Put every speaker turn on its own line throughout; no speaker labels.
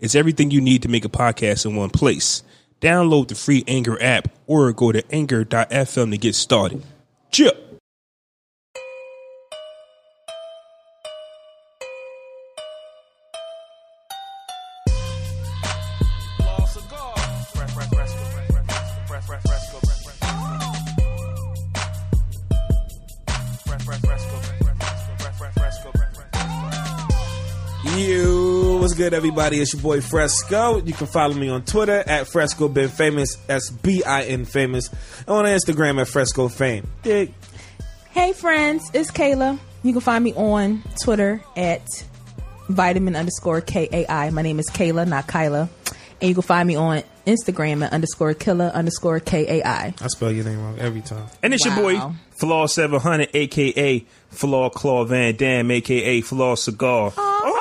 It's everything you need to make a podcast in one place. Download the free Anchor app or go to anchor.fm to get started. Chip.
You, what's good, everybody? It's your boy Fresco. You can follow me on Twitter at Fresco Ben Famous, S B I N Famous, and on Instagram at Fresco Fame. Dig.
Hey friends, it's Kayla. You can find me on Twitter at vitamin underscore K A I. My name is Kayla, not Kyla. And you can find me on Instagram at underscore killer underscore K A I.
I spell your name wrong every time.
And it's your
Wow.
boy, Flaw 700, a.k.a. Flaw Claw Van Dam, a.k.a. Flaw Cigar.
Oh.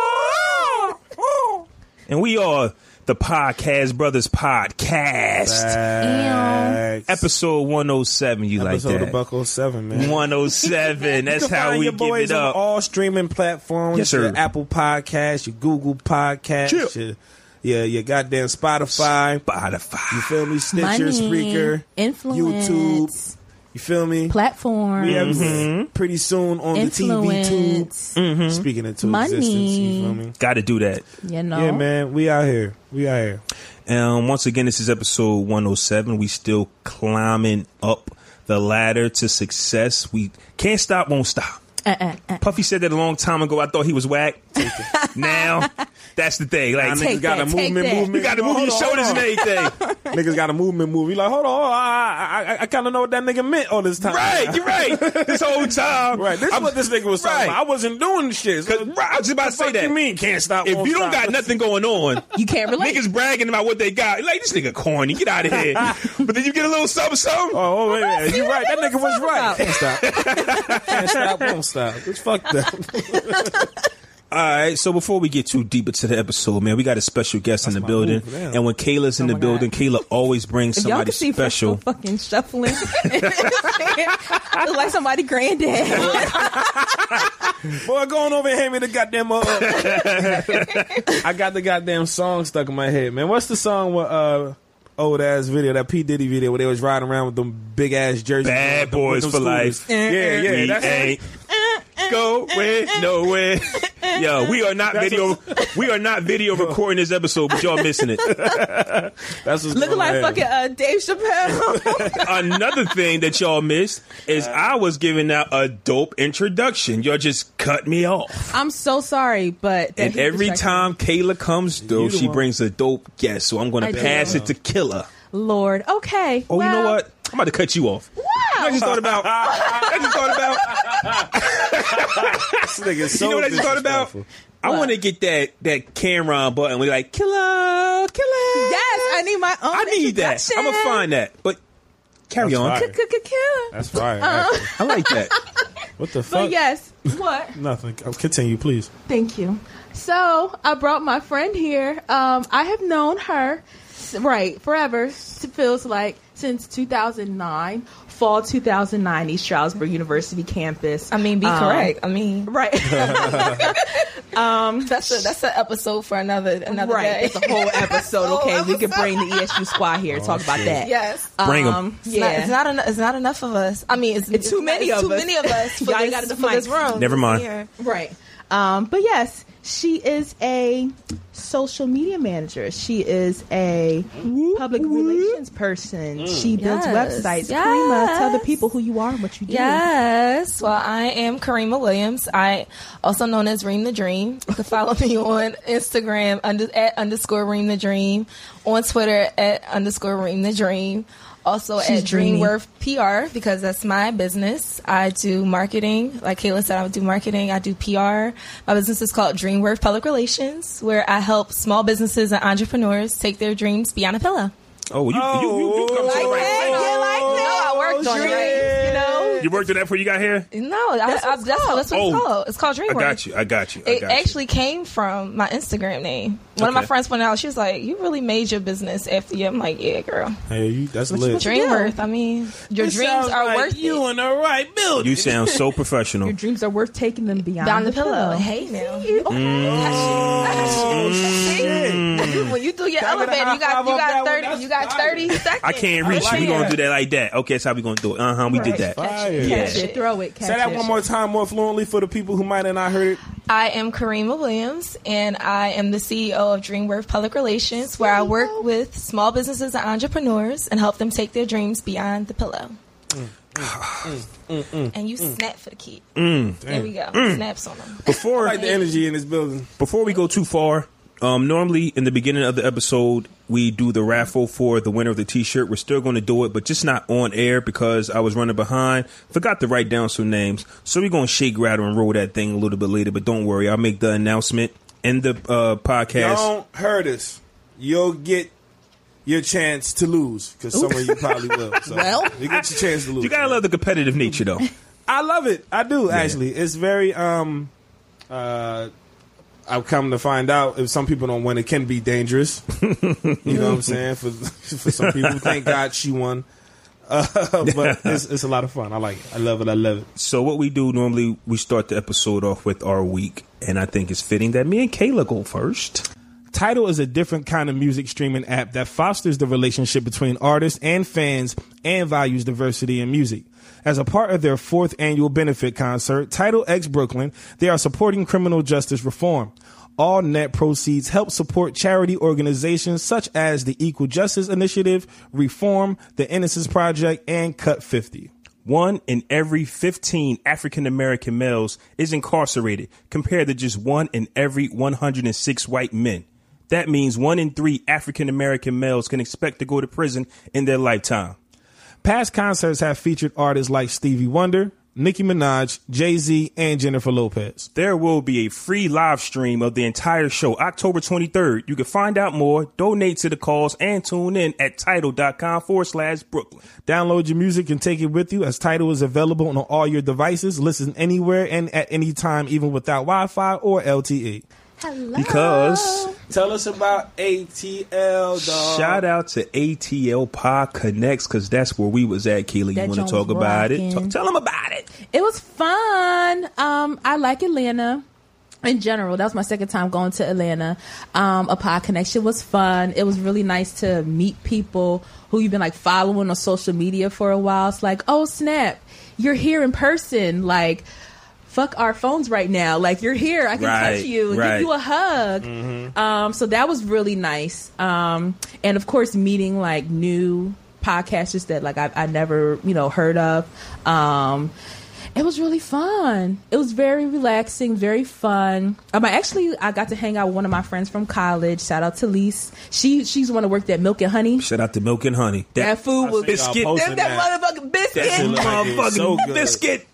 Oh. And we are the Podcast Brothers Podcast.
Facts.
Episode 107, you
Episode
like that?
of Buckle Seven, man.
107,
You
that's
can
how
find
we
your
give
boys
it up.
on all streaming platforms.
Yes, sir.
Your Apple Podcast, your Google Podcast,
Chill.
your yeah, your goddamn Spotify.
Spotify.
You feel me? Stitcher,
Money,
Spreaker,
influence,
YouTube. You feel me?
Platform.
We have
Mm-hmm.
pretty soon on
Influence.
the TV tubes. Speaking into
Money.
existence, you feel me?
Got to do that.
You know.
Yeah, man, we out here. We out here.
Um, once again, this is episode 107. We still climbing up the ladder to success. We can't stop, won't stop.
Uh-uh, uh.
Puffy said that a long time ago. I thought he was whack. now, that's the thing. Like,
Take
Niggas got a
that, take
movement,
that.
movement.
you got to move
Hold
your
on, hold
shoulders
on.
and everything.
Niggas got a movement, movie. Like, hold on, hold on, I, I, I, I kind of know what that nigga meant all this time.
right, you're right. This whole time.
right. This is
I'm-
what this nigga was talking
Right.
about. I wasn't doing shit. So,
'Cause- right, I was just about to
the
say
fuck
that.
you mean can't stop?
If
won't
you don't
stop?
got nothing going on,
You can't relate.
niggas bragging about what they got. Like, this nigga corny. Get out of here. but then you get a little something, something.
Oh, oh wait, a minute.
See
you
what
right. That nigga
they
was
was talking
right.
about.
Can't stop. can't stop. Won't stop. It's fucked up.
All right, so before we get too deep into the episode, man, we got a special guest in the
my
building,
move, damn.
and when Kayla's in the
Oh my
building,
God.
Kayla always brings
Y'all
somebody
can see
special.
Fresco fucking shuffling. I look like somebody granddad.
Boy, go on over and hand me the goddamn. Uh, uh. I got the goddamn song stuck in my head, man. What's the song with uh, old ass video that P Diddy video where they was riding around with them big ass jerseys?
Bad
with them- with
boys
them
for
scooters?
life.
Yeah, yeah,
we
that's it.
ain't going nowhere. Yo, we are not video, we are not video recording this episode, but y'all missing it.
That's what's
Looking
going
like
on.
fucking uh, Dave Chappelle.
Another thing that y'all missed is I was giving out a dope introduction. Y'all just cut me off.
I'm so sorry, but that
And
he
every
distracted
time Kayla comes through,
You the
she
one.
brings a dope guest. So I'm going
I
to pass
do.
it to Killer.
me. Lord, okay.
Oh, you know
well,
what? I'm about to cut you off. I
Wow.
just thought about. I just thought about.
This nigga is so
you know what I just thought about?
disrespectful.
I
What?
want to get that that Cameron button. We're like killer, killer.
Yes, I need my own.
I need that. I'm gonna find that. But carry
That's
on.
fire.
Kill.
That's fire. actually.
I like that.
What the fuck?
Uh-huh. But yes, what?
Nothing. Oh, Continue, please.
Thank you. So I brought my friend here. Um, I have known her, s- right, forever. s- Feels like since 2009, fall 2009, East Stroudsburg University campus.
I mean, be
Um,
correct. I mean,
Right,
that's a, that's an episode for another another
right.
day.
It's a whole episode.
Whole
Okay, we could bring the ESU squad here. and talk about that.
yes.
Oh, Bring 'em.
Um,
It's not-
yeah.
it's not enough. It's not enough of us. I mean, it's,
It's too many
it's
of
too
us.
many of us. For
Y'all ain't
this,
gotta
for this
define-
room.
Never
This
mind.
year.
Right. Um, but yes, she is a social media manager. She is a public relations person.
Mm.
She builds
Yes.
websites. Karima, tell the
Yes.
people who you are and what you do.
Yes. Well, I am Karima Williams. I also known as Ream the Dream. You can follow me on Instagram under, at underscore Ream the Dream, on Twitter at underscore Ream the Dream. Also
She's
at
dreamy.
Dreamworth PR because that's my business. I do marketing. Like Kayla said, I do marketing. I do PR. My business is called Dreamworth Public Relations, where I help small businesses and entrepreneurs take their dreams beyond a pillow.
Oh, you, you, you, you come to the right
that,
place.
I like
Oh,
that. No, I worked on
shit.
it, you know?
You worked on that before you got here?
No, that's, I, I,
what it's
that's, how,
called.
that's what it's
Oh.
called. It's called
I
DreamWorks.
got you. I got you. I
It
got
actually came from my Instagram name. One of my
Okay.
friends pointed out, she was like, "You really made your business after you." I'm like, "Yeah, girl,
Hey, you, that's lit.
dream worth. I mean, your
It
dreams
sounds
are
like
worth
you
you
in the right building.
you. You sound so professional.
Your dreams are worth taking them beyond,
down the pillow." Hey, now,
You- okay.
Mm.
Mm-hmm.
when you do your
Can I get a
elevator, you
high
got
five
you
off that
got
one?
thirty,
That's
you got
fire.
thirty seconds.
I can't reach
like
you. We gonna
that.
do that like that. Okay, that's how we gonna do it. Uh huh. We did that.
Fire.
Yeah.
Catch it. Throw it. Catch
Say that
it.
one more time more fluently for the people who might have not heard it.
I am Karima Williams, and I am the CEO of DreamWorth Public Relations, where I work with small businesses and entrepreneurs and help them take their dreams beyond the pillow. and you snap for the kid. There we go. Snaps on them.
Before
I like the energy in this building.
before we go too far, um, normally in the beginning of the episode we do the raffle for the winner of the T-shirt. We're still going to do it, but just not on air because I was running behind. Forgot to write down some names, so we're going to shake, rattle, and roll that thing a little bit later. But don't worry, I'll make the announcement in the uh, podcast.
Don't hurt us. You'll get your chance to lose because some of you probably will. So
Well.
you get your chance to lose.
You gotta love the competitive nature, though.
I love it. I do actually. It's very um uh I've come to find out if some people don't win it can be dangerous. you know what I'm saying? For for some people. Thank God she won. Uh, but it's, it's a lot of fun. I like it. I love it. I love it.
So what we do normally, we start the episode off with our week, and I think it's fitting that me and Kayla go first.
Title is a different kind of music streaming app that fosters the relationship between artists and fans and values diversity in music. As a part of their fourth annual benefit concert, Title X Brooklyn, they are supporting criminal justice reform. All net proceeds help support charity organizations such as the Equal Justice Initiative, Reform, the Innocence Project, and Cut 50.
One in every 15 African American males is incarcerated, compared to just one in every 106 white men. That means one in three African American males can expect to go to prison in their lifetime.
Past concerts have featured artists like Stevie Wonder, Nicki Minaj, Jay Z, and Jennifer Lopez.
There will be a free live stream of the entire show October 23rd. You can find out more, donate to the cause, and tune in at title.com forward slash Brooklyn.
Download your music and take it with you as title is available on all your devices. Listen anywhere and at any time, even without Wi Fi or E. LTE.
Hello.
Because.
Tell us about ATL,
Ah.
Shout out to ATL Pod Connects because that's where we was at, Keely. You
That
want to
joint
talk
was
about it?
rocking.
Talk, tell them about it.
It was fun. Um, I like Atlanta in general. That was my second time going to Atlanta. Um, a pod connection was fun. It was really nice to meet people who you've been like following on social media for a while. It's like, oh snap, you're here in person. Like, fuck our phones right now. Like, you're here. I can
Right,
touch you,
right.
give you a hug. Um, so that was really nice. Um, and of course, meeting like new podcasters that like I, I never you know heard of. Um, it was really fun. It was very relaxing, very fun. Um, I actually I got to hang out with one of my friends from college. Shout out to Lise. She she's the one that worked at Milk and Honey.
Shout out to Milk and Honey.
That food was
y'all
biscuit.
posted
That, that motherfucking biscuit.
that
shit look like it
motherfucking
was so good.
biscuit.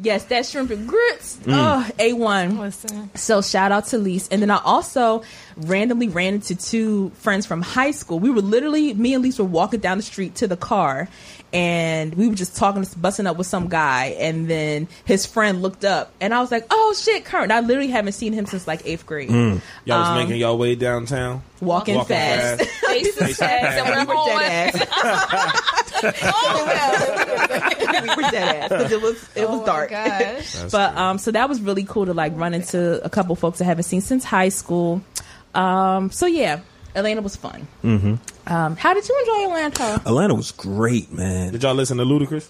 Yes, that shrimp and grits. Oh, A1.
Listen.
So shout out to Lise. And then I also randomly ran into two friends from high school. We were literally, me and Lise were walking down the street to the car and we were just talking, just busting up with some guy. And then his friend looked up and I was like, oh shit, Kurt. I literally haven't seen him since like eighth grade.
Y'all was making y'all way downtown.
Um, Walking,
Walking
fast.
fast.
Faces, facts, and
we
we're
were
on.
dead ass. we were dead ass because it was, it was
Oh my
dark.
gosh.
but um, so that was really cool to like run into a couple folks I haven't seen since high school. Um, so yeah, Atlanta was fun. Mm-hmm. Um, how did you enjoy Atlanta?
Atlanta was great, man.
Did y'all listen to Ludacris?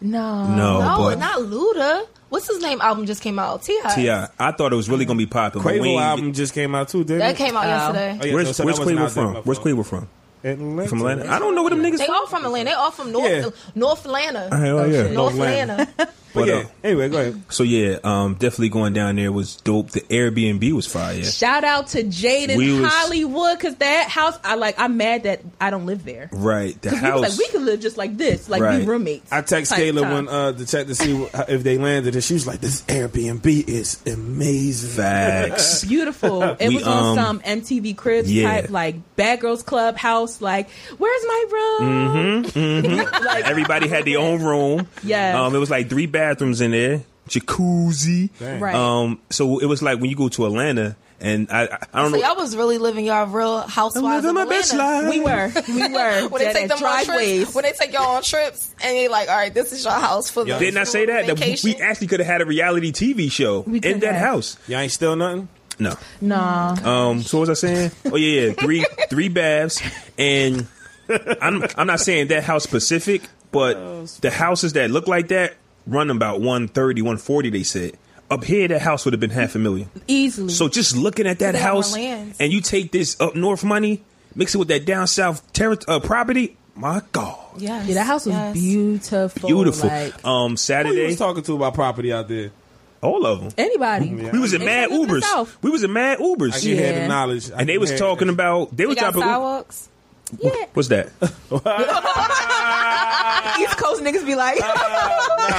No,
No,
No,
but
not Luda. What's his name? Album just came out. Ti.
yeah, I thought it was really gonna be popular. but we
Quavo
ain't-
album just came out too, didn't
That
it?
came out
Oh.
Oh,
yesterday.
yeah,
Where's,
so that
where's
wasn't
Quavo
out there,
from?
my
Where's
fault.
Quavo from?
Atlanta.
From Atlanta? I don't know where them niggas
They all from Atlanta. They all from North
Yeah.
North Atlanta.
Hell yeah.
North
North
Atlanta.
But,
But,
Oh, yeah.
uh,
anyway, go ahead.
So yeah, um, definitely going down there was dope. The Airbnb was fire. yeah.
Shout out to Jaden
We was-
Hollywood because that house, I like. I'm mad that I don't live there.
Right, the
'Cause we was
house.
like, we could live just like this, like be
Right.
roommates.
I text
type
Kayla
time.
when uh, to check to see wh- how- if they landed, and she was like, "This Airbnb is amazing."
Facts.
beautiful. It
We,
was
um,
on some MTV Cribs
yeah.
type, like Bad Girls Club house. Like, where's my room?
Everybody had their own room.
Yes.
Um, it was like three bathrooms in there, jacuzzi.
Dang.
Right.
Um, so it was like when you go to Atlanta, and I, I, I don't
So
know.
y'all was really living y'all real housewives of
living my best
Atlanta.
life.
We were, we were.
When they
dead
take
at
them on trips,
driveways.
when they take y'all on trips, and you're like, "All right, this is your house for the
Didn't I say that? That
vacation.
we actually could have had a reality TV show
We
in
could
that
have.
house.
Y'all ain't still nothing.
No.
Nah,
Um. So what was I saying? Oh yeah, yeah. Three three baths, and I'm I'm not saying that house specific, but the houses that look like that run about 130, 140, They said up here that house would have been half a million.
easily.
So just looking at that
They got more
house,
lands.
and you take this up north money, mix it with that down south terri uh, property. My God,
Yes,
yeah, that house was
yes.
beautiful.
beautiful.
Like,
um,
Who you
Saturday,
was talking to about property out there?
all of them.
anybody.
We was in mad
Anybody live in the
Ubers.
South?
We was in mad Ubers.
She had the
Yeah.
knowledge,
And they was talking about they
We
was
got
talking.
sidewalks.
Yeah.
What's that?
East Coast niggas be like,
Nah,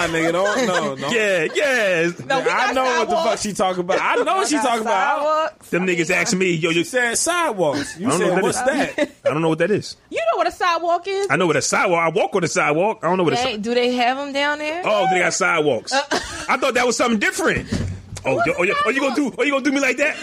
nigga, don't no, no.
yeah, yeah.
No, we
I
got
know what the
sidewalks.
fuck she talking about. I know what she talking about. I-
sidewalks.
Them niggas asked me, yo, you,
You said sidewalks. You
I don't know
said
what
what's
that
that?
I don't know what that is.
you know what a sidewalk is?
I know what a sidewalk. I walk on a sidewalk. I don't know what a. si-
Hey, do they Uh, have them down there?
oh, they got sidewalks. I thought that was something different. Oh, yo, oh, yo, oh, you gonna do? Oh, you gonna do me like that?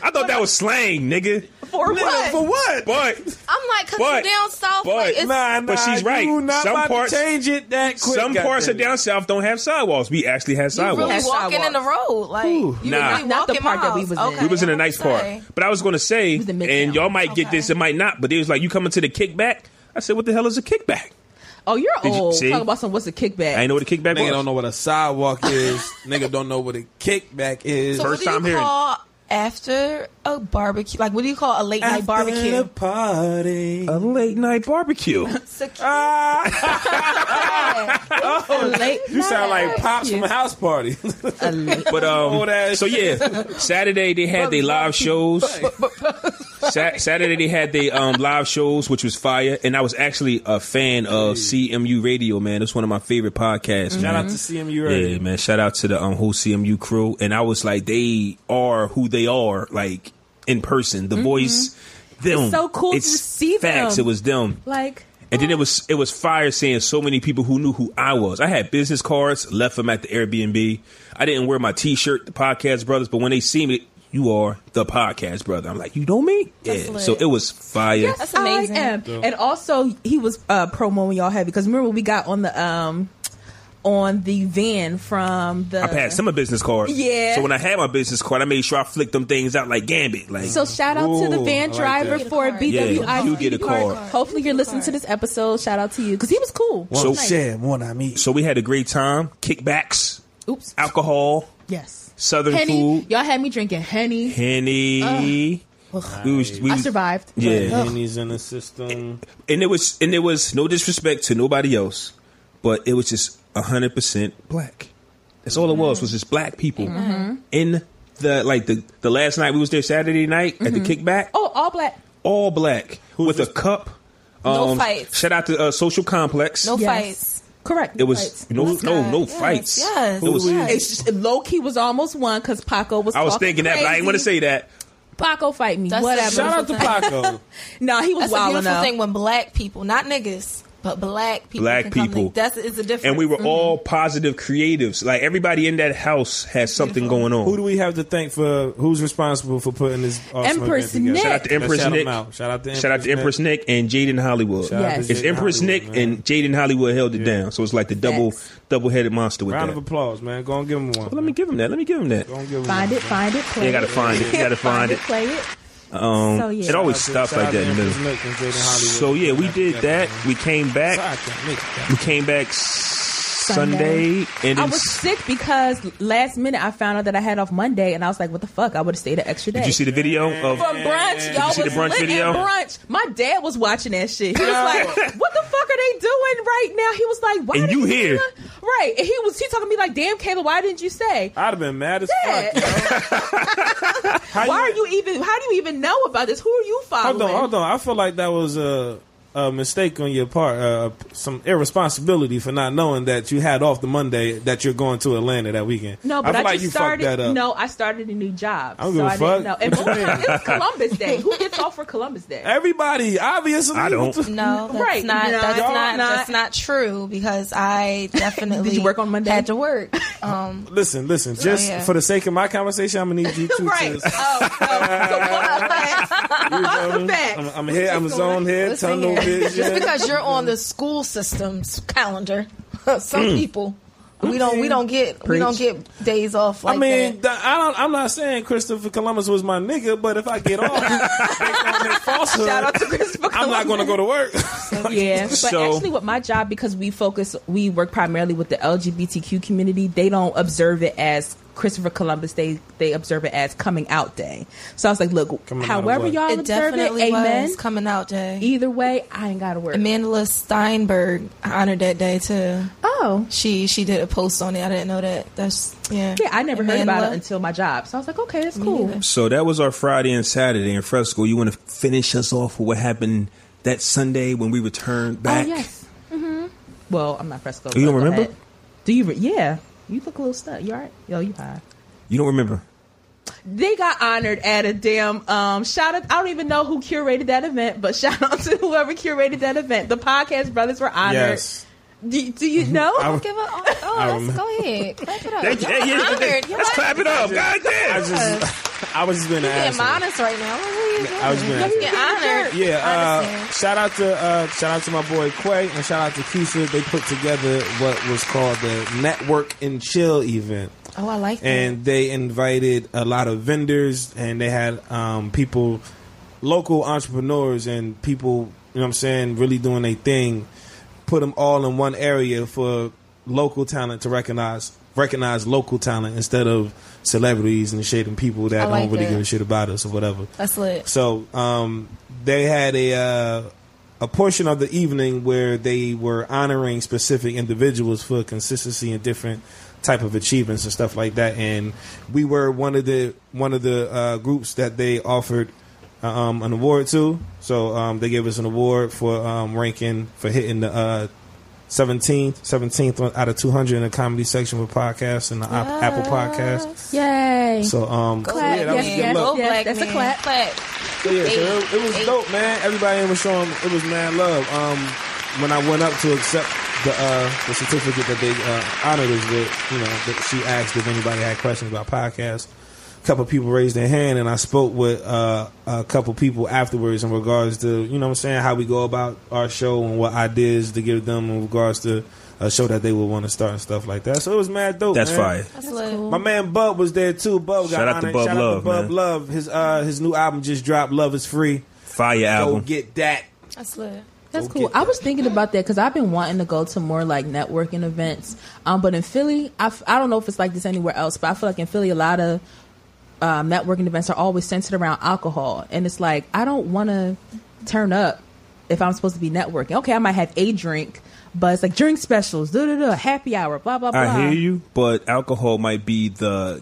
I thought that was slang, nigga.
For
Nigga,
what?
For what?
But
I'm like, cause
But-
you down south,
but-
like, it's,
Nah, nah,
But she's right.
You not
Some
about
parts-
to change it that quick.
some parts of
goddamn it.
down south don't have sidewalks. We actually had
you really
sidewalks.
Has
walking in the road, like, you
Nah. Not-
really
not the
walking
part that we
miles.
was in.
Okay,
we was in a
I'm
nice
gonna
part,
say.
but I was gonna say,
was in Midtown.
and y'all might get this, it might not, but it was like you coming to the kickback. I said, what the hell is a kickback?
Oh, you're
Did you
old.
see?
Talking about some what's a kickback?
I ain't know what a kickback
Nigga
was.
don't know what a sidewalk is. nigga don't know what a kickback is.
So
First
what do
time
you
hearing.
call after a barbecue? Like, what do you call a late night barbecue?
party.
A late night barbecue.
Secure.
Ah,
A Oh, late
you sound like
night.
pops from a house party.
A late-
But um,
Old ass
so yeah, Saturday they had their live shows. Sa- Saturday they had their um live shows, which was fire. And I was actually a fan of CMU Radio, man. It's one of my favorite podcasts.
Shout
man.
out to CMU
Yeah,
Radio.
man. Shout out to the um, whole CMU crew. And I was like, they are who they are, like in person. The voice, them.
Mm-hmm. It's so cool to
It's
see
facts.
them.
It was them.
like
And then it was it was fire seeing so many people who knew who I was. I had business cards, left them at the Airbnb. I didn't wear my T-shirt, the Podcast Brothers, but when they see me, you are the Podcast Brother. I'm like, you know me,
That's
yeah.
lit.
So it was fire.
Yes,
That's amazing.
I am. And also, he was uh, promoting y'all heavy because remember we got on the um on the van from the.
I passed them a business card.
Yeah.
So when I had my business card, I made sure I flicked them things out like Gambit. Like
So shout out to the
Ooh,
van
I like
driver
that.
for
Get a card.
BWI.
Yeah, you get a card.
Hopefully you're listening to this episode. Shout out to you because he was cool.
So-
Nice.
Share one I meet.
so we had a great time. Kickbacks,
Oops.
alcohol,
Yes.
southern
Henny,
food,
y'all had me drinking Henny.
Henny. we was, we
I
was-
survived.
Yeah.
Ugh.
Pennies in the system.
and it was and it was no disrespect to nobody else, but it was just hundred percent black. That's all it was was just black people
Mm-hmm.
in the like the the last night we was there Saturday night at the kickback,
Oh, all black.
all black with a cup. Um,
No fights.
Shout out to uh, Social Complex.
No
Yes.
fights.
Correct.
it was
Fights.
no
That's
no
good.
no
Yes,
fights.
yes,
It was-
yes.
It's just, low key was almost one because Paco was.
I was
talking
thinking that, but I didn't
crazy.
want to say that.
Paco fight me.
That's the
Whatever.
Shout out to Paco.
No, he was
That's a
wild
beautiful
enough.
thing when black people, not niggas, but black people.
Black
can come
people.
to- That's it's a difference.
And we
Mm-hmm.
were all positive creatives. Like everybody in that house had something going on.
Who do we have to thank for? Who's responsible for putting this awesome
Empress
event together?
Nick.
Shout out to Empress
shout 'em
Nick.
out. Shout out to Empress
Shout out to Empress Nick, and Jaden Hollywood.
Shout
out to Yes.
It's
Jaden
Empress
Hollywood,
Nick
man.
and Jaden Hollywood held it down. So it's like the double
Facts.
double headed monster with
Round of
that.
applause, man. Go and give him one.
Let me give him that. Let me give him that.
Go and give him
Find
one.
it, find it, play
You gotta
it.
find it. You gotta find it.
play it.
Um,
So, yeah.
It always
Shout
stuff
out
like
to
that in the
Empress
middle.
Nick and Jaden Hollywood.
So yeah, we
Shout out
did
to
that.
man.
We came
Shout
back.
out to Nick.
We came back Sunday, and
I
then
was sick because last minute I found out that I had off Monday, and I was like, "What the fuck? I would have stayed an extra day."
did you see the video of?
from brunch? Y'all
see the
was
brunch
lit
video?
at brunch. My dad was watching that shit. He was like, "What the fuck are they doing right now?" He was like, "Why?"
And
they
you here.
doing-" Right. And he was he talking to me like, damn Kayla, why didn't you say?
I'd have been mad as
Yeah.
fuck. How
Why are you even how do you even know about this? Who are you following?
Hold on, hold on. I feel like that was a, a mistake on your part, uh, some irresponsibility for not knowing that you had off the Monday that you're going to Atlanta that weekend.
No, but I,
feel like
just
you
started.
fucked that up.
No, I started a new job,
I don't
so
give a
I didn't
fuck.
know. And
What you
most- it's Columbus Day. Who gets off for Columbus Day?
Everybody, obviously,
I don't.
No, that's
Mm, Right.
not.
No,
that's
y'all
not,
not-
That's not true because I definitely
Did you work on Monday?
Had to work. Um,
Listen, listen. Just
yeah.
for the sake of my conversation, I'm gonna need you two
Oh, right. Oh,
to.
oh, so what
You know what I
What's the
mean?
facts?
I'm, I'm here. I'm
What's
zoned here.
listen
Tunnel
here. Just
vision.
because you're on the school system's calendar, some
Mm.
people we don't we don't get we don't get days off like
I mean,
that.
th- I don't. I'm not saying Christopher Columbus was my nigga, but if I get off based on his falsehood,
Shout out to Christopher
I'm not gonna go to work.
Yeah, but
So-
actually, with my job, because we focus, we work primarily with the LGBTQ community. They don't observe it as Christopher Columbus Day; they observe it as Coming Out Day. So I was like, "Look,
Coming out of
however
what?
y'all
it
observe it,
definitely
amen. E-
was coming out day.
Either way, I ain't gotta work."
Amanda Steinberg honored that day too.
Oh,
She she did a post on it. I didn't know that. That's yeah.
yeah, I never heard about it
Amanda-
until my job. So I was like, "Okay, that's cool."
neither.
So that was our Friday and Saturday in Fresco. You want to finish us off with what happened that Sunday when we returned back?
Oh yes.
Mm-hmm.
hmm Well, I'm not Fresco.
You don't
but go
remember?
ahead. Do you? Re- yeah, you look a little stuck. You all right? Yo, you high.
You don't remember?
They got honored at a damn um, shout out. I don't even know who curated that event, but shout out to whoever curated that event. The podcast brothers were honored.
yes.
Do, do you know?
I-
Give up. Oh, oh
Um,
let's go ahead. Clap it up.
Hey, yeah, yeah,
I'm here. You're
Let's
right.
clap it up. God
I
damn.
just, I was just being an
Being
asshole.
honest right now. What are you doing?
I was being an asshole.
You're honored.
Yeah, uh,
Honestly.
shout out to uh, shout out to my boy Quay and shout out to Keisha. They put together what was called the Network and Chill event,
Oh, I like that.
and they invited a lot of vendors and they had um, people, local entrepreneurs and people. You know what I'm saying? Really doing their thing. Put them all in one area for local talent to recognize recognize local talent instead of celebrities and shit and people that
I like
don't really
that.
give a shit about us or whatever.
That's lit.
So um, they had a uh, a portion of the evening where they were honoring specific individuals for consistency and different type of achievements and stuff like that. And we were one of the one of the uh, groups that they offered uh, um, an award to. So um, they gave us an award for um, ranking for hitting the. Uh, 17th, 17th out of 200 in the comedy section for podcasts and the App- Apple Podcast.
Yay!
So, um, so yeah, that was
yes,
good
yes,
luck.
Go
yes,
black
that's a
man.
clap.
So yeah, so
Eight.
it, it was
Eight.
dope, man. Everybody was showing it was mad love. Um, when I went up to accept the uh, the certificate that they uh, honored us with, you know, that she asked if anybody had questions about podcasts. A couple people raised their hand, and I spoke with uh, a couple people afterwards in regards to you know what I'm saying how we go about our show and what ideas to give them in regards to a show that they would want to start and stuff like that. So it was mad dope.
That's
man.
fire.
That's lit.
My man Bub was there too. Bub got
Shout out to
honored.
Bub
Shout
Love,
out to Bub
man.
Love. His uh his new album just dropped. Love is free.
Fire
Go
album.
get that.
That's lit.
That's
Go
cool.
get
I was thinking about that because I've been wanting to go to more like networking events. Um, but in Philly, I, f- I don't know if it's like this anywhere else, but I feel like in Philly, a lot of um, networking events are always centered around alcohol. And it's like, I don't want to turn up if I'm supposed to be networking. Okay, I might have a drink, but it's like drink specials, da da da, happy hour, blah, blah, blah.
I hear you, but alcohol might be the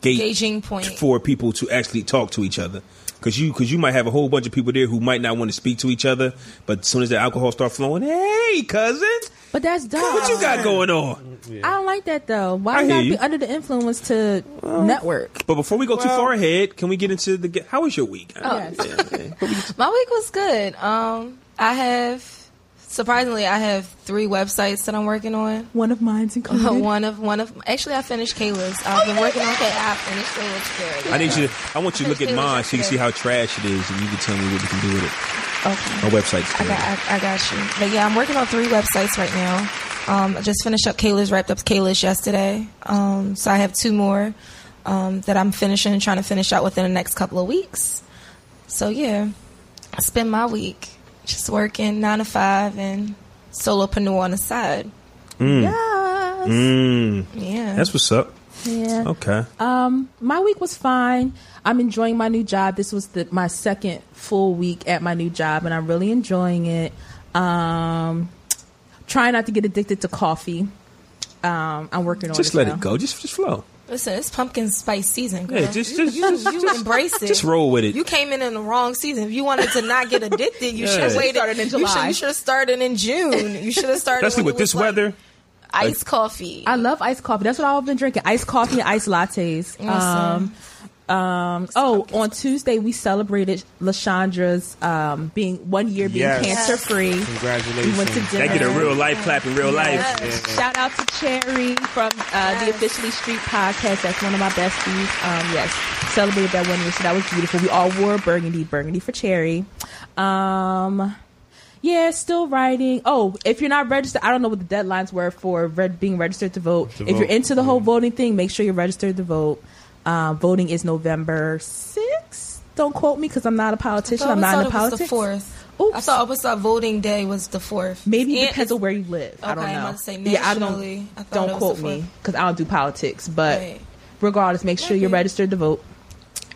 gate
Gauging point.
for people to actually talk to each other. Cause you, cause you might have a whole bunch of people there who might not want to speak to each other, but as soon as the alcohol start flowing, hey cousin,
But that's dumb.
what you got going on?
I don't like that though. Why
I
would I
hear
be
you.
under the influence to network?
But before we go too
Well-
far ahead, can we get into the? How was your week?
Yes.
My week was good. Um, I have surprisingly, I have three websites that I'm working on.
One of mine's included.
one of one of actually, I finished Kayla's. I've been working on Kay. I finished Kayla's.
I
Good.
need you. To, I want you to look at mine so you can see how trash it is, and you can tell me what we can do with it.
Okay.
My website's
I got,
terrible.
I, I got you. But yeah, I'm working on three websites right now. Um, I just finished up Kayla's, wrapped up Kayla's yesterday. Um, so I have two more um, that I'm finishing and trying to finish out within the next couple of weeks. So yeah, I spend my week just working nine to five and solopreneur on the side.
Yes.
Mm,
Yeah.
that's what's up.
Yeah.
Okay.
Um, my week was fine. I'm enjoying my new job. This was the, my second full week at my new job, and I'm really enjoying it. Um, trying not to get addicted to coffee. um, I'm working on
Just
as
let
well.
it go. Just just flow.
Listen, it's pumpkin spice season. Girl.
Yeah, just just
you,
just,
you embrace it.
just roll with it.
You came in in the wrong season. If you wanted to not get addicted, you
Yeah.
should have waited.
Started in
You should,
July.
you should have started in June. You should have started.
Especially
when
with
it was
this
like
weather.
Iced coffee.
I love iced coffee. That's what I've been drinking: iced coffee and iced lattes. Um, um, oh, on Tuesday we celebrated Lashandra's um, being one year being
Yes.
cancer free.
Congratulations.
We went to
That
dinner.
get a real life clap in real life.
Shout out to Cherry from uh, the Officially Street podcast. That's one of my besties. Um, yes, celebrated that one year, so that was beautiful. We all wore burgundy, burgundy for Cherry. Um, yeah, still writing. Oh, if you're not registered, I don't know what the deadlines were for red, being registered to vote.
To
if
vote, Mm-hmm.
you're into the whole voting thing, make sure you're registered to vote. Uh, voting is November 6th. Don't quote me because I'm not a politician.
So
I'm
I
not
thought
into politics.
it was the fourth. I
Oops.
thought I was thought voting day was the fourth.
Maybe it
And
depends
it's-
on where you live. I don't
Okay,
know.
I'm about to say
yeah, I don't.
nationally, I thought it
don't
was
quote
the
me
fourth.
because I don't do politics. But
Right.
regardless, make sure you're
Okay.
registered to vote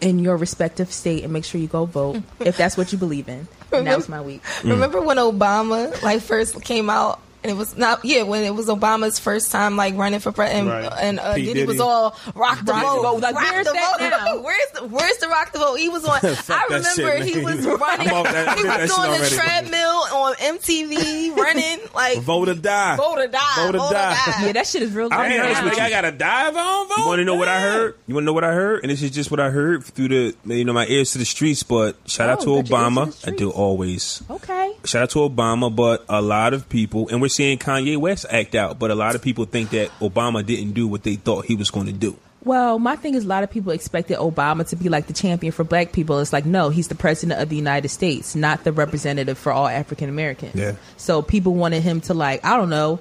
in your respective state and make sure you go vote if that's what you believe in. And that was my week.
Mm.
Remember when Obama like first came out and it was not yeah when it was Obama's first time like running for president and,
Right.
and uh,
Pete
Diddy,
Diddy.
was all rock the
Rock the
vote
vote. Like,
rock
where's
the
that
vote
now?
where's the where's the rock the vote he was on I
Fuck that shit,
remember he
man.
was
I'm
running
off that-
he
I did that
was
shit
doing the
already.
treadmill on MTV running like
Vote or die.
vote or die
Vote or die.
Yeah, that shit is real.
I'll be
bad.
honest with you.
I gotta die if I don't vote.
You want to know what I heard? You want to know what I heard? And this is just what I heard through the you know my ears to the streets. But shout out to
Oh, got your ears to the
Obama. I
streets.
do always.
Okay.
Shout out to Obama, but a lot of people, and we're seeing Kanye West act out, but a lot of people think that Obama didn't do what they thought he was going to do.
Well, my thing is, a lot of people expected Obama to be like the champion for black people. It's like, no, he's the president of the United States, not the representative for all African Americans.
Yeah.
So people wanted him to, like, I don't know,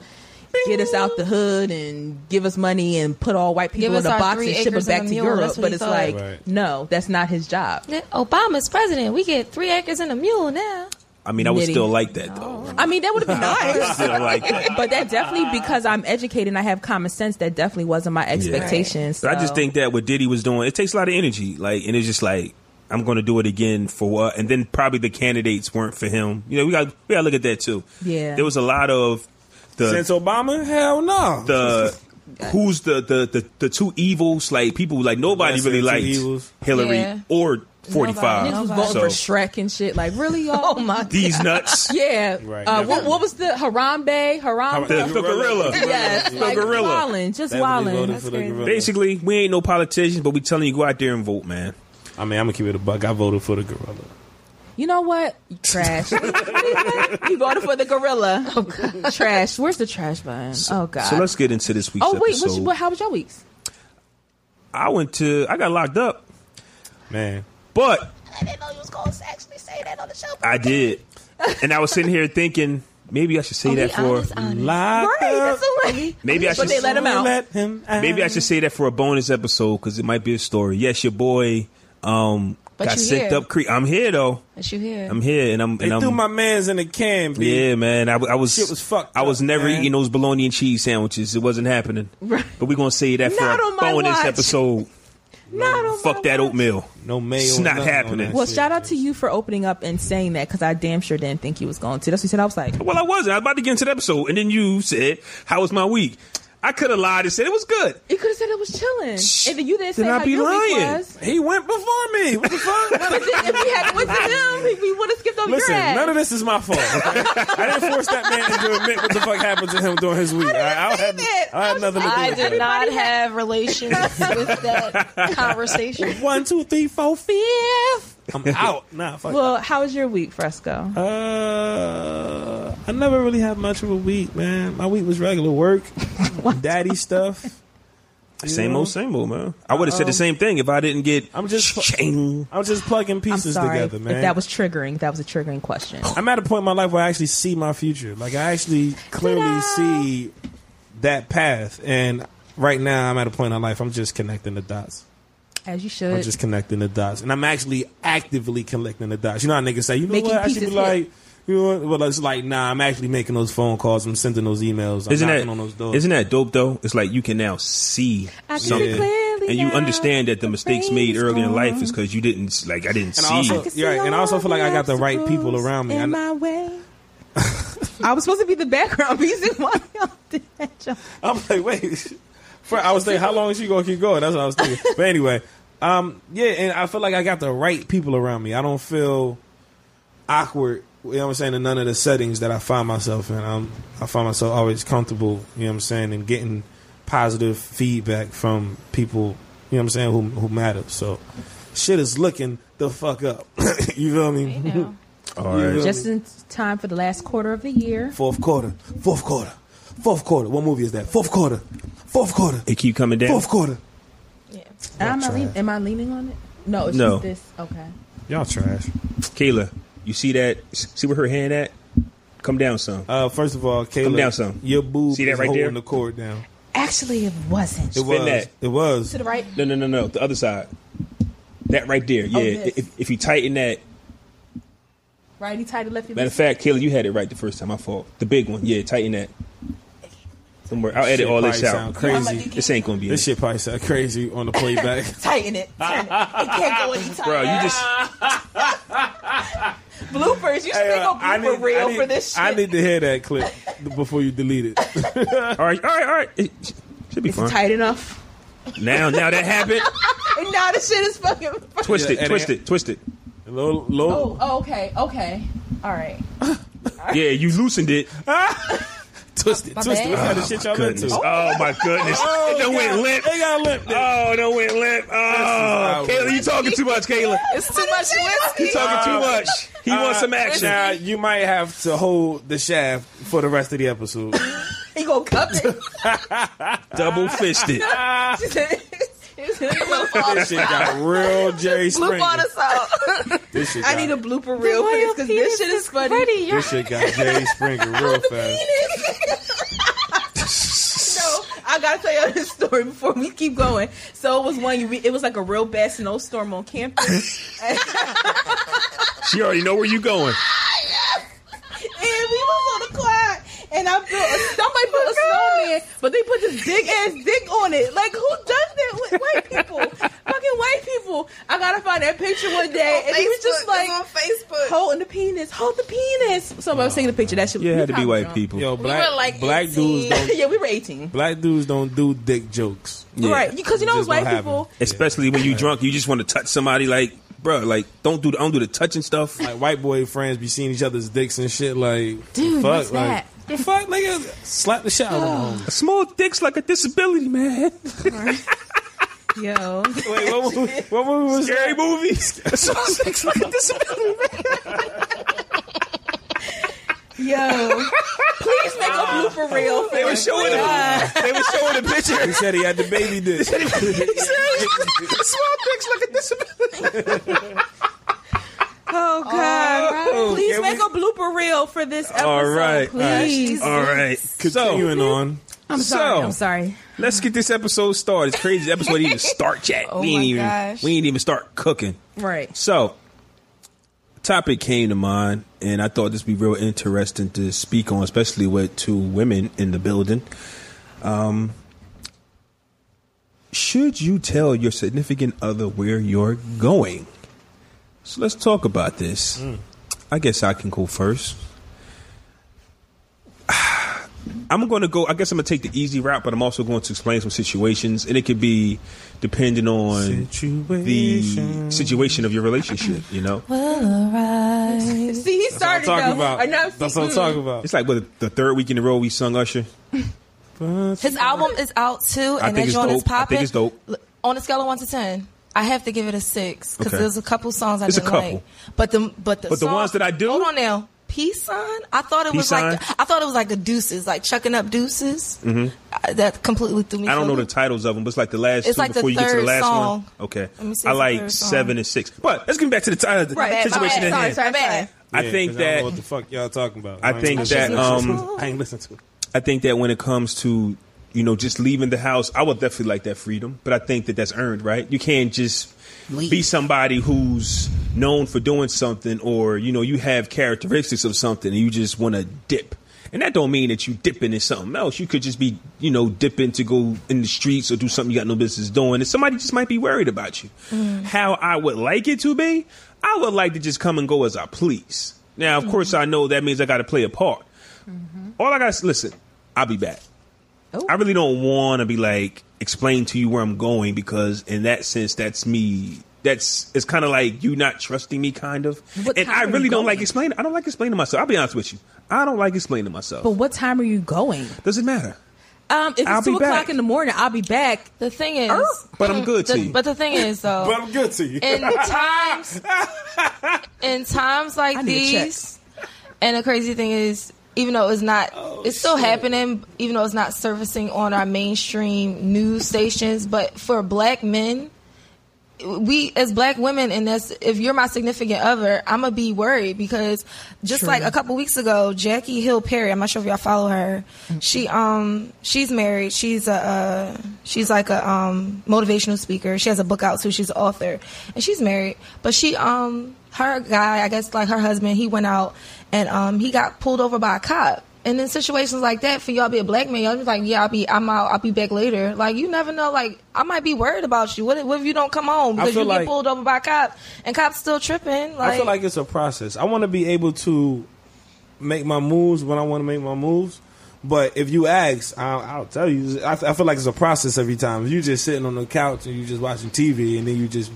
get us out the hood and give us money and put all white people
Give
in
us
a
our
box
three
and ship
acres
us back
and
to
a mule.
Europe.
That's what
But
he
it's
thought.
like,
Right.
no, that's not his job.
Obama's president we get three acres and a mule now
I mean, I would
Nitty.
still like that
Oh.
though.
I mean, that would have been nice.
Still like that.
but that definitely, because I'm educated and I have common sense, that definitely wasn't my expectations.
But I just
So-
think that what Diddy was doing, it takes a lot of energy. Like, and it's just like, I'm going to do it again for what? And then probably the candidates weren't for him. You know, we got we got to look at that too.
Yeah.
there was a lot of the
Since Obama? Hell no.
the who's the the the, the two evils like people like nobody
Yes,
really
the two
liked
evils.
Hillary
Yeah.
or 45
Nobody.
Niggas was
Nobody.
voting for
uh, So,
Shrek and shit. Like, really, y'all?
oh my
these nuts
Yeah.
Right.
Uh, what,
Definitely.
what was the Harambe? Harambe.
The- the gorilla.
yes. like
gorilla.
wildin', just
Definitely voted
wildin'.
for the
crazy.
gorilla.
basically we ain't no politicians but we telling you go out there and vote man
I mean, I'm gonna keep it a buck. I voted for the gorilla.
You know what? Trash. you voted for the gorilla. trash. Where's the trash button? oh God.
so let's get into this week's
oh wait. What
episode
you, what, how was your weeks?
i went to i got locked up
Man.
but
I didn't know you was gonna actually say that on the show
i did and i was sitting here thinking maybe i should
Oh,
say that for
Lock up.
Right.
Uh, maybe i
But
should
they let him out.
Let him out.
Maybe I should say that for a bonus episode because it might be a story. Yes, your boy um,
But
got
you
sent
here.
up creek. I'm here though.
That's you here
I'm here and I'm
They
and I'm
threw my mans in the can, B.
yeah, man. I, w- I was
Shit was fucked
I
up,
was never
man.
eating those bologna and cheese sandwiches. It wasn't happening.
Right.
But we're gonna say that for
Not
a
on my
bonus
watch.
episode.
Not on my
Fuck that
watch.
oatmeal.
No mail.
It's not
nothing on
happening.
that
Well,
shit.
shout out to you for opening up and saying that because I damn sure didn't think you was going to. That's what you said. I was like,
Well, I wasn't. I was about to get into the episode, and then you said, "How was my week?" I could have lied and said it was good.
you could have said it was chilling, and then you didn't say
Then I'd
how
be
your week
lying.
was.
He went before me. What the fuck?
But then if we had went to him, we would have skipped over
Listen,
your ass.
none of this is my fault. okay? I didn't force that man to admit what the fuck happened to him during his week. I, I
say
had,
that.
I had
I'm
nothing to do
I
with that.
did not have relations with that conversation.
One, two, three, four, fifth. I'm out. Nah, fuck.
Well, how was your week, Fresco?
uh, I never really had much of a week, man. My week was regular work, daddy stuff. You
Same
know? Um,
old, same old, man. I would have said the same thing if I didn't get.
I'm just-
Ching.
I'm just plugging
I'm
pieces
sorry
together, man.
if that was triggering. That was a triggering question.
I'm at a point in my life where I actually see my future. Like I actually clearly
Ta-da.
see that path, and right now I'm at a point in my life I'm just connecting the dots.
As you
I'm
should.
just connecting the dots, and I'm actually actively connecting the dots. You know how niggas say, you know
Making
what? I should be
pieces
like, you know, what? well, it's like, nah, I'm actually making those phone calls, I'm sending those emails, I'm
Isn't
knocking
that
on those doors.
isn't that dope though? It's like you can now see
I can
something,
see clearly
and you
now
understand that the
the
mistakes
rain
made
is
early in life
gone.
is because you didn't like I didn't
And
see.
also-
I can
Yeah,
see
and I also
all
feel like I got the right
obstacles
people around me. I kn-
In my way. I was supposed to be the background music. Why y'all did that? Y'all?
I'm like, wait. For, I was thinking, how long is she gonna keep going? That's what I was thinking. but anyway, um, yeah, and I feel like I got the right people around me. I don't feel awkward. You know what I'm saying? In none of the settings that I find myself in, I'm, I find myself always comfortable. You know what I'm saying? And getting positive feedback from people. You know what I'm saying? Who who matter. So, shit is looking the fuck up. you feel me?
You know.
All
You
right.
really-
Just in time for the last quarter of the year.
Fourth quarter. Fourth quarter. Fourth quarter. What movie is that? Fourth quarter. Fourth quarter.
It keep coming down.
Fourth quarter.
Yeah.
Am I, lean- am I leaning on it? No, it's
No.
just this. Okay.
Y'all trash.
Kayla, you see that? See where her hand at? Come down some.
Uh, first of all, Caleb,
down some.
your boob
See that
is
right
holding
there?
the cord down.
Actually, it wasn't.
It was.
that.
It was.
To the right.
No, no, no, no. The other side. That right there.
Oh,
Yeah.
this.
if, if you tighten that.
Righty tighty, lefty
Matter of
loosey.
fact, Kayla, you had it right the first time. I fault. The big one. Yeah, tighten that. Don't worry. I'll
Shit
edit all this
probably sound
out.
crazy.
This ain't gonna be. in
This
it.
shit probably sound crazy on the playback.
Tighten it. Tighten it. it can't go any tighter.
bro. You just
bloopers. You should
Hey,
think
uh,
of blooper reel for this shit.
I need to hear that clip before you delete it.
all right, all right, all right. It sh- should be
it's
fun.
tight enough.
Now, now that happened.
And now the shit is fucking.
Twist
Yeah,
it,
and
twist
it-
it, twist it.
low, low.
Oh, oh, okay, okay, all right.
Yeah, you loosened it.
twisted, twisted.
bad.
What kind of shit y'all
Goodness.
into?
Oh my goodness. It done went limp.
They got limp. there.
Oh, no went limp. Oh,
This is
Kayla, you talking too much, Kayla.
It's too much
You
whiskey.
talking too
Uh,
much. He wants some
Uh,
action.
Now you might have to hold the shaft for the rest of the episode.
He gonna cup it.
Double fisted.
She said- she said, "Look,
this shit got real Jerry
Loop
Springer.
on us out.
This shit
I
got,
need a blooper reel for this because this shit is funny.
Ready,
this shit got Jerry Springer real fast.
So I gotta tell y'all this story before we keep going. So it was one. year we- It was like a real bad snowstorm on campus,
She already know where you going.
and we was on the cloud. And I built a, somebody built a snowman, but they put this big ass dick on it. Like who does that with white people? Fucking white people. I gotta find that picture one day, and he was just like
on Facebook.
holding the penis, hold the penis. So I was taking a picture. That shit.
Yeah, it
we
had to be
probably
white
drunk.
people.
Yo, black
were like
black
18.
dudes don't
yeah, we were eighteen.
black dudes don't do dick jokes.
Yeah.
Right, because you know
It
it's
just
white
don't
people.
happen.
Especially when you drunk, you just want to touch somebody like, bruh, like don't do the don't do the touching stuff.
Like white boy friends be seeing each other's dicks and shit. Like,
Dude,
fuck,
what's
like, the fuck, nigga, slap the shit out of them.
Small dicks like a disability, man.
Yo,
Wait, what, movie- what movie was
Scary
that?
movies. Small dicks like a disability.
yo, please make a blooper reel.
They were showing the they were showing the
He
picture.
said he had the baby dick.
Small dicks like a disability.
Oh God!
Oh,
please
can
make
we-
a blooper reel for this episode.
All right, all right.
please.
All right. So
Continuing on.
I'm sorry.
So-
I'm sorry.
let's get this episode started. It's crazy. This episode didn't even start yet.
Oh
we ain't
my
even
gosh.
we ain't even start cooking.
Right.
So, topic came to mind, and I thought this would be real interesting to speak on, especially with two women in the building. Um, should you tell your significant other where you're going? So let's talk about this.
Mm.
I guess I can go first. I'm going to go. I guess I'm going to take the easy route, but I'm also going to explain some situations, and it could be depending on the
Situation.
situation of your relationship. You know, Uh,
Mm-hmm. See, he started
That's what I'm talking
though.
about.
I know.
That's what I'm talking about.
it's like what the third week in a row we sung Usher.
His album is out too,
I think
and that
it's
joint is
dope. I
popping.
think it's dope.
L- On a scale of one to ten, I have to give it a six because
Okay.
there's a couple songs I
It's a
didn't
couple.
like. But the but the
But the
songs-
ones that I do-
Hold on now, peace sign. I thought it
Peace
was like
sign?
the, I thought it was like the deuces, like chucking up deuces. Mm-hmm. that completely threw me.
I don't know
for a
the
loop.
titles of them, but it's like the last
It's
two
like the
before you get to the
third
last
song.
one. Okay,
Let me see
I
the
like
third song.
seven and six. But let's get back to the ti- the
Right.
bad, my
situation
bad.
at
Sorry,
hand.
sorry,
My
sorry.
bad.
I
Yeah,
think
'cause I don't know what
that
the fuck y'all talking about.
I
ain't
think
listening
that,
to it.
um,
I ain't listen to it.
I think that when it comes to you know just leaving the house, I would definitely like that freedom, but I think that that's earned, right? You can't just be somebody who's known for doing something, or you know you have characteristics of something, and you just want to dip. And that don't mean that you dipping in something else. You could just be, you know, dipping to go in the streets or do something you got no business doing. And somebody just might be worried about you. How I would like it to be, I would like to just come and go as I please. Now, of course, I know that means I got to play a part. All I got is listen. I'll be back.
Oh.
I really don't want to be like explain to you where I'm going because in that sense, that's me. That's it's kind of like you not trusting me, kind of.
What
and
time
I
are you
really don't
going?
like explaining. I don't like explaining myself. I'll be honest with you. I don't like explaining myself.
But what time are you going?
Doesn't matter.
Um, if it's
I'll be
two o'clock
back.
in the morning, I'll be back.
The thing is,
Er,
but I'm good to
the-
you.
But the thing is, though,
But I'm good to you.
in times in times like
I need a check.
these and the crazy thing is even though it's not
Oh,
it's still happening even though it's not surfacing on our mainstream news stations but for black men we as black women and that's if you're my significant other i'm gonna be worried because just
True.
like a couple weeks ago jackie hill perry i'm not sure if y'all follow her she um she's married she's a uh, she's like a um motivational speaker she has a book out too she's an author and she's married but she um her guy i guess like her husband he went out and um he got pulled over by a cop and in situations like that, for y'all to be a black man, y'all be like, yeah, I'll be, I'm out, I'll be back later. Like, you never know. Like, I might be worried about you. What if, what if you don't come home because
feel
you
like-
get pulled over by a cop and cops still tripping? Like,
I feel like it's a process. I want to be able to make my moves when I want to make my moves. But if you ask, I'll, I'll tell you. I, I feel like it's a process every time. If you just sitting on the couch and you just watching TV, and then you just,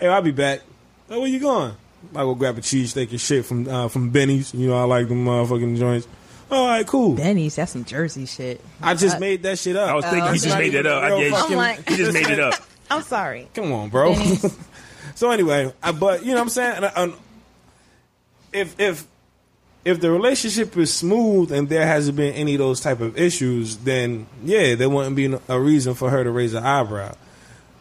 hey, I'll be back. Hey, where you going? I go grab a cheesesteak and shit from uh, from Benny's. You know, I like them motherfucking joints. All right, cool.
Benny's, that's some Jersey shit.
I just made that shit up.
I was thinking he
That's
just
not
made
even
that up.
a real
I, yeah,
fucking-
he-
I'm like-
he just made it up.
I'm sorry.
Come on, bro. so anyway, I, but you know what I'm saying. And I- and if if if the relationship is smooth and there hasn't been any of those type of issues, then yeah, there wouldn't be a reason for her to raise an eyebrow.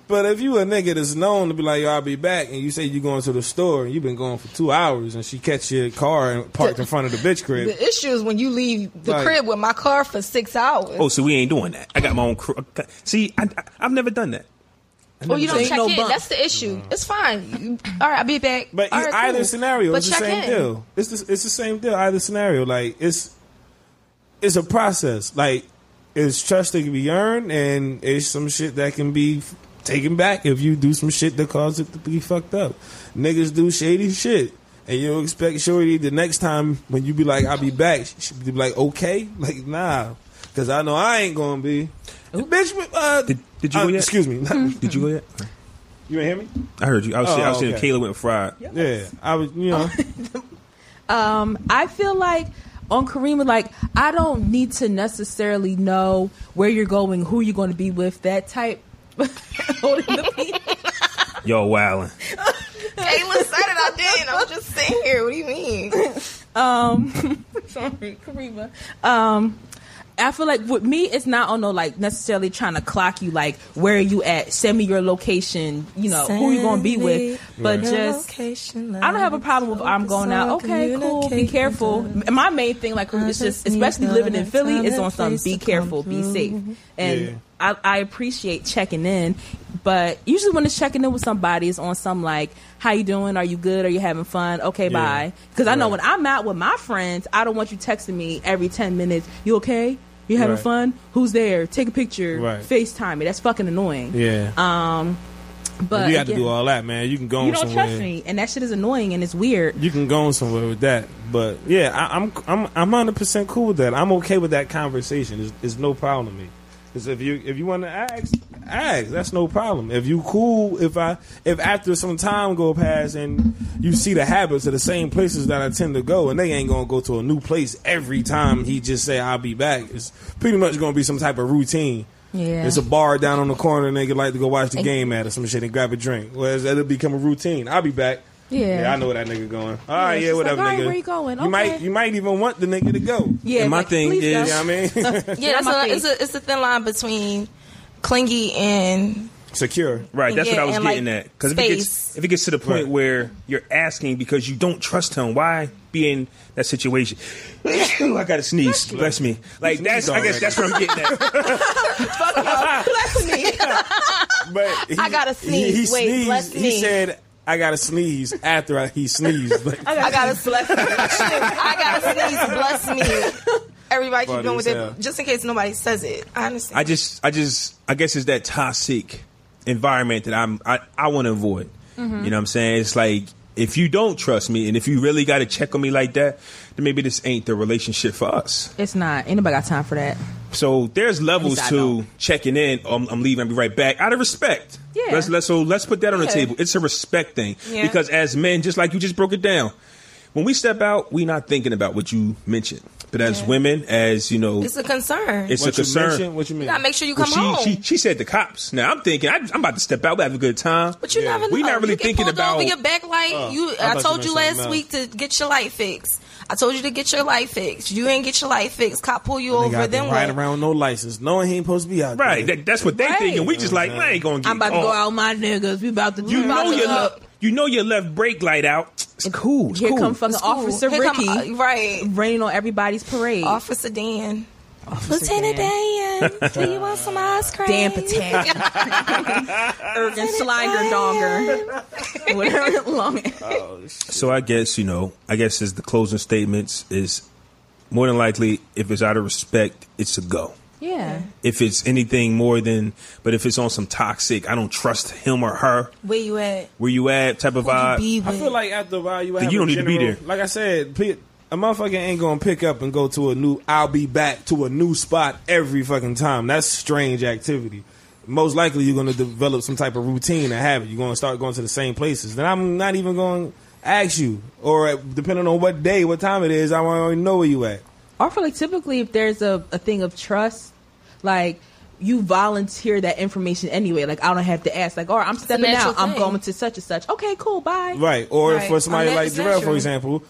But if you a nigga that's known to be like, yo, I'll be back, and you say you going to the store and you've been going for two hours, and she catch your car and parked in front of the bitch crib,
the issue is when you leave the
Right.
crib with my car for six hours.
Oh,
Oh,
so we ain't doing that. I got my own crew. See, I, I, I've never done that.
you don't
Ain't
check
no
in.
bump.
That's the issue. It's fine. You- All right, I'll be back.
Mm. But
All
e-
right,
either
cool.
scenario,
But
it's the
check
same
in.
deal. It's the, it's the same deal. Either scenario, like it's it's a process. Like it's trust that can be earned, and it's some shit that can be f- taken back if you do some shit that caused it to be fucked up. Niggas do shady shit. And you don't expect Shorty the next time when you be like, I'll be back, she- she be like, okay? Like, nah. Because I know I ain't going to be. Bitch, uh,
Did- did you
uh,
go yet?
Excuse me.
Mm-hmm.
Did you go yet?
you ain't hear me?
I heard you. I was, saying, I was
Oh,
saying
okay.
Kayla went fried.
Yeah. I was, you know.
Um, I feel like on Karima, like I don't need to necessarily know where you're going, who you're going to be with, that type. holding the pee.
Y'all wildin'.
Kayla said it. I did. I'm just sitting here. What do you mean?
Um, sorry, Karima. Um, I feel like with me, it's not on no like necessarily trying to clock you. Like, where are you at? Send me your location. You know, who you going to be with? But just I don't have a problem with I'm going out. Okay, cool. Be careful. And my main thing, like, it's just especially living in Philly, is on some be careful, be safe. And
Mm-hmm. Yeah.
I, I appreciate checking in, but usually when it's checking in with somebody, it's on some like, how you doing? Are you good? Are you having fun?
Yeah.
Okay, bye. Because I know
Right.
when I'm out with my friends, I don't want you texting me every ten minutes. You okay? You having
Right.
fun? Who's there? Take a picture.
Right.
FaceTime me. That's fucking annoying.
yeah.
But
you have to
again,
do all that, man. You can go
you
on
don't
somewhere.
trust me, and that shit is annoying and it's weird.
You can go on somewhere with that, but yeah, I, I'm I'm I'm hundred percent cool with that. I'm okay with that conversation. It's, it's no problem to me. 'Cause if you if you want to ask, ask. That's no problem. If you cool, if I if after some time go past and you see the habits of the same places that I tend to go, and they ain't gonna go to a new place every time. He just say I'll be back. It's pretty much gonna be some type of routine.
Yeah.
It's a bar down on the corner, and they could like to go watch the game at or some shit and grab a drink. Whereas it'll become a routine. I'll be back.
Yeah.
I know where that nigga going. All right,
it's
yeah,
just
whatever,
like, all right,
nigga.
where you going? Okay.
You might, you might even want the nigga to go.
Yeah,
And my thing
please
is-
go.
You know what I mean?
Yeah,
Get
that's
on my
a,
face.
it's a it's a thin line between clingy and
Secure.
Right, that's what I
Yeah,
was
and,
getting
like,
at. Because if, it
space.
gets if it gets to the point
Right.
where you're asking because you don't trust him, why be in that situation? I got to sneeze. Bless me. Like that's I guess that's what I'm getting at.
bless me.
But he,
I gotta sneeze. Wait,
sneezed.
bless
he
me.
said, "I gotta sneeze." After I, he sneezed, like,
I gotta bless me. I gotta sneeze. Bless me. Everybody keep
Funny
going with
as
it,
hell.
just in case nobody says it. I understand.
I just I just I guess it's
Mm-hmm.
that toxic environment that I'm I, I want to avoid. You know what I'm saying? It's like If you don't trust me, and if you really got to check on me like that, then maybe this ain't the relationship for us.
It's not. Anybody got time for that?
So there's levels
least I
to
don't.
checking in. Um, I'm, I'm leaving. I'll be right back. Out of respect.
Yeah.
Let's let's so let's put that on the
Yeah.
table. It's a respect thing
Yeah.
because as men, just like you just broke it down, when we step out, we not thinking about what you mentioned. But as
Yeah.
women, as you know,
It's a concern.
it's a
What you
concern.
mentioned- What you mean?
you gotta make sure you
Well,
come home.
she, she she said the cops. Now I'm thinking I, I'm about to step out. We have a good time.
but you
Yeah.
never know.
We not really
you get
thinking
pulled
about-
over your back light.
Oh,
you,
I
I,
thought
told
you
you,
meant
last
something
week to get your light fixed. I told you to get your light fixed. You ain't get your light fixed. Cop pull you
Nigga
over.
out there
Then what?
riding around with no license, knowing he ain't supposed to be out
Right.
there.
That, that's what they
Right.
thinking. We just like
Uh-huh.
I ain't gonna get.
I'm about to
caught.
go out with my niggas. We about to.
Oh. You
we about
know
to
your
go.
left. You know your left brake light out. It's cool. It's
Here
cool.
come fucking
It's cool.
Officer
Here come-
Ricky,
uh, right?
raining on everybody's parade.
Officer Dan.
Officer
Lieutenant
Dan.
Dan, do you want some ice cream?
Dan Patak. Ergen Slinger Donger. Whatever long.
So I guess you know. I guess as the closing statements is more than likely, if it's out of respect, it's a go.
Yeah.
If it's anything more than, but if it's on some toxic, I don't trust him or her.
Where you at?
Where you at? Type of
Who you
vibe.
be
I
with?
feel like after a while you, have
you
a
don't need to be
general-
there.
Like I said, pe- a motherfucker ain't gonna pick up and go to a new. I'll be back to a new spot every fucking time. That's strange activity. Most likely you're gonna develop some type of routine and habit. You're gonna start going to the same places. Then I'm not even going to ask you, or uh, depending on what day, what time it is, I already know where you at.
Or for like typically if there's a, a thing of trust, like you volunteer that information anyway. Like I don't have to ask. Like, or I'm stepping
natural
out. I'm
thing.
going to such and such. Okay, cool. Bye.
Right. Or
Right.
for somebody
Or
like
that's
Jarrell, for
natural.
example,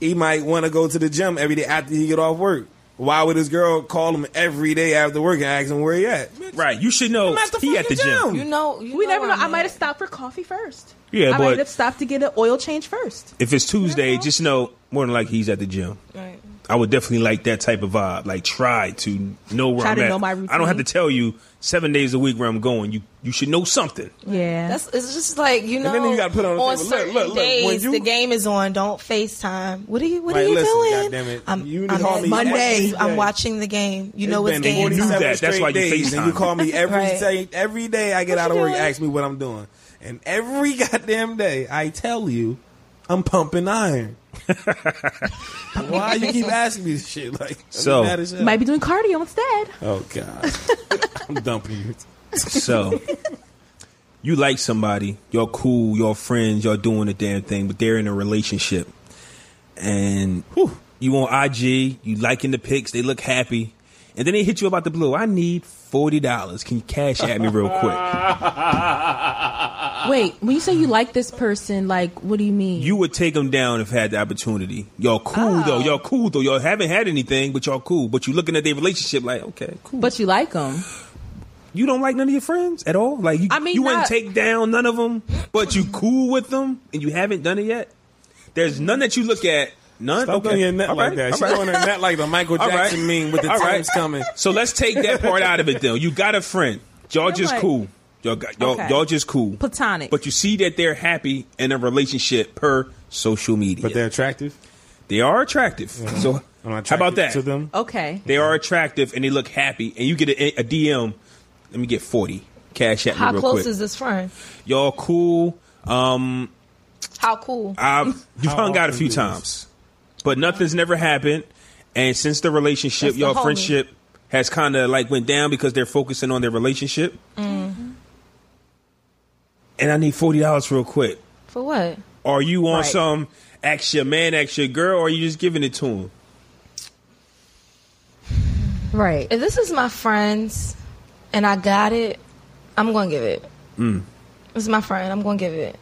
he might want to go to the gym every day after he get off work. Why would his girl call him every day after work and ask him where he at?
Right. You should know.
I'm at the
he at the
fucking
gym.
gym.
you know, you
We never know.
where
I
I'm
might have
at.
stopped for coffee first.
Yeah,
I might
but-
have stopped to get an oil change first.
If it's Tuesday, just know more than likely he's at the gym.
Right.
I would definitely like that type of vibe. Like try to know where
Try
I'm
to
at.
know my
I don't have to
routine.
tell you seven days a week where I'm going. You you should know something.
Yeah.
That's it's just like you know.
then you gotta put on the table, look,
certain
look, look,
days
when you-
the game is on. Don't FaceTime. What are you What
Right,
are you
listen,
doing?
goddamn it.
I'm,
You
I'm
call me
Monday.
Watching, I'm watching the game. You know it's
It's been
game
47
You knew
time.
that. That's why you
straight days, And
FaceTime
you call me every
Right.
day, every day I get out of
you
work,
doing?
ask me what I'm doing, and every goddamn day I tell you I'm pumping iron. Why you keep asking me this shit? Like, I'm
So-
mad as hell.
might be doing cardio instead.
oh god, I'm dumping you.
So you like somebody, y'all cool, y'all friends, y'all doing the damn thing, but they're in a relationship. And whew, you on IG, you liking the pics, they look happy. And then they hit you about the blue. I need forty dollars. Can you cash at me real quick?
Ah. Wait, when you say you like this person, like what do you mean?
You would take them down if had the opportunity. Y'all cool
Oh.
though. Y'all cool though. Y'all haven't had anything, but y'all cool. But you looking at their relationship like, okay, cool.
but you like them.
You don't like none of your friends at all. Like you,
I mean,
you
not-
wouldn't take down none of them, but you cool with them, and you haven't done it yet. There's none that you look at. None.
Stop doing your net
All
like
right.
that.
All
She's
right.
doing her net like the Michael
All right.
Jackson meme with the
All
times
right.
coming.
So let's take that part out of it. Though you got a friend, y'all
I'm
just
like-
cool. Y'all, got, y'all,
Okay.
y'all just cool.
Platonic.
But you see that they're happy in a relationship per social media.
But they're attractive.
they are attractive. So
I'm attracted
how about that?
to them?
okay.
They are attractive and they look happy, and you get a, a DM. Let me get forty cash at
How
me real
close
quick.
is this friend?
y'all cool. Um,
How cool?
I've you've
How
hung out a
often
few
do this?
times, but nothing's never happened. And since the relationship,
That's the
y'all
homie.
friendship has kind of like went down because they're focusing on their relationship.
Mm-hmm.
And I need forty dollars real quick.
For what?
Are you on
Right.
some ask your man, ask your girl, or are you just giving it to him?
Right.
If this is my friends, and I got it, I'm gonna give it.
Hmm.
It's my friend. I'm gonna give it.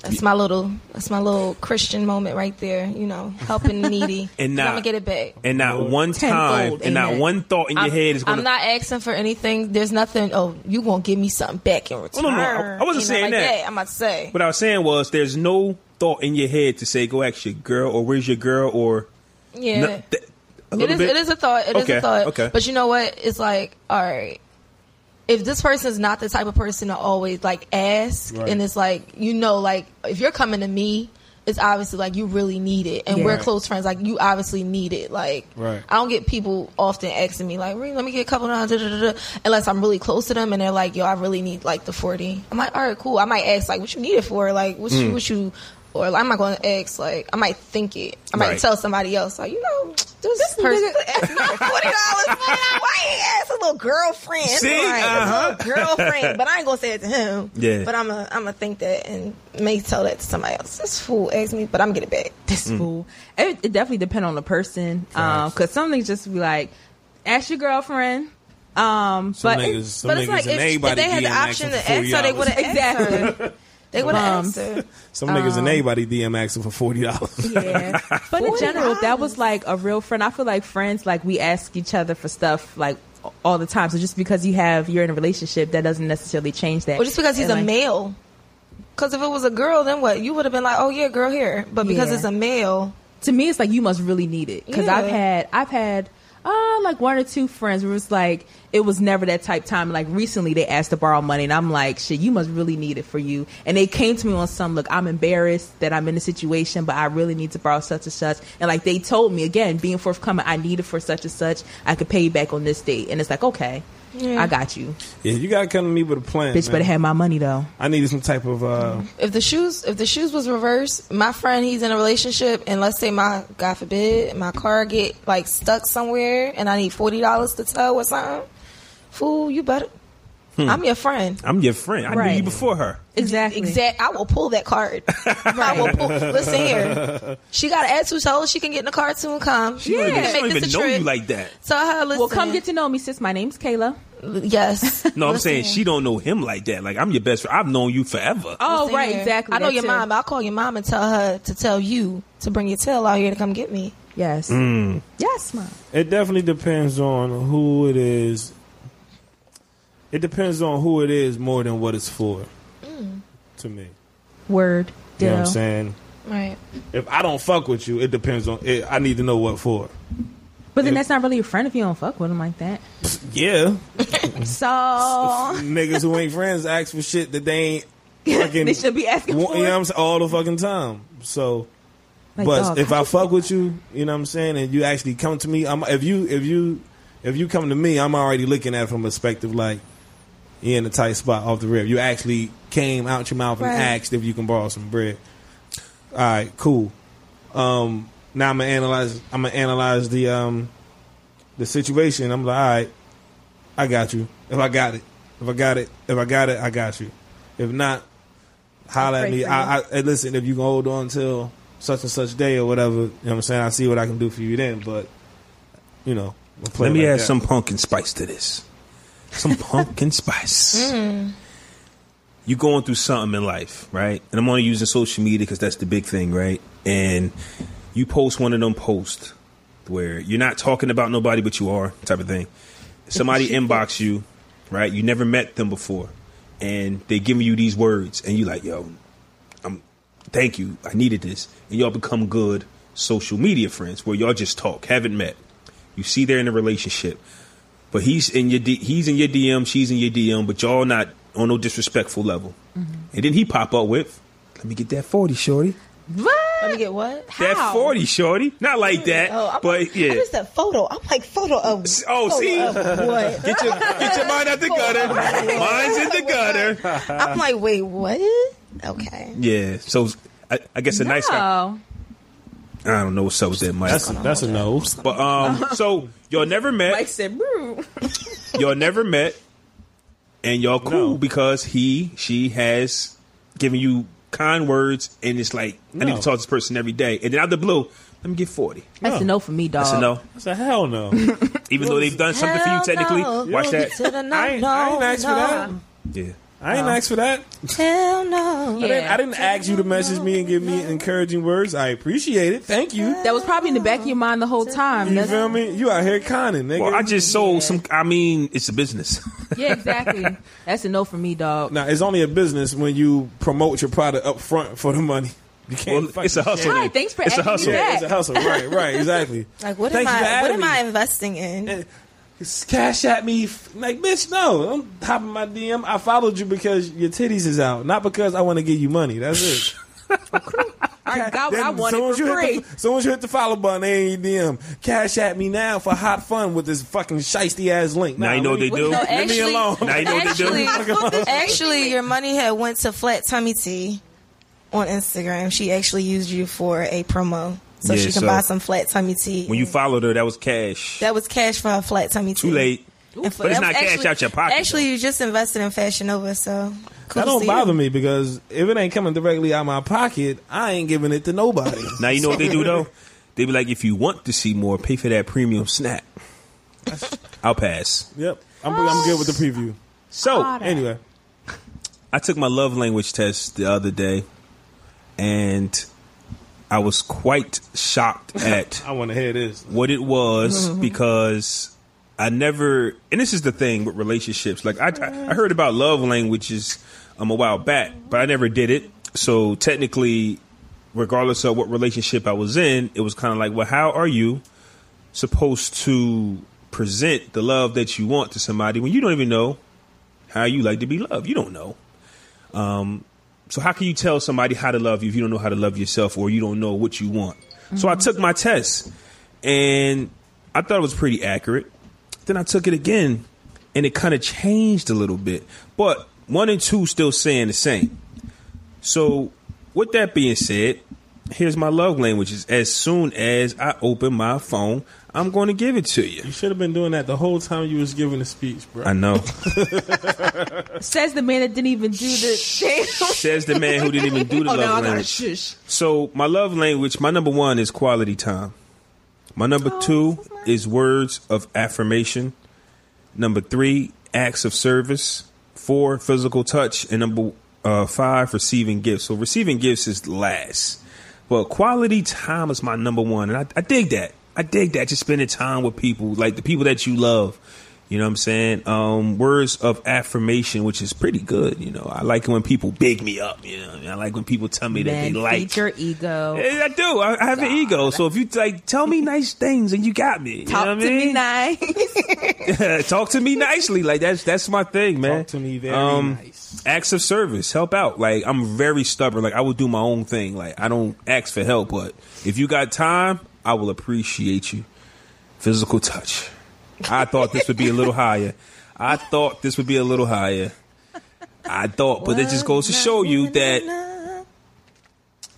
That's my little. That's my little Christian moment right there. You know, helping the needy.
And
'Cause
not
I'm gonna get it back.
And not one time,
Tenfold,
and not
amen.
one thought in your
I'm,
head is going
I'm not asking for anything. There's nothing. Oh, you gonna give me something back in return?
Oh, no, no, I- I wasn't
You know,
saying
like
that.
I'm about to say.
What I was saying was, there's no thought in your head to say, "Go ask your girl," or "Where's your girl?" or
yeah,
No, th- a
it
little
is.
bit.
It is a thought. It is
Okay,
a thought.
okay.
But you know what? It's like, all right. If this person is not the type of person to always like ask,
Right.
and it's like you know, like if you're coming to me, it's obviously like you really need it, and
Yeah.
we're
Right.
close friends. Like you obviously need it. Like
Right.
I don't get people often asking me like, "Ree, let me get a couple of dollars," da, da, da, da," unless I'm really close to them and they're
Hmm.
like, yo, I really need like the 40. I'm like, all right, cool. I might ask like, what you need it for? Like, what you, what you, for. Like, I'm not going to ask. Like, I might think it. I might
Right.
tell somebody else. Like, you know, this, person asked me for forty dollars. Why he asked a little girlfriend? It's
See?
like,
Uh-huh.
a little girlfriend. But I ain't gonna say it to him.
Yeah.
But I'm a, I'm gonna think that and may tell that to somebody else. This fool asked me, but I'm gonna get it back.
Mm.
This fool. It, it definitely depend on the person. Um, cause some niggas just be like, ask your girlfriend. Um, but
niggas-
it's-
some niggas and everybody
they had
DM
the
asking
option
for
to ask her, they
$40.
would have
Exactly.
asked her. They would have
Um,
asked her.
Some niggas
Oh.
and everybody DM asking for forty dollars.
Yeah. But in general, that was like a real friend. I feel like friends, like we ask each other for stuff like all the time. So just because you have you're in a relationship, that doesn't necessarily change that.
Or just because he's
And,
a
like,
male. Because if it was a girl, then what? You would have been like, oh, yeah, girl, here. But because
Yeah.
it's a male,
To me, it's like you must really need it because
Yeah.
I've had I've had uh like one or two friends where it's like it was never that type time. Like recently, they asked to borrow money, and I'm like, shit, you must really need it for you. And they came to me on some look. I'm embarrassed that I'm in a situation, but I really need to borrow such and such. And like they told me again, being forthcoming, I need it for such and such. I could pay you back on this date, and it's like okay. I got you,
yeah, you gotta come to me with a plan,
bitch. But it
man.
had my money though.
I needed some type of uh,
if the shoes if the shoes was reversed, my friend he's in a relationship, and let's say my God forbid my car get like stuck somewhere, and I need forty dollars to tow or something. Fool, you better.
Hmm.
I'm your friend.
I'm your friend. I knew
Right.
you before her.
Exactly.
Exact. I will pull that card. I will pull. Listen here. She got an attitude. Tell her she can get in the car soon. Come.
She don't even,
Make
she don't
this
even
a
know
trip.
you like that.
Tell her. Listen.
Well, come get to know me, sis. My name's Kayla.
Yes.
No, I'm
Listen
saying
here.
she don't know him like that. Like I'm your best friend. I've known you forever.
Oh,
Listen
right,
here.
exactly.
I know
that
your
too.
mom. I'll call your mom and tell her to tell you to bring your tail out here to come get me.
Yes.
Mm.
Yes, mom.
It definitely depends on who it is. It depends on who it is more than what it's for.
Mm.
To me,
Word.
you know what
Deal.
I'm saying.
Right.
If I don't fuck with you, it depends on. It, I need to know what for.
But then
Yeah.
that's not really a friend if you don't fuck with him like that.
Yeah,
So
niggas who ain't friends ask for shit that they ain't fucking.
they should be asking
wa-
for.
you know what
it.
I'm saying all the fucking time. So,
Like,
but
dog,
if
how
I
you-
fuck with you, you know what I'm saying, and you actually come to me, I'm if you if you if you come to me, I'm already looking at it from a perspective like you in a tight spot off the rip. You actually came out your mouth and
Right.
asked if you can borrow some bread. All right, cool. Um, now I'm gonna analyze. I'm gonna analyze the um the situation. I'm like, all right, I got you. If I got it, if I got it, if I got it, I got you. If not, holler at
pray
me.
for
I, I and listen. If you can hold on till such and such day or whatever, you know what I'm saying. I see what I can do for you then. But you know, we'll play
Let me
like
add
that.
some pumpkin spice to this. Some pumpkin spice.
Mm.
You're going through something in life, right? And I'm only using social media because that's the big thing, right? And you post one of them posts where you're not talking about nobody, but you are, type of thing. Somebody inbox you, right? You never met them before, and they giving you these words, and you like, yo, thank you, I needed this. And y'all become good social media friends where y'all just talk, haven't met. You see they're in a relationship, but he's in your D- he's in your DM, she's in your DM, but y'all not on no disrespectful level.
Mm-hmm.
And then he pop up with, "Let me get that forty, shorty.
Let
What?
me get what?
That forty, shorty. Not like that,
Oh, I'm
but
like,
yeah."
I just said photo. I'm like photo of
Oh,
photo
see?
of what?
Get your, get your mind out the gutter. Mine's in the gutter.
I'm like, wait, what? Okay.
Yeah. So I, I guess a
No.
nice guy. I don't know what's up with that, Mike.
That's that's a no.
but um, so y'all never met.
Mike said, "Boo."
y'all never met and y'all cool because he she has given you kind words and it's like i need
No.
to talk to this person every day and then out of the blue let me get 40
That's
No.
a no for me, dog.
that's a no
That's a hell no.
even though they've done something for you
Uh, Hell
technically
no.
watch that
To the no,
I ain't,
no,
I ain't asked
no.
for that.
yeah
I ain't asked for that.
Hell no.
I didn't,
Yeah.
I didn't ask you to message me and give me encouraging words. I appreciate it. Thank you.
That was probably in the back of your mind the whole time.
You
That's-
feel me? You out here conning, nigga.
well i just sold some i mean it's a business
yeah, exactly. That's a no for me, dog.
now it's only a business when you promote your product up front for the money. You can't.
well, it's a
fucking-
hustle
Right,
then.
thanks for
it's a
adding me
hustle
back.
Yeah, it's a hustle. Right, right, exactly.
Like, what
Thank
am
you for
I? What
adding
am I investing in?
me. It's Cash at me, f- like bitch. No, I'm hopping my DM. I followed you because your titties is out, not because I want to give you money. That's it.
I got what I
Then
wanted
soon
for
as you hit
free.
The, soon as you hit the follow button, they ain't DM. Cash at me now for hot fun with this fucking shisty ass link.
Now you know what they do.
No,
Now
actually,
me alone.
you know what they do.
actually, actually, your money had went to Flat Tummy Tea. on Instagram, she actually used you for a promo, so
Yeah,
she can
so-
buy some flat tummy tea.
When you followed her, that was cash.
that was cash for her flat tummy tea.
Too late.
And for-
But it's
that was
not cash out your pocket,
Actually, you just invested in Fashion Nova, so cool
That
to
don't
see
bother
you.
me because if it ain't coming directly out my pocket, I ain't giving it to nobody.
Now you know what they do though. They be like, if you want to see more, pay for that premium snack. I'll pass.
yep, I'm, I'm good with the preview.
So
Anyway,
I took my love language test the other day, and I was quite shocked at
I want to hear this.
what it was because I never. And this is the thing with relationships. Like I, I heard about love languages um a while back, but I never did it. So technically, regardless of what relationship I was in, it was kind of like, well, how are you supposed to present the love that you want to somebody when you don't even know how you like to be loved? You don't know. Um, So how can you tell somebody how to love you if you don't know how to love yourself or you don't know what you want? So I took my test and I thought it was pretty accurate. Then I took it again and it kind of changed a little bit. But one and two still saying the same. So with that being said, here's my love languages. As soon as I open my phone, I'm going to give it to you.
You should have been doing that the whole time you was giving the speech, bro.
I know.
Says the man that didn't even do the
Says the man who didn't even do the
Oh,
love
now I gotta
language.
shush.
So my love language, my number one is quality time. My number
Oh,
two is words of affirmation. Number three, acts of service. Four, physical touch, and number uh, five, receiving gifts. So receiving gifts is last, but quality time is my number one, and I, I dig that. I dig that. Just spending time with people, like the people that you love. You know what I'm saying? Um, words of affirmation, which is pretty good. You know, I like it when people big me up. You know, what I, mean? I like when people tell me that
Man,
they like
feed your ego.
yeah, I do. I, I have an ego. So if you like, tell me nice things, and you got me. You
Talk
know what
to
I
me
mean?
nice.
Talk to me nicely. Like that's that's my thing, man. Um,
Talk to me very nice.
Acts of service, help out. Like I'm very stubborn. Like I will do my own thing. Like I don't ask for help, but if you got time, I will appreciate you. Physical touch. I thought this would be a little higher. I thought this would be a little higher. I thought, but it just goes to show you that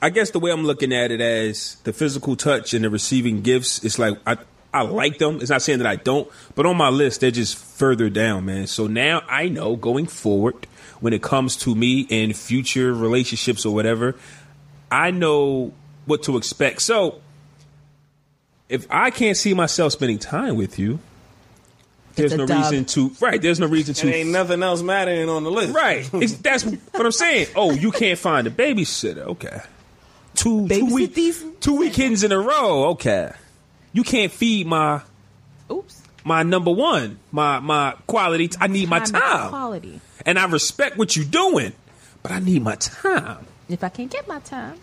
I guess the way I'm looking at it as the physical touch and the receiving gifts, it's like I I like them. It's not saying that I don't, but on my list they're just further down, man. So now I know going forward when it comes to me and future relationships or whatever, I know what to expect. So if I can't see myself spending time with you, there's
a
no
dub.
reason to right. There's no reason
It
to
ain't nothing else mattering on the list,
Right. Ex- that's what I'm saying. Oh, you can't find a babysitter. Okay. Two
Babysit
two week
these-
two weekends in a row. Okay. You can't feed my
Oops.
my number one, my my quality. t- I need my
is
time,
Quality.
and I respect what you're doing, but I need my time.
If I can't get my time,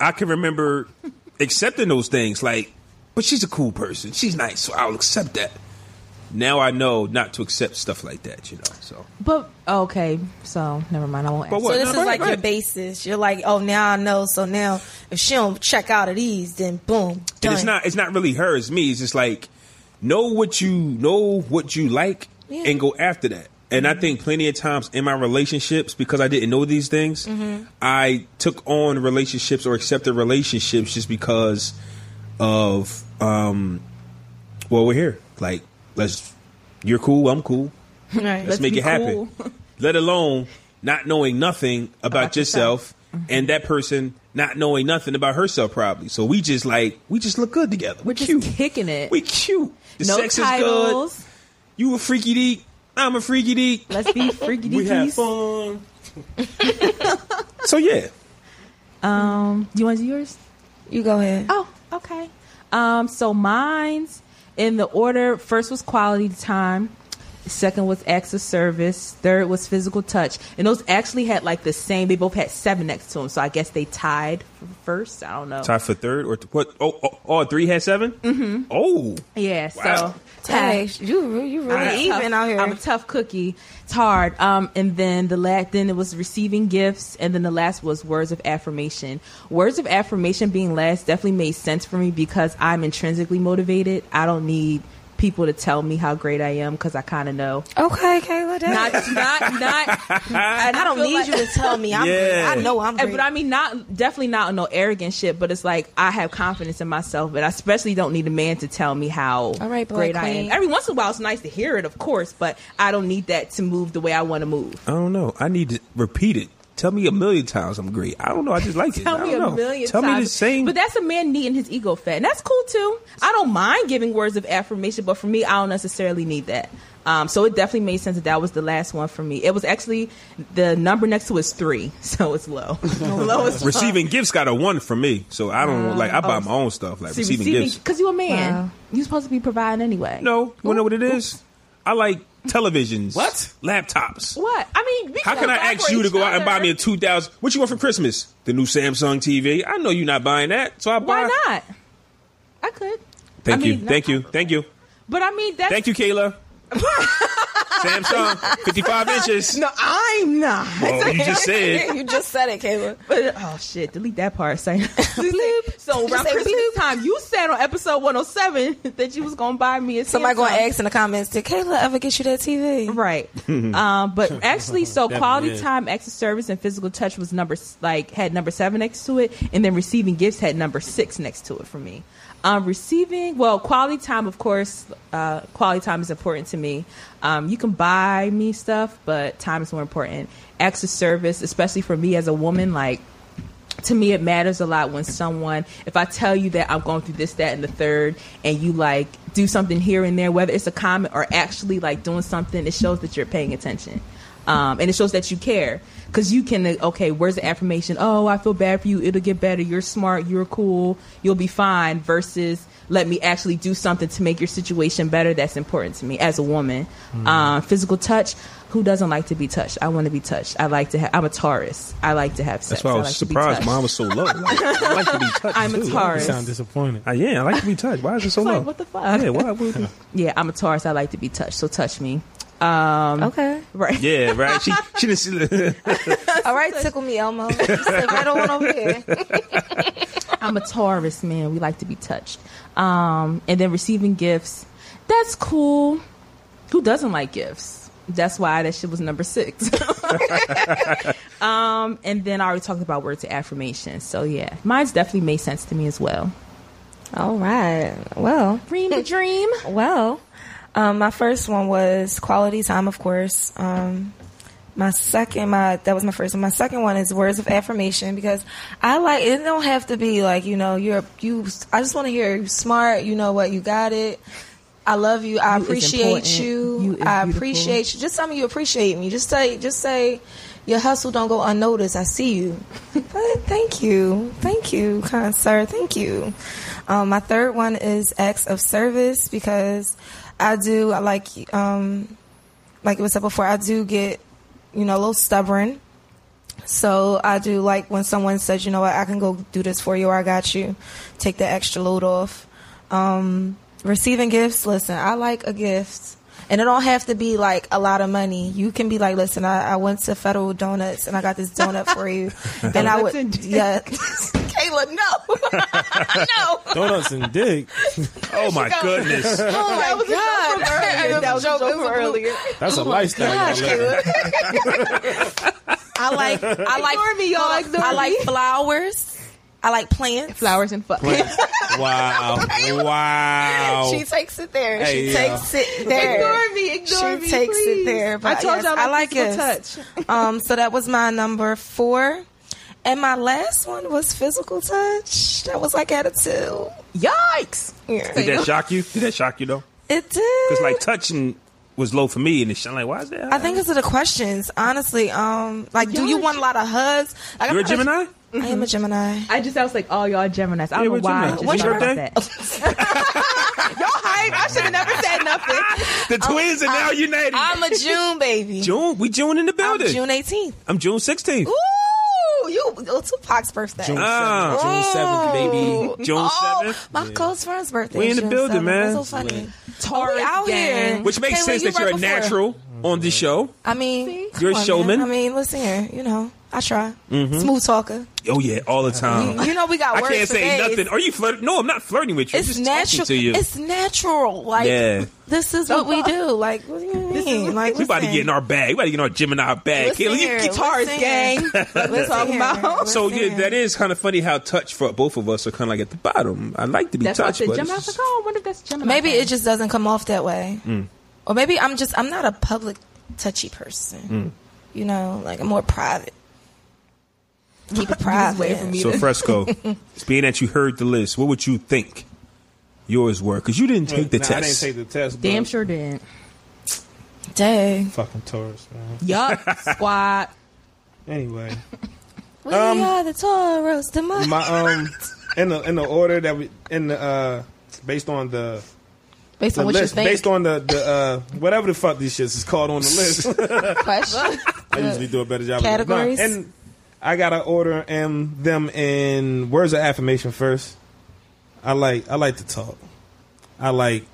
I can remember accepting those things. Like, but she's a cool person. She's nice, so I'll accept that. Now I know not to accept stuff like that. You know. So
but okay, so never mind. I won't.
But
ask.
what-
So this
No,
is
go
like
ahead,
your
go ahead.
basis. You're like, oh, now I know. So now, if she don't check out of these, then boom, done.
And it's not it's not really her, it's me. It's just like know what you know what you like
Yeah. Mm-hmm.
and go after that. And I think plenty of times in my relationships, because I didn't know these things,
Mm-hmm.
I took on relationships or accepted relationships just because of um well we're here. Like let's you're cool, I'm cool.
Right.
Let's, make
be
it happen.
cool.
Let alone not knowing nothing about,
About Mm-hmm.
yourself, and that person not knowing nothing about herself probably. So we just like we just look good together.
We're
We're,
just
cute.
kicking it.
We cute. The
no
sex is
titles.
good. You a freaky deek. I'm a freaky deek.
Let's be freaky
We have
deakies.
fun.
So yeah.
Um, you want to do yours?
You go ahead.
Oh, okay. Um, so mine's in the order first was quality time, second was acts of service, third was physical touch, and those actually had like the same. They both had seven next to them, so I guess they tied for first. I don't know.
Time for third or th- what? Oh, oh, all three had 7 Mm-hmm. Oh,
Yeah, so
Wow.
tied.
Hey, you re- you really
I'm a
even
tough-
out here.
I'm a tough cookie. It's hard. Um, and then the last, then it was receiving gifts, and then the last was words of affirmation. Words of affirmation being last definitely made sense for me because I'm intrinsically motivated. I don't need people to tell me how great I am because I kind of know.
Okay, Kayla. That
Not, not, not. And
I don't need you to tell me. I'm
Yeah.
great. I
Oh,
know I'm
And-
great.
But I mean, not definitely not no arrogant shit. But it's like I have confidence in myself, and I especially don't need a man to tell me how
All right, Black
great I am.
Queen.
Every once in a while, it's nice to hear it, of course, but I don't need that to move the way I want to move.
I don't know. I need to repeat it. Tell me a million times I'm great. I don't know. I just like it. I
Tell
don't
me a
know.
million
Tell
times.
me the same.
But that's a man needing his ego fed, and that's cool too. I don't mind giving words of affirmation, but for me, I don't necessarily need that. Um, so it definitely made sense that that was the last one for me. It was actually the number next to it is three, so it's low. Lowest
receiving gifts got a one for me. So I don't like. I buy my own stuff. Like
Oh, See,
receiving,
receiving
gifts.
because you're a man.
Wow.
You're supposed to be providing anyway.
No, you wanna know what it is? I like televisions.
What?
Laptops.
What? I mean, we
How can I
provide
ask
for
you to
each
go out and buy
other.
me a two thousand? What you want for Christmas? The new Samsung TV. I know you're not buying that, so I buy.
Why not? I could.
Thank
I
you,
mean,
thank
no.
you, thank you,
But I mean, that's
thank you, Kayla. Samsung, fifty-five inches.
No, I'm not.
Well, you just said.
you just said it, Kayla.
But, oh shit! Delete that part. Say So around Christmas time, you said on episode 107 that you was gonna buy me a
Somebody
Samsung.
gonna ask in the comments, did Kayla ever get you that TV?
Right. um, but actually, so
That
quality
man.
time, acts of service, and physical touch was number s- like had number seven next to it, and then receiving gifts had number six next to it for me. Um, receiving, well, quality time, of course, uh, quality time is important to me. Um, you can buy me stuff, but time is more important. Acts of service, especially for me as a woman, like to me it matters a lot when someone if i tell you that i'm going through this that and the third and you like do something here and there whether it's a comment or actually like doing something it shows that you're paying attention um, and it shows that you care because you can uh, okay where's the affirmation oh i feel bad for you it'll get better you're smart you're cool you'll be fine versus let me actually do something to make your situation better that's important to me as a woman um, physical touch who doesn't like to be touched i want to be touched i like to have i'm a taurus i like to have sex
That's why I was
like to be
surprised.
touched.
Mine was so low. Like, I like to be touched.
I'm a
too.
You sound
Taurus.
disappointed.
I, yeah, I like to be touched. Why is it so
like,
low?
what the fuck?
Yeah, why would we-
Yeah, I'm a Taurus. I like to be touched, so touch me.
Okay.
Right.
Yeah, right. She, she didn't.
All right, tickle me, Elmo. Sit right on over here.
I'm a Taurus, man. We like to be touched. Um, and then receiving gifts. That's cool. Who doesn't like gifts? That's why that shit was number six. um, and then I already talked about words of affirmation. So yeah, mine's definitely made sense to me as well.
All right. Well,
Dream the dream.
well. Um, my first one was quality time, of course. Um, my second, my that was my first one. My second one is words of affirmation because I like it. Don't have to be like you know you're you. I just want to hear you smart. You know what? You got it. I love you. I
You is important.
appreciate you.
You is
I
beautiful.
appreciate you. Just tell me you appreciate me. Just say, just say, your hustle don't go unnoticed. I see you. but thank you, thank you, kind sir. Thank you. Um, my third one is acts of service because I do. I like um, like it was said before. I do get you know a little stubborn. So I do like when someone says, you know what, I can go do this for you, or I got you. Take the extra load off. Um, receiving gifts, listen, I like a gift. And it don't have to be like a lot of money. You can be like, listen, I, I went to Federal Donuts and I got this donut for you. and I
Donuts and
would,
dick.
yeah, Kayla, no, no.
Donuts and dick.
Oh my goodness!
Oh my god, that was a joke from earlier.
That's a lifestyle.
Gosh,
y'all living.
Kayla. I like, I
Ignore
like,
me, y'all. Ignore
I like
me.
flowers. I like plants.
flowers and fuck.
Wow! Wow!
She takes it there.
Hey,
she
yeah.
takes it there.
Ignore me, ignore
she
me,
takes
please.
it there. But
I told
yes,
y'all
I like
physical
it.
touch.
um, so that was my number four. And my last one was physical touch. That was like at a two.
Yikes!
Yeah.
Did that shock you? Did that shock you though?
It did.
Because like touching was low for me, and it's I'm like, why is that?
I think it's the questions, honestly. Um, like, do you want a lot of hugs? Like, I'm
you're a
not-
Gemini.
I am a Gemini.
I just I was like, oh y'all Gemini's. I
Yeah,
don't
we're
know why. I
Gemini.
just
What's
thought
your
about
birthday?
that. y'all hype. Oh, I should have never said nothing.
The twins are now united.
I'm a June baby.
June, we June in the
I'm
building.
June 18th.
I'm June 16th.
Ooh, you oh, Tupac's birthday.
June
Ah.
seventh. June seventh, baby.
June
oh,
7th?
my close friend's birthday.
We in
is
the
June
building,
7th.
man.
That's so funny.
Taurus
we out
gang.
here.
Which makes
Taylor,
sense
you
that you're
right
a
before.
natural on this show.
I mean, come
You're a
on, man.
showman.
I mean, listen here, you know. I try. Smooth talker.
Oh yeah, all the time.
You, you know we got
I
words
can't
for
say
days.
nothing. Are you flirting? No, I'm not flirting with you. I'm
It's
just talking
natural.
to you.
It's natural. Like
Yeah.
this is what we do. Like what do you mean? like
we about to get in our bag. We about to get in our Gemini bag.
Listen
Kayla, you-
here.
guitars,
Listen.
gang.
Let's
talking about.
So yeah, that is kind of funny how touch for both of us are kind of like at the bottom. I like to be
That's what I
touched,
said.
but
Gemini. I
it's
was like,
just-
oh, I wonder if that's Gemini.
maybe
thing.
it just doesn't come off that way.
Mm.
Or maybe I'm just I'm not a public touchy person.
Mm.
You know, like I'm more private. Keep it private.
away from me.
so Fresco, being that you heard the list, what would you think yours were? Because you didn't take the
Nah,
test.
I didn't take the test.
damn
but-
sure did.
Dang.
Fucking Taurus, man.
Yup, squad.
Anyway,
We
Um,
are the Taurus. The my,
my um, in the in the order that we in the uh, based on the
Based
the
on what
list
you think.
based on the the uh, whatever the fuck these shits is called on the list.
question.
I usually do a better job. of that.
Uh, Categories?
Nah, and I gotta order um, them in words of affirmation first. I like I like to talk. I like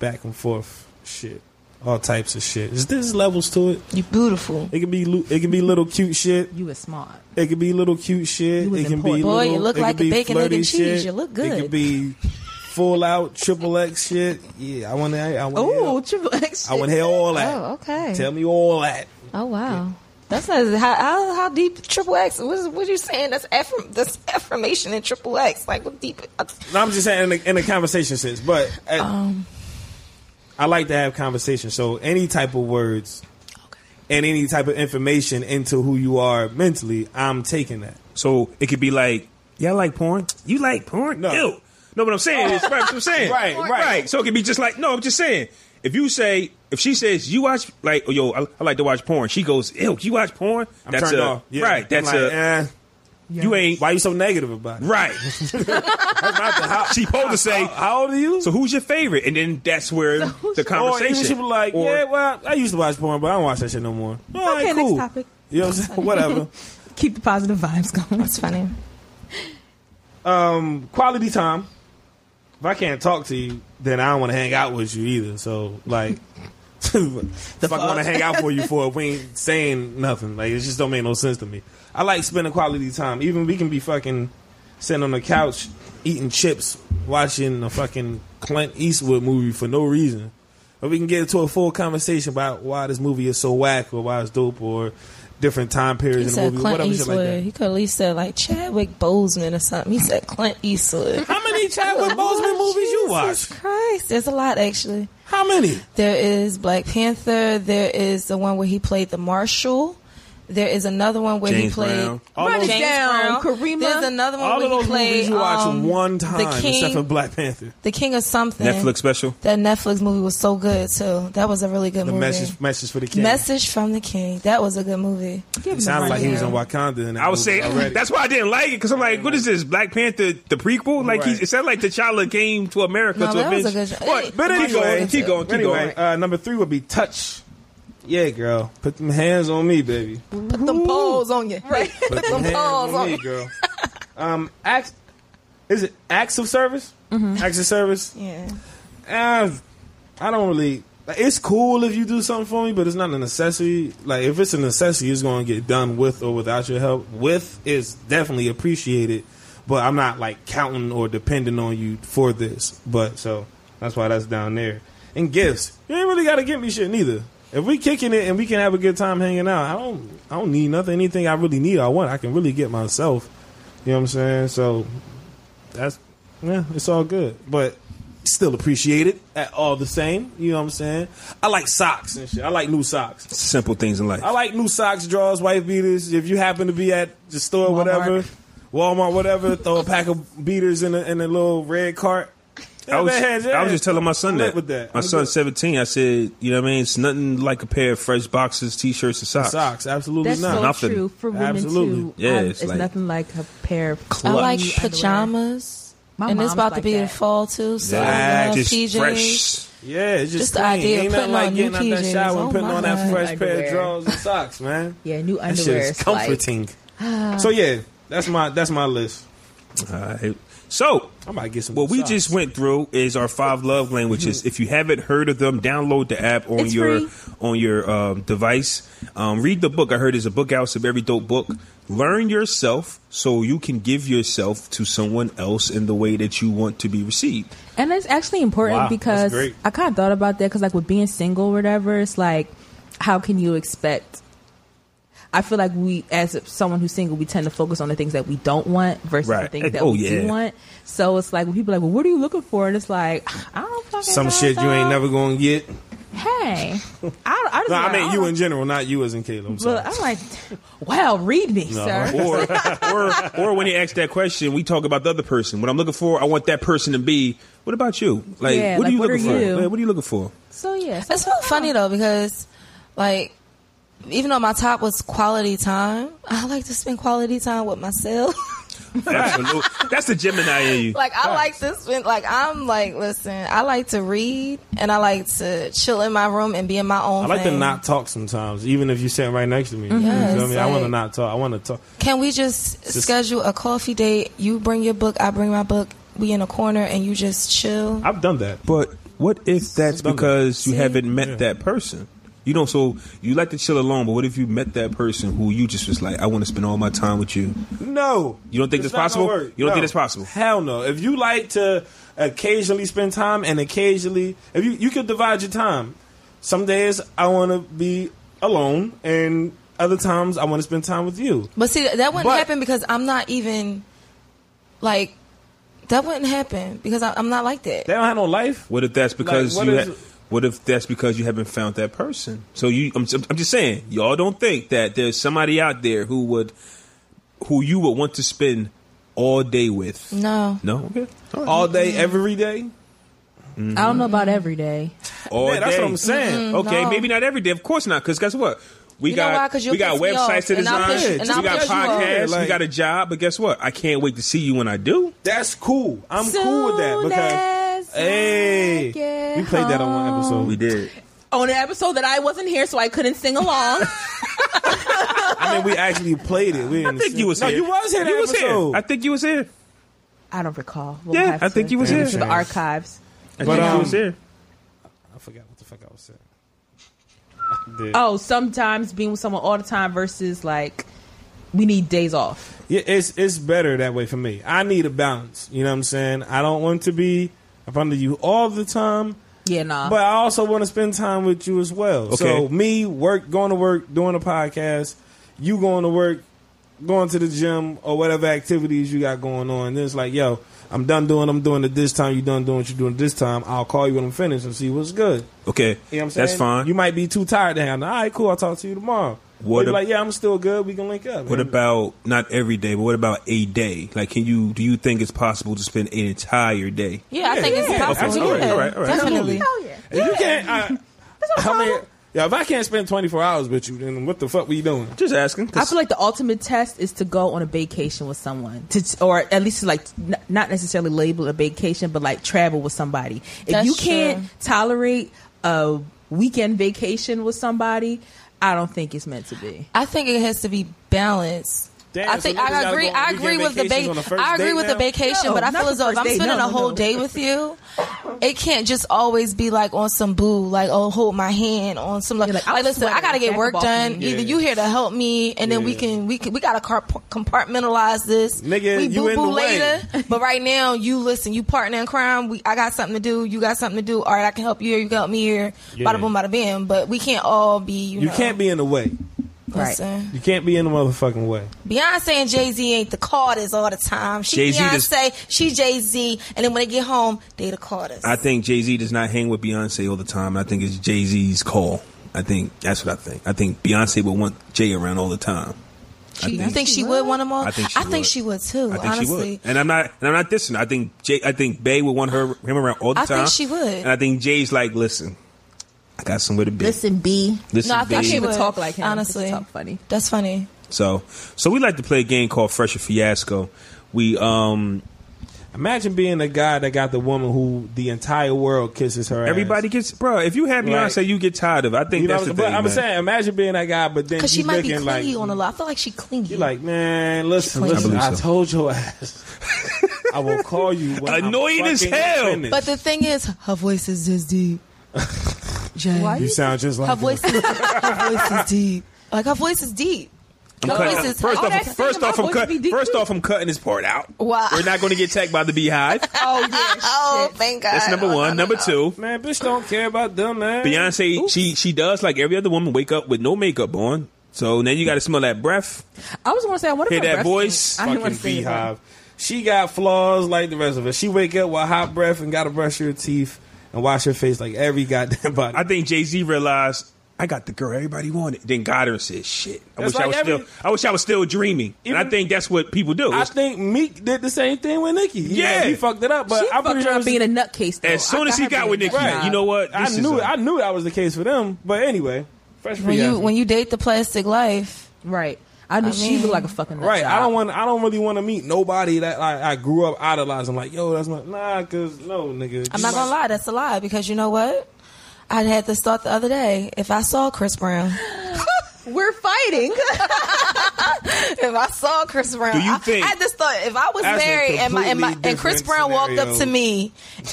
back and forth shit, all types of shit. Is there's levels to it?
you beautiful.
It can be lu- it can be little cute shit.
you was smart.
It can be little cute shit.
You was
It can
important.
be
Boy,
little,
you look
it can
like a
be
bacon, egg,
flirty
and cheese.
shit.
You look
It can
good.
be full out triple X shit. Yeah, I want to. I
Oh,
want.
triple X.
I want to hear all that.
Oh, okay.
Tell me all that.
Oh wow. That's not, how, how how deep triple X. What what you saying? That's affirm, that's affirmation in triple X. Like what deep?
No, I'm just saying in a, in a conversation sense, but I,
Um.
I like to have conversation. So any type of words and any type of information into who you are mentally, I'm taking that.
So it could be like, yeah, I like porn. You like porn?
No.
Ew. No, but I'm saying is right. what I'm saying
Right, right.
So it could be just like, no, I'm just saying. If you say, if she says you watch, like, oh, yo, I, I like to watch porn. She goes, ew, you watch porn?
I'm
that's
turned
a,
off. Yeah.
right. That's
I'm like,
a
eh,
you ain't
why you so negative about it?
right. she supposed to say.
How old are you?
So who's your favorite? And then that's where the
Or even she
conversation.
was like,
Or-
yeah, well, I used to watch porn, but I don't watch that shit no more. All right,
Okay, next
cool.
topic.
You know what I'm saying? Whatever.
Keep the positive vibes going.
That's funny.
Quality time. If I can't talk to you, then I don't want to hang out with you either. So, like, if I want to hang out for you for if we ain't saying nothing, like, it just don't make no sense to me. I like spending quality time. Even we can be fucking sitting on the couch eating chips, watching a fucking Clint Eastwood movie for no reason. Or we can get into a full conversation about why this movie is so whack or why it's dope or different time
He
periods in the
said
movie,
Clint
whatever shit like
Eastwood.
that.
he could at least said like Chadwick Boseman or something. He said Clint Eastwood.
How many Chadwick Boseman movies you watch?
Jesus Christ, there's a lot actually.
How many?
There is Black Panther. There is the one where he played the marshal. There is another one where
James
he played
Brown.
All Run it
James
down,
Brown.
Karima.
There's another one
All
where
of those
he played
movies you watch
um,
one
the
time, except
king,
for Black Panther.
the king of something.
Netflix special.
That Netflix movie was so good too. That was a really good
The
movie.
message, message for the king.
Message from the King. That was a good movie.
Give me
Sounds
one
like he was
now.
in Wakanda. In that
I would
movie
say
already.
that's why I didn't like it because I'm like, what is this Black Panther the prequel? Like he's
Right.
it sounded like T'Challa came to America
No,
to
that was
avenge.
a good show.
But,
Hey,
but
Marshall
anyway,
Wallace.
keep going, keep
Anyway,
going.
uh, number three would be touch. Yeah, girl, put them hands on me, baby.
Put them balls on you.
Put them hands
balls
on
on
me,
you.
girl. Um, acts. Is it acts of service?
Mm-hmm.
Acts of service.
Yeah.
Uh, I don't really. like, It's cool if you do something for me, but it's not a necessity. Like if it's a necessity, it's going to get done with or without your help. With is definitely appreciated, but I'm not like counting or depending on you for this. But so that's why that's down there. And gifts, you ain't really got to give me shit neither. If we kicking it and we can have a good time hanging out, I don't I don't need nothing. Anything I really need, I want. I can really get myself. You know what I'm saying? So that's yeah, it's all good. But still appreciate it at all the same. You know what I'm saying? I like socks and shit. I like new socks.
Simple things in life.
I like new socks, drawers, wife beaters. If you happen to be at the store, whatever, Walmart, whatever, throw a pack of beaters in a in a little red cart.
I was,
Yeah, man, yeah.
I was just telling my son
I'm lit
that.
with that.
My
I'm
son's
good.
17. I said, you know what I mean? It's nothing like a pair of fresh boxes, t-shirts, and socks.
socks. Absolutely
That's
not.
so
Nothing.
true for women too.
Absolutely. Yeah,
I-
it's
it's
like-
nothing like a pair of
I
Clutch.
like
Underwear.
pajamas.
My
and it's
mom's
about to
like
be
that.
the fall too. So I
Yeah,
love
just
PJs.
fresh.
yeah, it's just,
Just the
clean.
idea of
Ain't nothing
putting
like
on
getting
new
out that
PJs.
shower and
Oh,
putting
my
on that
God.
fresh pair of
Underwear.
drawers and socks, man.
Yeah, new
That shit
underwear
is
is like-
comforting. so yeah, that's my that's my list.
All right. So,
I might get some
what we
socks.
just went through is our five love languages. if you haven't heard of them, download the app on
Mm-hmm. It's
your
free.
on your um, device. Um, read the book. I heard there's a book out. It's a very dope book. Learn yourself so you can give yourself to someone else in the way that you want to be received.
And it's actually important
Wow, that's
because
great.
I kind of thought about that because, like, with being single or whatever, it's like, how can you expect? I feel like we, as someone who's single, we tend to focus on the things that we don't want versus the
Right.
things that
Oh,
we do
yeah.
want. So it's like when people are like, "Well, what are you looking for?" and it's like, "I don't fucking
Some
know,
shit you ain't
dog.
never gonna get.
Hey, I, I just
No, I
like,
mean
don't
you
know.
in general, not you as in Caleb. I'm sorry.
But I'm like, well, read me, sir.
or or or when you ask that question, we talk about the other person. What I'm looking for, I want that person to be. What about you? Like,
Yeah,
what
like,
are you
what
looking
are
for?
you?
Like, what are you looking for?
So yeah, so
It's so funny though because, like, even though my top was quality time, I like to spend quality time with myself.
Absolutely. That's the Gemini in you.
like, I like to spend. Like, I'm like, listen, I like to read and I like to chill in my room and be in my own.
I like to
lane.
not talk sometimes, even if you're sitting right next to me. You
Yeah,
feel
it's
me? I want to
like-
not talk. I want to talk.
Can we just,
Just-
schedule a coffee date? You bring your book, I bring my book. We in a corner and you just chill.
I've done that.
But what if that's
done that.
because you
See?
haven't met that person? You know, so you like to chill alone, but what if you met that person who you just was like, I want to spend all my time with you?
No,
You don't think that's
It's not
possible?
gonna work.
You don't
No.
think that's possible?
Hell no. If you like to occasionally spend time and occasionally, if you you could divide your time. Some days I want to be alone, and other times I want to spend time with you.
But see, that wouldn't
But-
happen because I'm not even like that wouldn't happen because I, I'm not like that.
They don't have no life.
What if that's because
what
you?
is-
ha- what if that's because you haven't found that person? So you, I'm, I'm just saying, y'all don't think that there's somebody out there who would, who you would want to spend all day
Mm.
with?
No.
No, okay. All,
All day, every day.
I don't know about every day.
all
Yeah, that's
day.
what I'm
Mm-hmm.
saying.
Okay,
Mm, no.
maybe not every day. Of course not, because guess what? We
You know why?
got
'Cause you'll
we got
piss me
websites
off,
to
and I'll
design,
piss-
and I'll
we got
piss you off.
podcasts,
Yeah, like-
we got a job, but guess what? I can't wait to see you when I do.
That's cool. I'm cool with that because hey, we played that on one episode.
We did.
on an episode that I wasn't here, so I couldn't sing along.
I mean, we actually played it. We
I think you was
no,
here.
you was here. that
You was
episode.
here. I think you was here.
I don't recall. We'll
Yeah,
have
I
to
think you was
go
here.
to the archives.
I
But,
think you
um,
was here.
I forgot what the fuck I was saying. I did.
Oh, sometimes being with someone all the time versus like we need days off.
Yeah, it's it's better that way for me. I need a balance. You know what I'm saying? I don't want to be up under you all the time,
Yeah, nah.
but I also want to spend time with you as well. So
Uh-huh. Okay.
me work, going to work, doing a podcast, you going to work, going to the gym or whatever activities you got going on. Then it's like, yo, I'm done doing. I'm doing it this time. You done doing what you doing this time. I'll call you when I'm finished and see what's good.
Okay,
You know what I'm saying?
that's fine.
You might be too tired to handle. All right, cool. I'll talk to you tomorrow.
What
What?
ab-
Like, yeah, I'm still good. We can link up.
What
And-
about not every day, but what about a day? Like, can you do you think it's possible to spend an entire day?
Yeah, I think it's
yeah,
possible.
absolutely.
Yeah,
All right, all right.
Definitely.
Hell yeah.
If you can't, I, I mean, yeah, if I can't spend 24 hours with you, then what the fuck we doing?
Just asking. 'cause-
I feel like the ultimate test is to go on a vacation with someone, to, or at least to like n- not necessarily label a vacation, but like travel with somebody. If
That's
you can't
true.
tolerate a weekend vacation with somebody, I don't think it's meant to be.
I think it has to be balanced.
Damn,
I think
so niggas
I
gotta
agree.
go on
I agree
weekend
with the
vacations on the
ba-
first
I agree
date
with
now?
the vacation,
No,
but I
not
feel
the
as though if
first
I'm
date.
spending
No,
a
no,
whole
no.
day with you, it can't just always be like on some boo, like oh hold my hand on some like,
Yeah,
like,
like, I'll
listen,
sweat
I gotta
back
get
up
work
off
done.
you.
Either
Yeah.
you here to help me, and then we
Yeah.
can we can we gotta car- compartmentalize this.
Nigga,
we
you in the way.
later, but right now you listen, you partner in crime. We I got something to do. You got something to do. All right, I can help you here. You can help me here.
Yeah.
Bada boom, bada bam. But we can't all be you.
You
know,
can't be in the way.
listen.
You can't be in the motherfucking way.
Beyonce and Jay Z ain't the Carters all the time. She
Jay-Z
Beyonce,
just-
she Jay Z, and then when they get home, they the Carters.
I think Jay Z does not hang with Beyonce all the time. I think it's Jay Z's call. I think that's what I think. I think Beyonce would want Jay around all the time.
I think, you think she would want them all?
I think she would.
too.
I think
honestly,
she would, and I'm not, and I'm not dissing. I think Jay, I think Bay would want her him around all the
I
time.
think she would.
and I think Jay's like, listen, I got somewhere to be.
B.
Listen,
No, I
babe."
think she
Can't even
would,
talk like him.
honestly.
Just talk funny.
that's funny.
So, so we like to play a game called Fresh or Fiasco. We um
Imagine being the guy that got the woman who the entire world kisses her. ass.
everybody gets bro. If you have Beyonce,
Right.
you get tired of. it. I think
You know
that's
what
the thing.
I'm, but I'm
man.
saying, imagine being that guy, but then
Because she
you
might be
looking
clingy
like
on the lot. I feel like she clingy.
you like, man, listen,
She's
listen,
clingy. I
I,
believe so.
told your ass. I will call you. When
Annoying
I'm
as
fucking
hell.
finished.
But the thing is, her voice is just deep. Jane,
Why
you sound just
her
like
voice is her voice is deep. Like her voice is deep. Her voice is
First
oh,
off,
that's-
first
my
off, I'm
voice
cut,
be deep.
first off, I'm cutting this part out.
Wow.
We're not going to get tagged by the beehive.
Oh yeah.
oh, thank God.
That's number
Oh,
one.
no, no,
number
no.
two,
man. Bitch, don't care about them, man.
Beyonce. She she does like every other woman wake up with no makeup on. So now you got to smell that breath.
I was gonna say I wonder
Hear
if her
that
breath
voice?
stink. I didn't want
fucking
to say it, but-
beehive. She got flaws like the rest of us. She wake up with hot breath and gotta brush her teeth and wash her face like every goddamn body.
I think Jay Z realized I got the girl everybody wanted. Then got her and said, "Shit, I wish
That's
I
like
was
every-
still. I wish I was still dreaming." and I
Even-
think that's what people do.
I
It's-
think Meek did the same thing with Nicki. Yeah,
Yeah.
he fucked it up, but
she
I'm
fucked
pretty sure
around
it's-
being a nutcase. Though.
as soon as he got with Nicki,
Right.
you know what?
I
This is
knew
a-
I knew that was the case for them. But anyway, fresh
When you
Fiasco.
when you date the plastic life,
right? I knew
I
she
mean-
looked like a fucking nut
Right, I
job.
don't want. I don't really want to meet nobody that I, I grew up idolizing. Like, yo, that's my nah, cause no, nigga.
I'm
you
not
my-
gonna lie, that's a lie because you know what? I had this thought the other day. If I saw Chris Brown,
We're fighting.
if I saw Chris Brown,
Do you
I-
think-
I, had this thought. If I was
That's a
married and my, and, my,
completely
and Chris Brown
different
walked up to
scenario.
me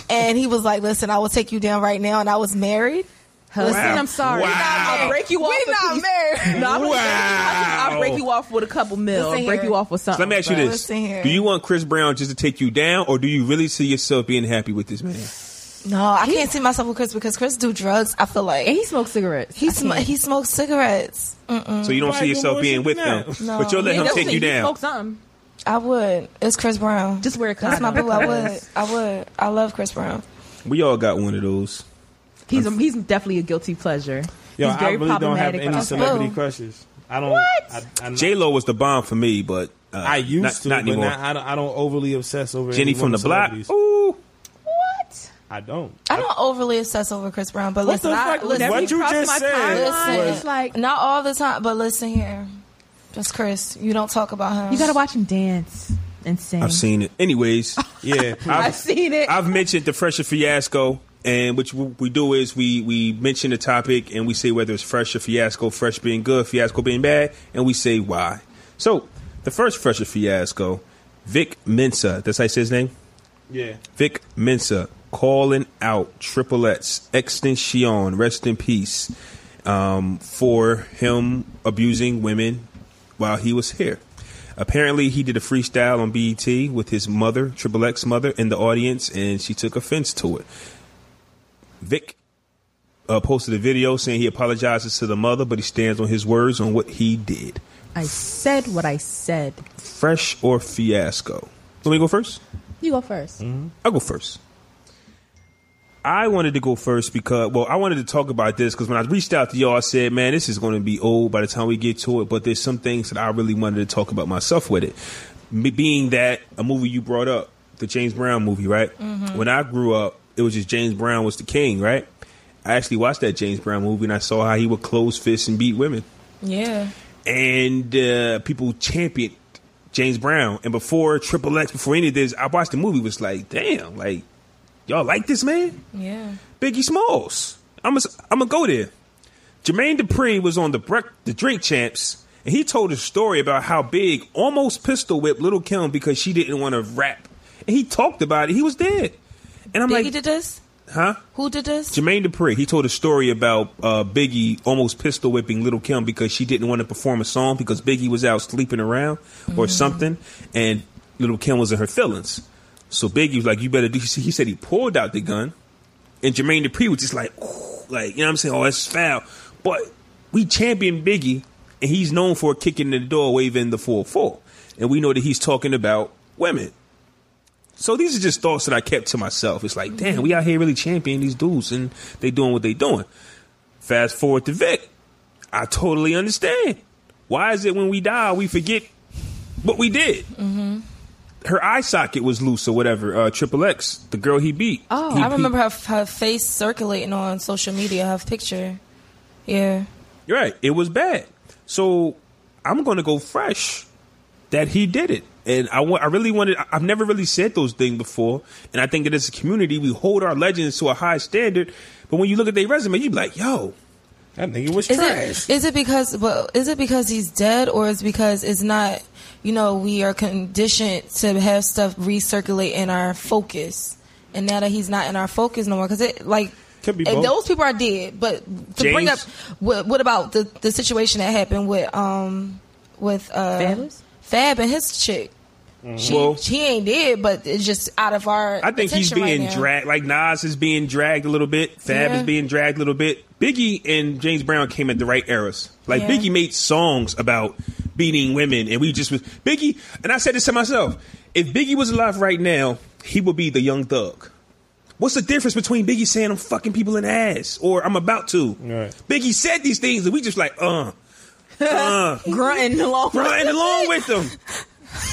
and he was like, "Listen, I will take you down right now," and I was married,
Husband, I'm sorry.
Wow.
I'll break you off.
we
with
not
these-
married.
No, I'm gonna-
Wow.
I'll break you off with a couple mil.
Listen
break
here.
you off with something.
Let me ask you
but-
this:
Listen here.
Do you want Chris Brown just to take you down, or do you really see yourself being happy with this man?
No, I can't see myself with Chris because Chris do drugs. I feel like
And he smokes cigarettes.
he
I
sm-
can't.
he smokes cigarettes.
So you don't
Why
see
do
yourself
more
being
shit
with
than
them,
that?
No.
but you'll let
Yeah,
him
that's
take
it.
you
You
down.
Smoke something.
I would. It's Chris Brown.
Just wear a condom.
That's my boo. I would. I would. I love Chris Brown.
We all got one of those.
He's a, he's definitely a guilty pleasure.
Yo,
he's
I
very
really don't have
problematic. but
any
I'm-
celebrity
Boom.
crushes. I don't. I, I,
J Lo was the bomb for me, but uh,
I used
not,
to,
not
but
anymore.
now I don't, I don't overly obsess over
Jenny
any
from
woman
the block.
celebrities.
Ooh,
what?
I don't.
I don't overly obsess over Chris Brown, but
What the
listen, I,
fuck?
listen,
What
he
you
crossed
just
my
said?
timeline.
listen,
It's like
not all the time, but listen here, just Chris. You don't talk about him.
you got to watch him dance and sing.
I've seen it. Anyways,
Yeah,
I've seen it.
I've mentioned the fresher fiasco, and which w- we do is we we mention the topic and we say whether it's fresh or fiasco, fresh being good, fiasco being bad, and we say why. So the first fresher fiasco, Vic Mensa. That's how you say his name.
yeah.
Vic Mensa calling out Triple X Extension, rest in peace, um, for him abusing women while he was here. Apparently, he did a freestyle on BET with his mother, Triple X mother, in the audience, and she took offense to it. Vic uh, posted a video saying he apologizes to the mother, but he stands on his words on what he did.
I said what I said.
Fresh or fiasco? Let me go first.
You go 1st
Mm-hmm.
I'll go first. I wanted to go first because, well, I wanted to talk about this because when I reached out to y'all, I said, man, this is going to be old by the time we get to it, but there's some things that I really wanted to talk about myself with it. Me- Being that a movie you brought up, the James Brown movie, right? When I grew up, it was just James Brown was the king, right? I actually watched that James Brown movie and I saw how he would close fists and beat women
yeah,
and uh, people championed James Brown. And before Triple X, before any of this, I watched the movie. Was like, damn, like y'all like this man,
yeah.
Biggie Smalls. I'm i I'm gonna go there. Jermaine Dupri was on the brec- the Drink Champs, and he told a story about how Big almost pistol whipped Little Kim because she didn't want to rap, and he talked about it. He was dead, and I'm
Biggie
like,
did this.
huh?
Who did this?
Jermaine Dupri, he told a story about uh, Biggie almost pistol whipping Little Kim because she didn't want to perform a song because Biggie was out sleeping around or something, and Little Kim was in her feelings. So Biggie was like, "You better do." He said he pulled out the gun, and Jermaine Dupri was just like, "Ooh," like you know what I'm saying? Oh, that's foul. But we champion Biggie, and he's known for kicking the door, waving the full four, and we know that he's talking about women. So these are just thoughts that I kept to myself. It's like, damn, we out here really championing these dudes and they doing what they doing. Fast forward to Vic. I totally understand. Why is it when we die we forget what we did?
Mm-hmm.
Her eye socket was loose or whatever. Uh, Triple X, the girl he beat.
Oh,
He-
I remember her her face circulating on social media, her picture. Yeah,
You're right. It was bad. So I'm going to go fresh that he did it. And I, wa- I really wanted, I- I've never really said those things before. And I think that as a community, we hold our legends to a high standard. But when you look at their resume, you be like, yo,
That nigga was
Is
trash.
it is it because well is it because he's dead or is it because it's not you know we are conditioned to have stuff recirculate in our focus and now that he's not in our focus no more because it like
Could be
and
both.
those people are dead but to bring up
James?
what, what about the the situation that happened with um with uh
Fabulous?
Fab and his chick she
Mm-hmm. Well-
she ain't dead but it's just out of our
I think he's
attention right
being
now.
dragged. Like Nas is being dragged a little bit. Fab
Yeah.
is being dragged a little bit. Biggie and James Brown came at the right eras. Like
Yeah.
Biggie made songs about beating women, and we just was Biggie. And I said this to myself: If Biggie was alive right now, he would be the young thug. What's the difference between Biggie saying I'm fucking people in the ass or I'm about to?
Right.
Biggie said these things, and we just like, uh,
grunting along.
running along with them.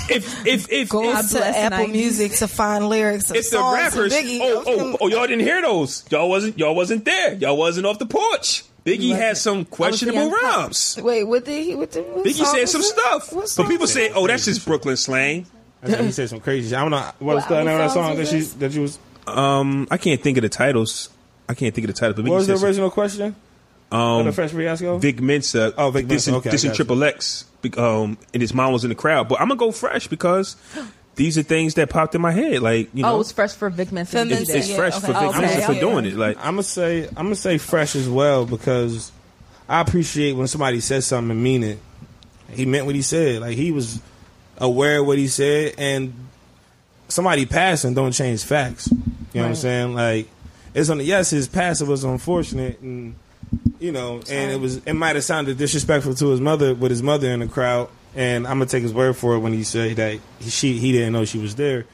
If if if
Go
if-
God
to
bless
Apple
90s.
Music to find lyrics of
It's the
songs
rappers.
of Biggie.
Oh, oh, oh, y'all didn't hear those. Y'all wasn't y'all wasn't there. Y'all wasn't off the porch. Biggie had some questionable rhymes.
Wait, what did he? What did, what
Biggie
song
said
was
some
it?
stuff.
What
But
song
people
was
say, oh, that's just Brooklyn slang.
I think he said some crazy shit. I don't know what was
What
the name of
album
that
songs
song that
was
she
this?
that you was.
Um, I can't think of the titles. I can't think of the titles. But Biggie
What was
said
the
some-
original question? Um, the fresh fiasco.
Vic Mensa.
Oh, Vic
this
Mensa.
and-
Okay,
This
I
and
got you.
Triple X. be- Um, and his mom was in the crowd. But I'm gonna go fresh because these are things that popped in my head. Like you know,
Oh, it's fresh for Vic Mensa. to
Vic
do
it's,
Mensa,
it's
that.
yeah,
fresh
okay.
for Vic
Okay,
Mensa for
okay.
doing it. Like
I'm gonna say I'm gonna say fresh as well because I appreciate when somebody says something and mean it. He meant what he said. Like he was aware of what he said, and somebody passing don't change facts. You know what I'm
Right.
saying? Like it's on. Yes, his passing was unfortunate, and you know, and it was it might have sounded disrespectful to his mother with his mother in the crowd. And I'm gonna take his word for it when he said that he, she he didn't know she was there.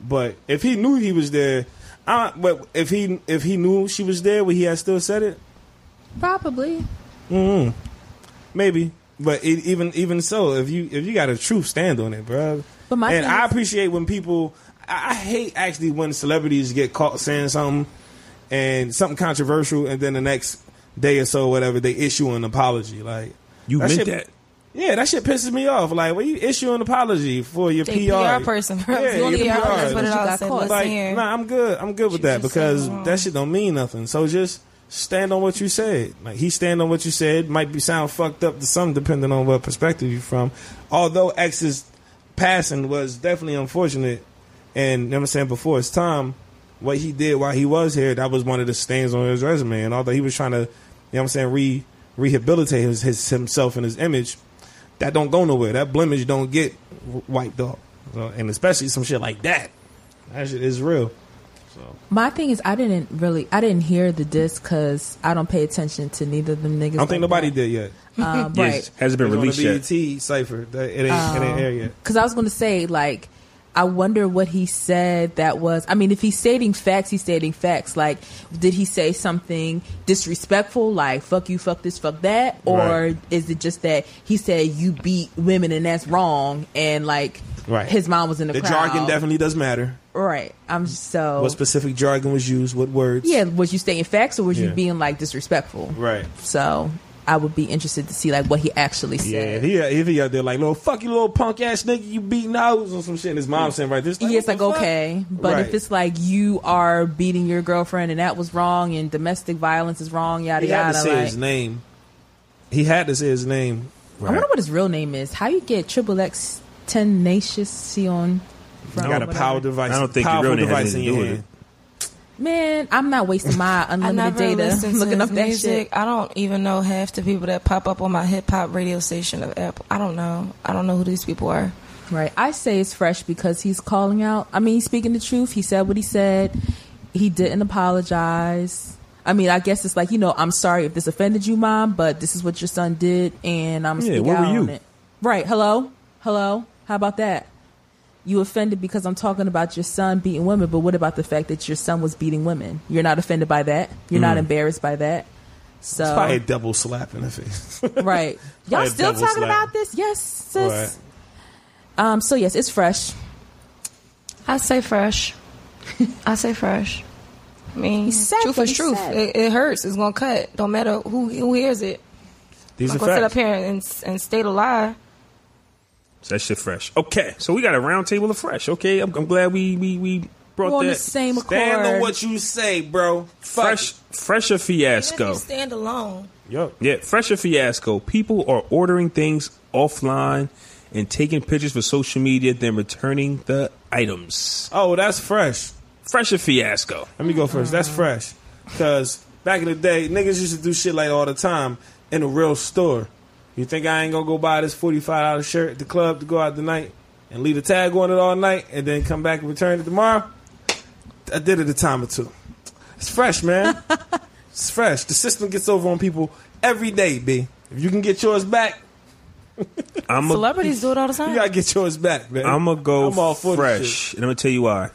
But if he knew he was there, I, but if he if he knew she was there, would he have still said it? Mm-hmm.
Probably.
Maybe. But it, even even so, if you if you got a truth, stand on it, bro.
But my
and
thing
I
is-
appreciate when people. I, I hate actually when celebrities get caught saying something and something controversial, and then the next day or so, whatever, they issue an apology. Like
you meant
shit-
that.
Yeah, that shit pisses me off. Like, when you issue an apology for your
They
PR,
PR person.
Yeah,
you
your
PR
PR.
person. Put it
You
out
got
said,
caught.
listen
like,
here.
nah, I'm good. I'm good with
She
that
just
because
said, um,
that shit don't mean nothing. So just stand on what you said. Like he stand on what you said. Might be sound fucked up to some, depending on what perspective you're from. Although X's passing was definitely unfortunate, and you know what I'm saying before his time, what he did while he was here, that was one of the stains on his resume. And although he was trying to, you know what I'm saying, re rehabilitate his, his himself and his image, that don't go nowhere. That blemish don't get w- wiped off. So, and especially some shit like that. That shit is real.
My thing is, I didn't really, I didn't hear the disc because I don't pay attention to neither of them niggas.
I don't think nobody did yet.
Um,
Yes,
right.
hasn't been
It's on
released
the E
yet.
BET cipher. That- It ain't, it
Oh.
ain't air yet.
Because I was going to say, like, I wonder what he said that was. I mean, if he's stating facts, he's stating facts. Like, did he say something disrespectful, like, fuck you, fuck this, fuck that? Or
Right.
is it just that he said you beat women and that's wrong? And, like,
Right.
his mom was in the,
The
crowd.
jargon definitely does matter.
Right. I'm so.
What specific jargon was used? What words?
yeah, was you stating facts or was
Yeah.
you being, like, disrespectful?
Right.
So I would be interested to see, like, what he actually
Yeah, if
said.
he, if he out there like, little fuck you, little punk ass nigga, you beating out on some shit, and his mom saying right this.
yeah,
what
it's like
the fuck?
okay, but
Right.
if it's like you are beating your girlfriend and that was wrong, and domestic violence is wrong, yada
he had to
yada.
say
Like,
his name. He had to say his name.
I wonder what his real name is. How you get Triple X Tenacious Sion? From
You got a
whatever.
power device.
I don't think your
powerful
real name has
device in
anything
your
to do with
hand.
Man, I'm not wasting my
I
unlimited
never
data
listened to
looking
his
up that
music.
shit.
I don't even know half the people that pop up on my hip hop radio station of Apple. I don't know. I don't know who these people are.
Right. I say it's fresh because he's calling out. I mean, he's speaking the truth. He said what he said. He didn't apologize. I mean, I guess it's like you know, I'm sorry if this offended you, mom, but this is what your son did, and I'm
Yeah,
speaking
where were
out on
you?
it. Right. Hello. Hello. How about that? You offended because I'm talking about your son beating women, but what about the fact that your son was beating women? You're not offended by that. You're not embarrassed by that. So
Mm. Probably a double slap in the face.
right, y'all
probably a
still
double
talking
slap.
about this? Yes, sis.
Right.
Um. So yes, it's fresh.
I say fresh. I say fresh. I mean,
He said
truth
what
is
he
truth.
said.
It, it hurts. It's gonna cut. Don't matter who who hears it.
These
I'm
are
gonna sit
facts.
up here and and state a lie.
So that shit fresh. Okay, so we got a round table of fresh. Okay, I'm, I'm glad we we we brought
We're on
that
the same accord.
Stand on what you say, bro. Fuck
fresh fresher
Even if
fiasco.
you stand alone,
Yup.
Yeah, Fresher Fiasco. People are ordering things offline and taking pictures for social media, then returning the items.
Oh, that's fresh.
Fresher Fiasco.
Let me go first. That's fresh. Cause back in the day, niggas used to do shit like all the time in a real store. You think I ain't gonna go buy this forty five dollar shirt at the club to go out tonight and leave a tag on it all night and then come back and return it tomorrow? I did it a time or two. It's fresh, man. it's fresh. The system gets over on people every day, B. If you can get yours back,
I'm a,
Celebrities do it all the
you
time.
gotta get yours back, man.
I'm gonna go
I'm all for this
fresh, and I'm gonna tell you why.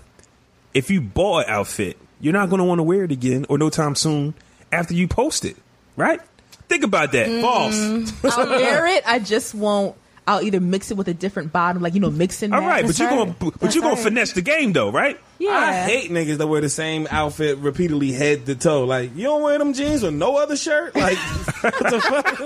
If you bought an outfit, you're not gonna want to wear it again or no time soon after you post it, right? Think about that.
False.
I'll wear it. I just won't. I'll either mix it with a different bottom, like you know, mixing.
All right, but you're gonna but
That's
you're gonna
right.
finesse the game though, right?
Yeah.
I hate niggas that wear the same outfit repeatedly head to toe. Like, you don't wear them jeans or no other shirt? Like, what the fuck?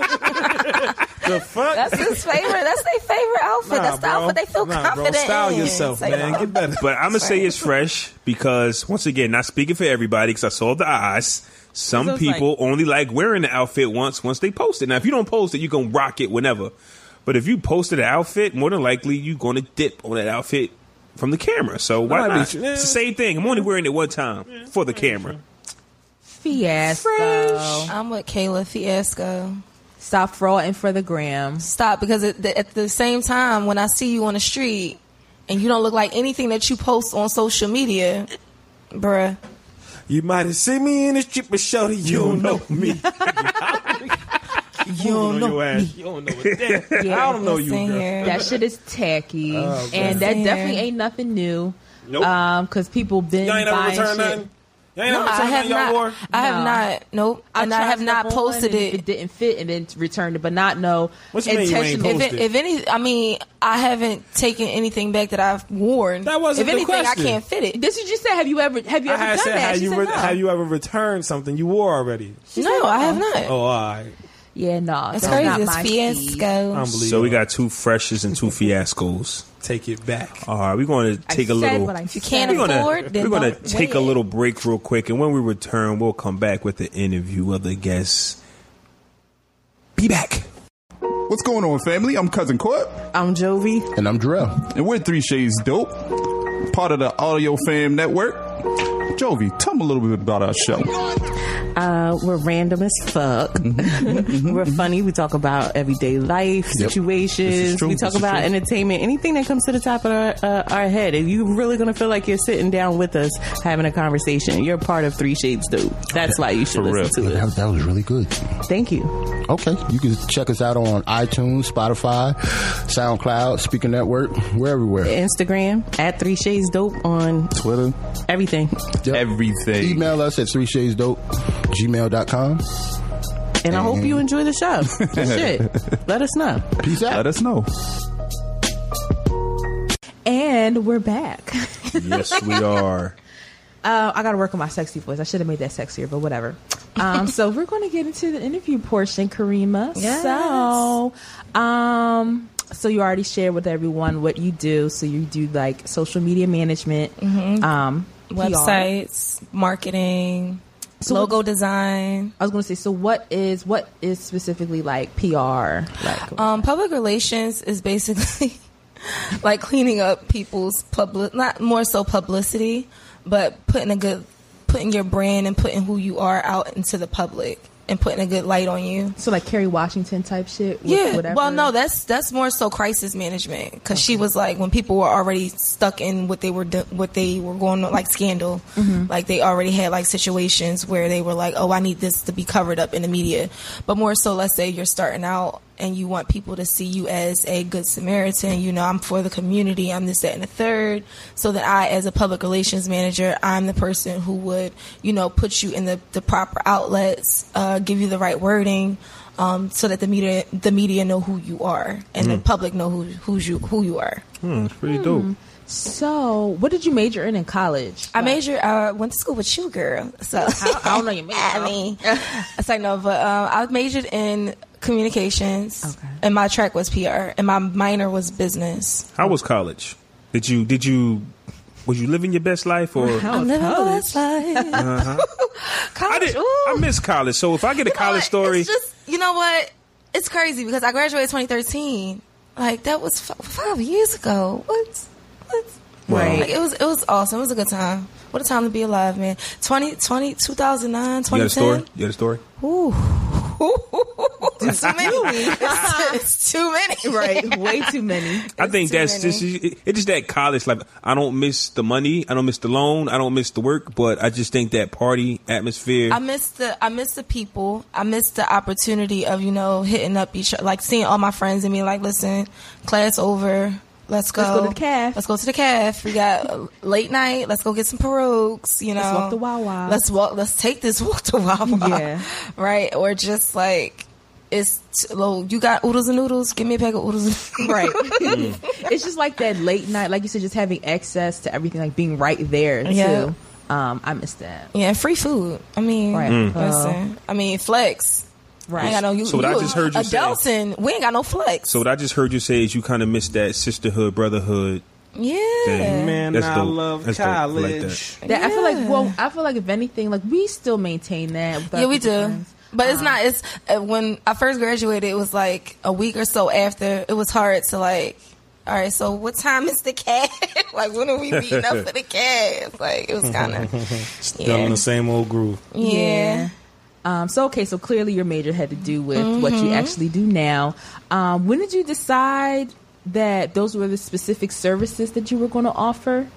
the fuck?
That's his favorite. That's their favorite outfit.
Nah,
That's the
bro.
outfit they feel
Nah,
confident
bro. Style
in.
yourself,
Say
man.
no.
Get better.
But I'm gonna say it's fresh because once again, not speaking for everybody because I saw the eyes. Some
So it's
people only like wearing the outfit once once they post it. Now, if you don't post it, you can rock it whenever. But if you posted an outfit, more than likely you're gonna dip on that outfit from the camera. So why
might be
not? It's
true. Yeah.
the same thing. I'm only wearing it one time for the camera.
Fiasco.
I'm with Kayla Fiasco.
Stop frauding for the gram.
Stop because at the, at the same time, when I see you on the street and you don't look like anything that you post on social media, bruh,
You might have seen me in the street, but shorty, you don't know me. you don't know your ass. You don't know a damn-
Yeah,
I don't know you,
listen
girl.
here.
That shit is tacky, and that
man.
definitely ain't nothing new.
Oh, Nope.
Um, because people been
Y'all ain't ever
buying
returned
shit.
nothing? Y'all ain't
No,
ever
I
returned
have
nothing y'all
not.
wore?
I
No.
have not. Nope. And I
tried
have
to
not
have one,
posted
and if
it.
It didn't fit, and then returned it, but not no
What you mean you ain't
intentional.
posted?
If, it, if any, I mean, I haven't taken anything back that I've worn.
That wasn't
If
the
anything,
question.
I can't fit it.
This is just said. Have you ever? Have you
I
ever
had
done
said,
that?
have
She
you,
said
re-
no.
have you ever returned something you wore already?
no, I have not.
Oh, all right.
Yeah, no, that's
That's
not
crazy. It's
my speed.
fiasco.
Unbelievable.
So we got two freshes and two fiascos.
Take it back.
All right, we're going to
I
take a
said
little.
what I
you
said.
can't
we're gonna,
afford, then
we're gonna
don't
take a
wear it.
little break real quick, and when we return, we'll come back with the interview of the guests. Be back.
What's going on, family? I'm Cousin Court.
I'm Jovi.
And I'm Dre. And we're Three Shades Dope, part of the Audio Fam Network. Jovi, tell me a little bit about our show.
Uh, we're random as fuck.
Mm-hmm.
we're funny. We talk about everyday life
Yep. This is
situations.
true.
We
This
talk
is
about
true.
entertainment. Anything that comes to the top of our, uh, our head. If you're really going to feel like you're sitting down with us having a conversation, you're part of Three Shades Dope. That's why you should
For
listen
Yeah,
to it.
that, that was really good.
Thank you.
Okay, you can check us out on iTunes, Spotify, SoundCloud, Speaker Network. We're everywhere.
Instagram at Three Shades Dope on
Twitter,
everything.
Yep.
everything.
Email us at three shades dope gmail.com.
And I hope you enjoy the show. Shit. Let us know.
Peace out.
Let us know.
And we're back.
Yes, we are.
Uh, I got to work on my sexy voice. I should have made that sexier, but whatever. Um, so we're going to get into the interview portion, Karima.
Yes.
So, um, so you already shared with everyone what you do. So you do like social media management,
Mm-hmm.
um, PR.
Websites, marketing,
So
logo
what's-
design.
I was going to say. So what is what is specifically like PR? Like
Um, public relations is basically like cleaning up people's public, not more so publicity, but putting a good, putting your brand and putting who you are out into the public and putting a good light on you.
so like Kerry Washington type shit. With
Yeah.
Whatever.
Well, no, that's that's more so crisis management because she was like when people were already stuck in what they were do- what they were going on like scandal,
Mm-hmm.
like they already had like situations where they were like, oh, I need this to be covered up in the media. But more so, let's say you're starting out and you want people to see you as a good Samaritan. You know, I'm for the community. I'm this, that, and the third. So that I, as a public relations manager, I'm the person who would you know put you in the the proper outlets, uh, give you the right wording um, so that the media the media know who you are and the public know who who's you who you are.
That's pretty dope.
So what did you major in in college?
I major I went to school with you, girl. So
I, I don't know your major.
I mean, it's like no, but um, I majored in communications,
Okay.
and my track was PR, and my minor was business.
How was college? Did you did you Was you living your best life or?
I'm living the best life.
I,
College,
did,
ooh.
I miss college. So if I get a
You know
college
what?
story,
It's just you know what? It's crazy because I graduated 2013. Like that was f- five years ago. What? What? Like,
Right.
it was it was awesome. It was a good time. What a time to be alive, man. 20, 20 2009,
you got a story?
2010.
You got a story?
Ooh. it's too many. it's, it's too many.
Right. Way too many.
I think
too
that's just
many.
it- it's just that college life. I don't miss the money, I don't miss the loan, I don't miss the work, but I just think that party atmosphere.
I miss the I miss the people. I miss the opportunity of you know hitting up each like seeing all my friends and being like, listen, class over. Let's go.
Let's go to the calf.
Let's go to the calf. We got uh, late night. Let's go get some pierogies. You know,
Let's walk the Wawa.
Let's walk. Let's take this walk to Wawa.
Yeah.
Right. Or just like it's t- low. You got oodles and noodles. Give me a pack of oodles. And
Right. it's just like that late night, like you said, just having access to everything, like being right there
Yeah.
too. Um, I miss that.
yeah. and Free food. I mean,
Right. Mm.
listen. I mean, flex. I ain't got no. You,
So what I
you
just heard you say-
adults and we ain't got no flex.
so what I just heard you say is you kind of miss that sisterhood, brotherhood.
yeah.
Dang.
Man,
That's
I
dope.
love
That's dope. I like
college.
that.
That I feel like. Well, I feel like if anything, like we still maintain that. with our
yeah, we do.
group of friends.
But it's not. It's uh, when I first graduated. It was like a week or so after. It was hard to like. All right, so what time is the cab? like, when are we meeting up for the cab? Like, it was kind of
Still
yeah,
in the same old groove.
yeah.
Um, so okay, so clearly your major had to do with
Mm-hmm.
what you actually do now. Um, when did you decide that those were the specific services that you were going to offer?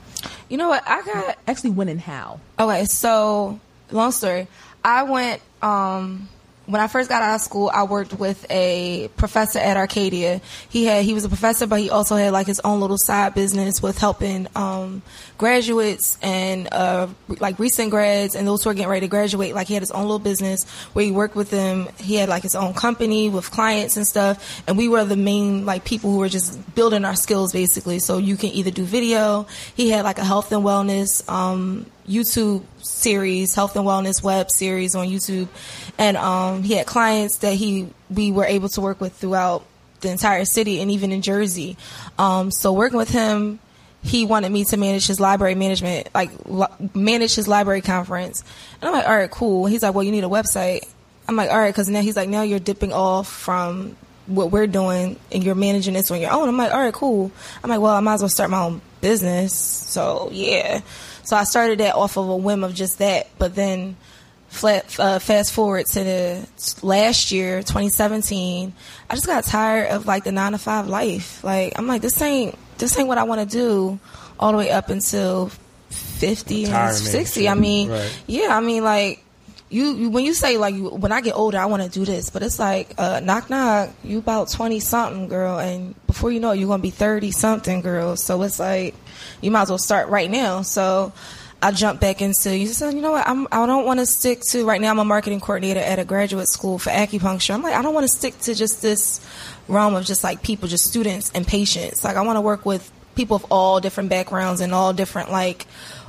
You know what? I got
Actually, when and how?
Okay, so long story. I went um when I first got out of school, I worked with a professor at Arcadia. He had he was a professor, but he also had like his own little side business with helping um, graduates and uh, like recent grads and those who are getting ready to graduate. Like he had his own little business where he worked with them. He had like his own company with clients and stuff. And we were the main like people who were just building our skills basically. So you can either do video. He had like a health and wellness um, YouTube series, health and wellness web series on YouTube, and um, he had clients that he we were able to work with throughout the entire city and even in Jersey. Um, so working with him, he wanted me to manage his library management, like li- manage his library conference, and I'm like, all right, cool. He's like, well, you need a website. I'm like, all right, because now he's like, now you're dipping off from what we're doing and you're managing this on your own. I'm like, all right, cool. I'm like, well, I might as well start my own business. So yeah, so I started that off of a whim of just that, but then flat, uh, fast forward to the last year, 2017, I just got tired of like the nine to five life. Like I'm like, this ain't this ain't what I want to do all the way up until 50 and
Retirement,
60. I
sure.
mean,
Right.
yeah, I mean like. You, you when you say like you, when I get older I want to do this, but it's like uh, knock knock. You about twenty something girl, and before you know it, you're gonna be thirty something girl. So it's like you might as well start right now. So I jumped back into you said you know what I'm I don't want to stick to right now. I'm a marketing coordinator at a graduate school for acupuncture. I'm like I don't want to stick to just this realm of just like people, just students and patients. Like I want to work with people of all different backgrounds and all different like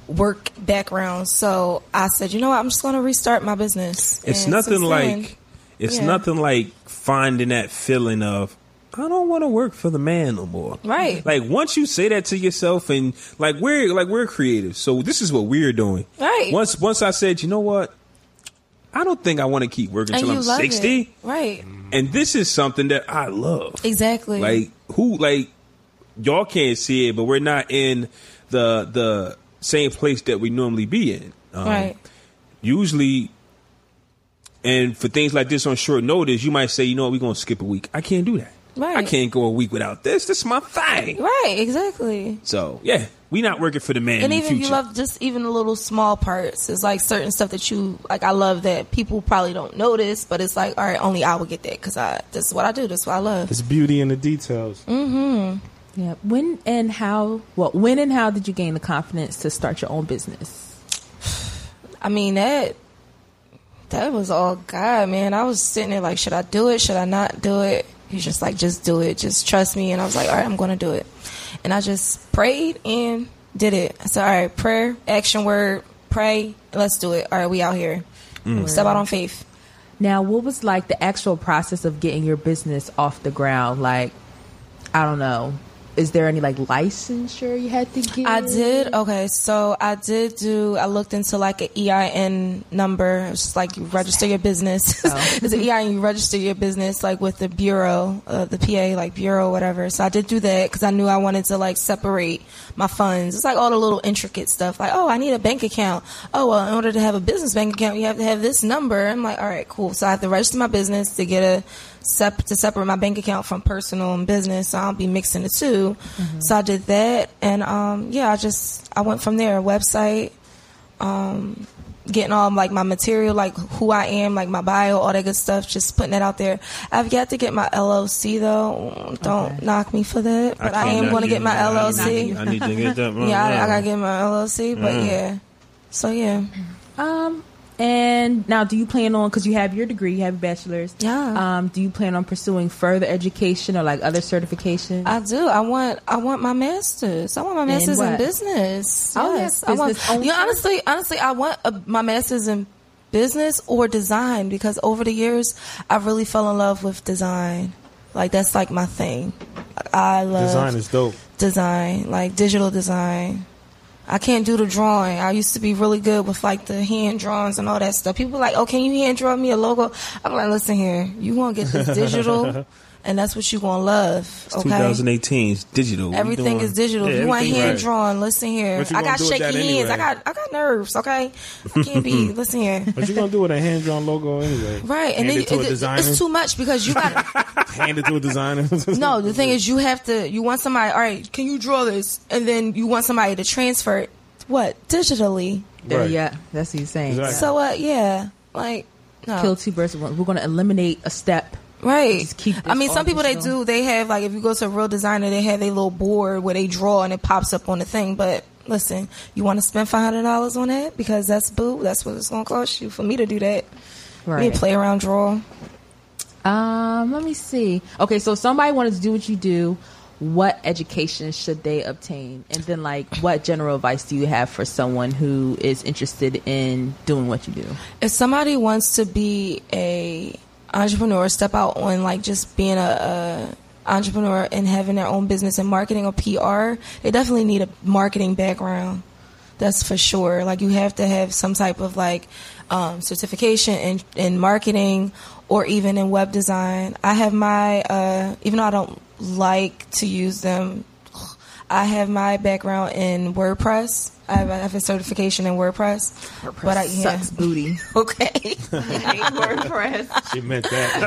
work background. So I said, you know what, I'm just gonna restart my business.
It's
And
nothing
since then-
like it's
yeah.
nothing like finding that feeling of I don't want to work for the man no more.
Right.
Like once you say that to yourself and like we're like we're creative. So this is what we're doing.
Right.
Once once I said, "You know what? I don't think I want to keep working
and
until
you
I'm
love
60."
it. right?
And this is something that I love.
Exactly.
Like who like y'all can't see it, but we're not in the the same place that we normally be in. Um,
right.
Usually and for things like this on short notice, you might say, you know what, we're gonna skip a week. I can't do that.
Right.
I can't go a week without this. This is my thing.
Right. Exactly.
So yeah, we not working for the man.
and
in
even
the
if you
future.
love just even the little small parts it's like certain stuff that you like i love that people probably don't notice but it's like all right only i will get that because i this is what i do this is what i love
It's beauty in the details.
Mm,
Yeah. When and how? Well, when and how did you gain the confidence to start your own business?
I mean that that was all God, man. I was sitting there like, should I do it? Should I not do it? He's just like, just do it. Just trust me. And I was like, all right, I'm going to do it. And I just prayed and did it. I said, all right, prayer, action word, pray. Let's do it. All right, we out here. Step out on faith.
Now, what was like the actual process of getting your business off the ground? Like, I don't know,
is there any like licensure you had to get?
I did. Okay, so I did do. I looked into like an EIN number. It's just like you register your business. it's an EIN. You register your business like with the bureau, uh, the PA, like bureau, whatever. So I did do that because I knew I wanted to like separate my funds. It's like all the little intricate stuff. Like, oh, I need a bank account. Oh, well, in order to have a business bank account, you have to have this number. I'm like, all right, cool. So I have to register my business to get a sep- to separate my bank account from personal and business. So I'll be mixing the 2 So I did that, and um, yeah, I just I went from there. Website, um, getting all like my material, like who I am, like my bio, all that good stuff. Just putting that out there. I've got to get my LLC though. Don't knock me for that, but I, am going to get my LLC.
I need to get that.
Yeah, I, I gotta get my LLC, but yeah. So yeah,
Um, and now, do you plan on because you have your degree, you have a bachelor's?
Yeah.
Um, do you plan on pursuing further education or like other certification?
I do. I want. I want my masters. I want my masters in
what?
business.
Oh,
Yes,
yeah,
I want.
business owner.
You know, honestly, honestly, I want a, my masters in business or design because over the years, I really fell in love with design. Like that's like my thing. I love
Design is dope.
design, like digital design. I can't do the drawing. I used to be really good with like the hand drawings and all that stuff. People like, oh, can you hand draw me a logo? I'm like, listen here, you gonna get this digital, and that's what you gonna love. Okay.
2018 is digital. What you
Everything
doing?
is digital.
Yeah,
you want
everything
hand
right.
drawn? Listen here.
What you
I
gonna
got
do with
shaky
that
hands.
anyway?
I got I got nerves. Okay, I can't be. listen here.
What you gonna do with a hand drawn logo anyway?
Right, and
Hand
then
it to
it-
a
it-
designer.
it's too much because you got
Hand it to a designer.
no, the thing is, you have to. You want somebody. All right, can you draw this? And then you want somebody to transfer it. What digitally?
Yeah,
Right.
yeah, that's what you're saying.
Exactly.
So uh, yeah, like no.
Kill two birds with one. We're going to eliminate a step.
Right.
Just keep this
I mean,
all
some people they
digital.
do. They have like if you go to a real designer, they have a little board where they draw and it pops up on the thing. But listen, you want to spend five hundred dollars on that because that's boo. That's what it's gonna cost you for me to do that. Me
Right.
play around, draw.
Um, let me see. Okay, so if somebody wanted to do what you do. What education should they obtain? And then, like, what general advice do you have for someone who is interested in doing what you do?
if somebody wants to be a entrepreneur, step out on like just being a, a entrepreneur and having their own business and marketing or PR, they definitely need a marketing background. That's for sure. Like you have to have some type of like um, certification in, in marketing or even in web design. I have my uh, even though I don't like to use them I have my background in WordPress. I have, I have a certification in WordPress. WordPress but I, yeah.
Sucks booty.
Okay.
WordPress.
She meant that.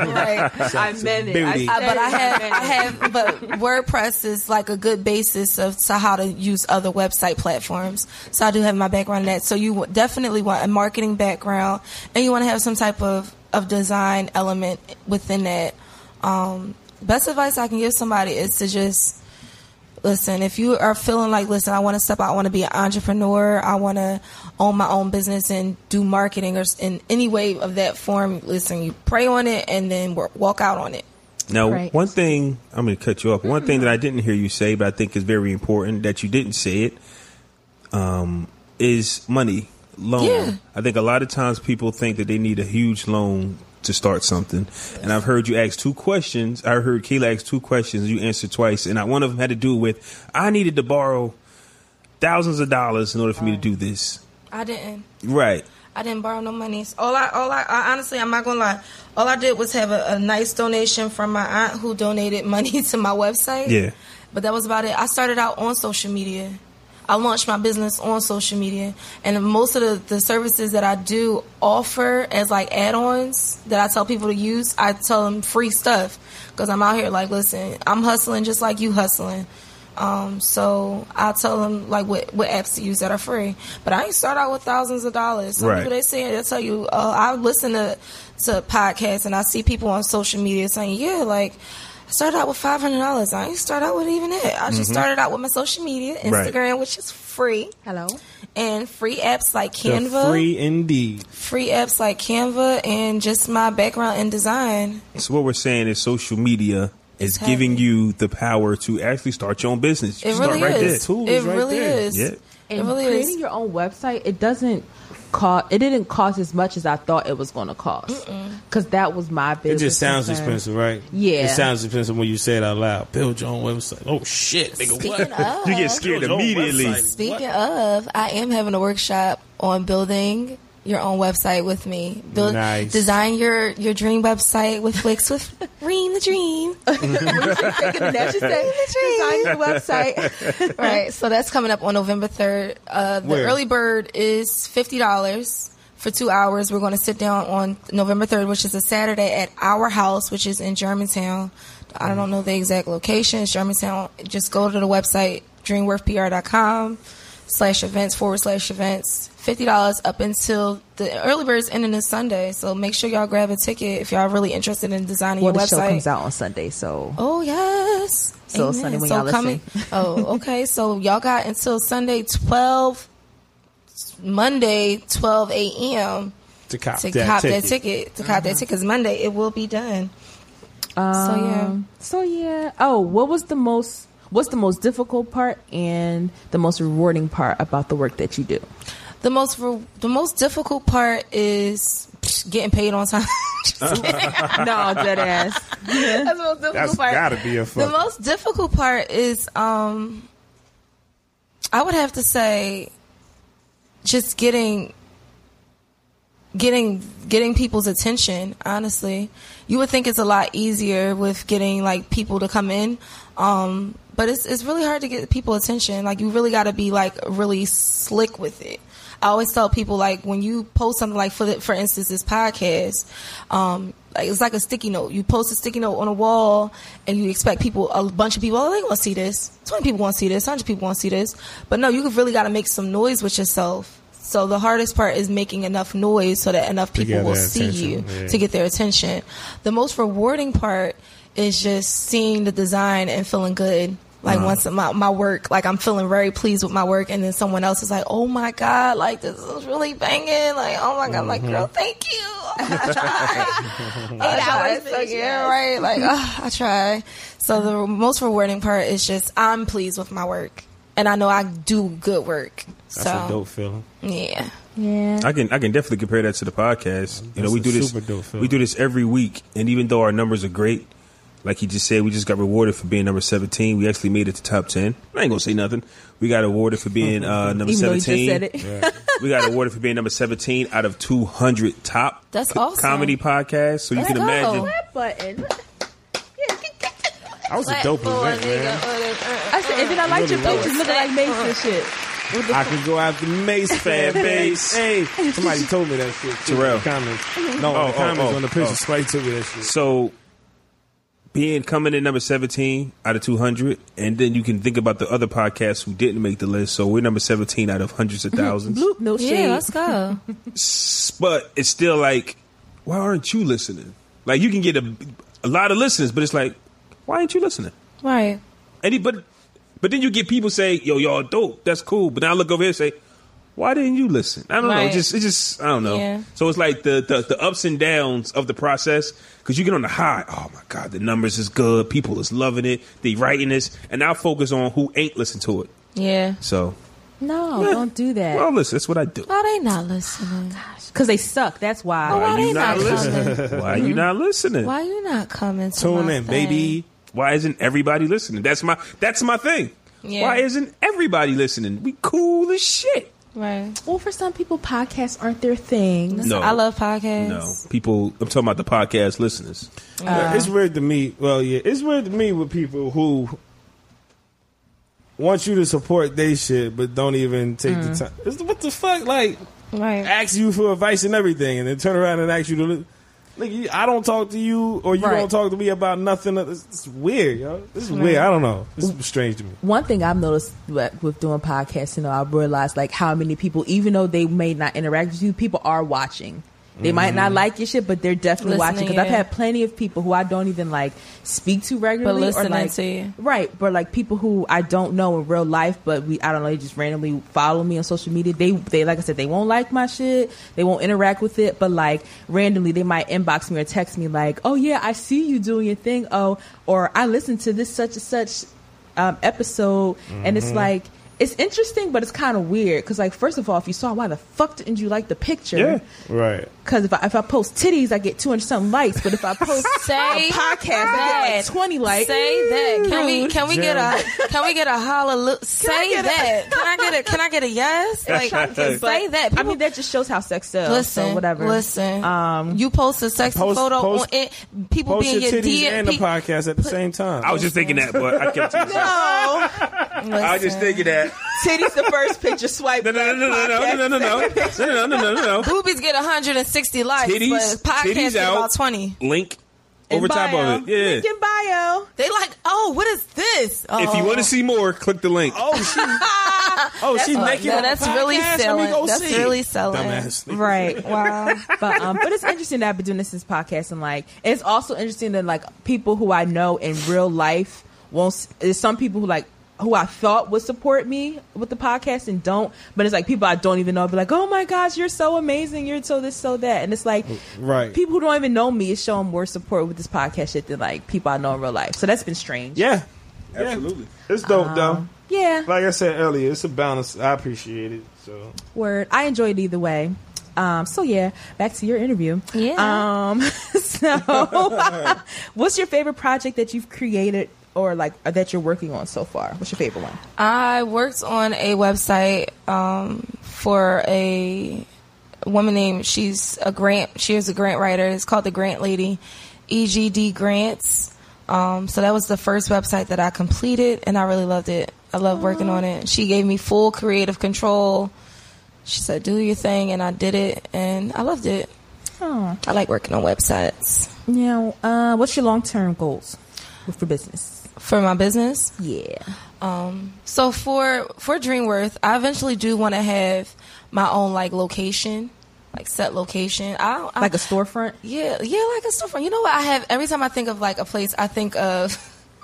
Right. I meant it.
booty.
I- Uh, but I have, I have, but WordPress is like a good basis of to how to use other website platforms. So I do have my background in that. So you w- definitely want a marketing background, and you want to have some type of of design element within that. Um, best advice I can give somebody is to just listen, if you are feeling like, listen, I want to step out, I want to be an entrepreneur, I want to own my own business and do marketing or s- in any way of that form, listen, you pray on it and then wor- walk out on it.
Now,
Right.
one thing I'm going to cut you off. One thing that I didn't hear you say, but I think is very important that you didn't say it, um, is money loan.
Yeah.
I think a lot of times people think that they need a huge loan to start something, and I've heard you ask two questions. I heard Kayla ask two questions, you answered twice, and I, one of them had to do with I needed to borrow thousands of dollars in order for me to do this.
I didn't.
Right.
I didn't borrow no money. All I, all I, I honestly, I'm not gonna lie. All I did was have a, a nice donation from my aunt who donated money to my website.
Yeah.
But that was about it. I started out on social media. I launched my business on social media, and most of the, the services that I do offer as like add-ons that I tell people to use, I tell them free stuff because I'm out here like, listen, I'm hustling just like you hustling. Um, so I tell them like what, what apps to use that are free. But I ain't start out with thousands of dollars. Some
Right.
people they say they tell you. Uh, I listen to to podcasts and I see people on social media saying, yeah, like I started out with five hundred dollars. I ain't start out with even that. I just started out with my social media,
Right.
Instagram, which is free,
Hello.
and free apps like
The
Canva, free.
Free indeed.
apps like Canva, and just my background in design.
So what we're saying is social media is
heavy.
giving you the power to actually start your own business. You
It
can
really
start right there.
is.
Tools
it
right
really
there.
is.
Yeah.
It
and
really
creating
is.
your own website it doesn't cost it didn't cost as much as i thought it was going to cost
because that was my
It
business.
just sounds
concern.
expensive, right?
Yeah.
It sounds expensive when you say it out loud. Bill Jones website. Oh shit, nigga. What?
Speaking of,
You get scared
Yo, yo,
immediately.
website.
Speaking of, I am having a workshop on building your own website with me. Build,
Nice.
Design your, your dream website with Flix with Ream the Dream.
Thinking that she said,
Dream.
design your website.
right. So that's coming up on November 3rd. Uh, the
Where?
early bird is $50 for two hours. We're going to sit down on November 3rd, which is a Saturday at our house, which is in Germantown. I don't know the exact location. It's Germantown. Just go to the website, dreamworthpr.com slash events forward slash events. $50 up until the early bird is ending this Sunday. So make sure y'all grab a ticket if y'all really interested in designing
Well,
your
the
website.
show comes out on Sunday, so
Oh yes.
So Sunday when y'all
Oh, okay. So y'all got until Sunday twelve Monday twelve AM
To cop,
to
that,
cop
ticket.
that ticket. To
Uh-huh.
cop that ticket because Monday it will be done. so yeah.
Um,
So yeah. Oh, what was the most? What's the most difficult part and the most rewarding part about the work that you do?
The most re- the most difficult part is getting paid on time.
Uh-huh.
no, dead ass.
That's the most difficult
That's
part.
gotta be a
The
fucking-
most difficult part is um I would have to say just getting getting getting people's attention, honestly. You would think it's a lot easier with getting like people to come in. Um but it's it's really hard to get people attention. Like you really got to be like really slick with it. I always tell people like when you post something like for the, for instance this podcast, um, like it's like a sticky note. You post a sticky note on a wall, and you expect people, a bunch of people, oh, they want to see this. Twenty people want to see this. Hundred people want to see this. But no, you really got to make some noise with yourself. So the hardest part is making enough noise so that enough people
get
will
their
see you
attention, yeah.
to get their attention. The most rewarding part is just seeing the design and feeling good. Like
Uh-huh.
once my my work, like I'm feeling very pleased with my work, and then someone else is like, "Oh my god, like this is really banging!" Like, "Oh my god," I'm like,
Mm-hmm.
"Girl, thank you." I tried. I tried.
hours
So,
is
yeah, right. Like, ah, I try. So the most rewarding part is just I'm pleased with my work, and I know I do good work.
That's
so
a dope feeling.
yeah,
I can I can definitely compare that to the podcast. You know,
That's
we
a
do this
super dope film.
we do this every week, and even though our numbers are great, like he just said, we just got rewarded for being number seventeen. We actually made it to top ten. I ain't gonna say nothing. We got awarded for being uh, number
Even though you just
seventeen.
said it.
we got awarded for being number seventeen out of two hundred top
That's
co-
awesome.
comedy podcasts. So you
Let's
can
go.
imagine.
button.
That was a dope event, man.
I said, and then I liked your pictures looking like Mace and shit.
I could go after Mace fan base. hey, somebody told me that shit. too, in
Terrell.
the comments. No,
Oh,
in the
oh,
comments
oh,
on the picture.
oh.
Somebody told me that shit.
So being coming in number 17 out of 200 and then you can think about the other podcasts who didn't make the list so we're number 17 out of hundreds of thousands
Bloop, no shade.
yeah, let's go.
but it's still like why aren't you listening like you can get a, a lot of listeners but it's like why ain't you listening
right.
and he, but but then you get people say yo y'all dope that's cool but now I look over here and say why didn't you listen i don't know
Right.
It just it just i don't know
Yeah.
so it's like the, the the ups and downs of the process because you get on the high oh my god the numbers is good people is loving it they writing this and i focus on who ain't listened to it
Yeah.
so
No,
Yeah.
don't do that.
well listen that's what i do
Why they not listening?
Cause they suck. That's why.
Why
you
they
not
not
listening?
coming?
why you not listening
Why you not coming? To
Tune
my
in,
thing?
baby.
Why isn't everybody listening? That's my that's my thing.
Yeah.
Why isn't everybody listening? We cool as shit.
Right.
Well, for some people, podcasts aren't their thing.
No.
I love podcasts.
No, people. I'm talking about the podcast listeners.
Yeah, it's weird to me. Well, yeah, it's weird to me with people who want you to support they shit, but don't even take the time. It's, what the fuck? Like,
Right.
ask you for advice and everything, and then turn around and ask you to. li- Like, you- I don't talk to you, or you
Right.
don't talk to me about nothing. It's, it's weird, yo. This is weird. I don't know. This is strange to me.
One thing I've noticed with with doing podcasts, you know, I've realized like how many people, even though they may not interact with you, people are watching. They might not like your shit, but they're definitely watching.
Mm-hmm. Listening,
Because I've
yeah.
had plenty of people who I don't even like speak to regularly, or
listening
like
to you.
right, but like people who I don't know in real life, but we I don't know, they just randomly follow me on social media. They they like I said, they won't like my shit, they won't interact with it, but like randomly they might inbox me or text me like, oh yeah, I see you doing your thing, oh, or I listened to this such and such um, episode, and it's like. it's interesting, but it's kind of weird because, like, first of all, if you saw, why the fuck didn't you like the picture?
Yeah.
Right.
Because if I, if I post titties, I get 200 something likes. But if I post
Say
a podcast, I get like
that.
20 likes.
Say that. Can we
Rude.
can we get a can we get a hallelujah? Say
get a-
that. can I get a can I get a yes? Like
But,
say that.
I mean, that just shows how sex sells.
listen,
so whatever.
Listen,
Um,
you post a sexy
Post-
photo
post-
on it. People
Post
being
your
your
titties and
DM.
the
pe-
podcast at the same time.
I was just thinking that, but I kept.
Oh,
No,
I was just
Listen.
thinking that.
titties the first picture swipe.
No, no, no, no, no, no, no, no, no, no, no, no, no, no.
Boobies get 160 likes,
Titties,
but podcast
titties
get
out.
about 20.
Link over top of it. Yeah.
In bio.
They like, oh, what is this? Oh.
If you want to see more, click the link.
oh, she, oh, she's naked.
no,
on the
that's really
podcast? Let me
selling.
go
That's
see.
really selling.
Dumbass.
Right.
Wow.
but um, but it's interesting that I've been doing this since podcast and like it's also interesting that like people who I know in real life won't. s- There's some people who like who I thought would support me with the podcast and don't. But it's like people I don't even know be like, oh my gosh, you're so amazing, you're so this, so that, and it's like
Mm, Right.
people who don't even know me is showing more support with this podcast shit than like people I know in real life. So that's been strange.
Yeah.
Absolutely.
It's dope,
Uh-huh.
though.
Yeah.
Like I said earlier, it's a balance. I appreciate it. So
Word. I enjoyed either way. Um, so yeah, back to your interview.
Yeah.
Um, so, what's your favorite project that you've created or like or that you're working on so far? What's your favorite one?
I worked on a website um, for a woman named she's a grant she is a grant writer. It's called the Grant Lady, EGD Grants. Um, so that was the first website that I completed, and I really loved it. I loved working on it. She gave me full creative control. She said, "Do your thing," and I did it, and I loved it.
Oh,
I like working on websites
now, uh, what's your long term goals for business?
for my business.
Yeah.
Um, so for for DreamWorth, I eventually do want to have my own like location, like set location. I, don't- I
Like a storefront?
yeah yeah like a storefront. You know what I have every time I think of like a place, I think of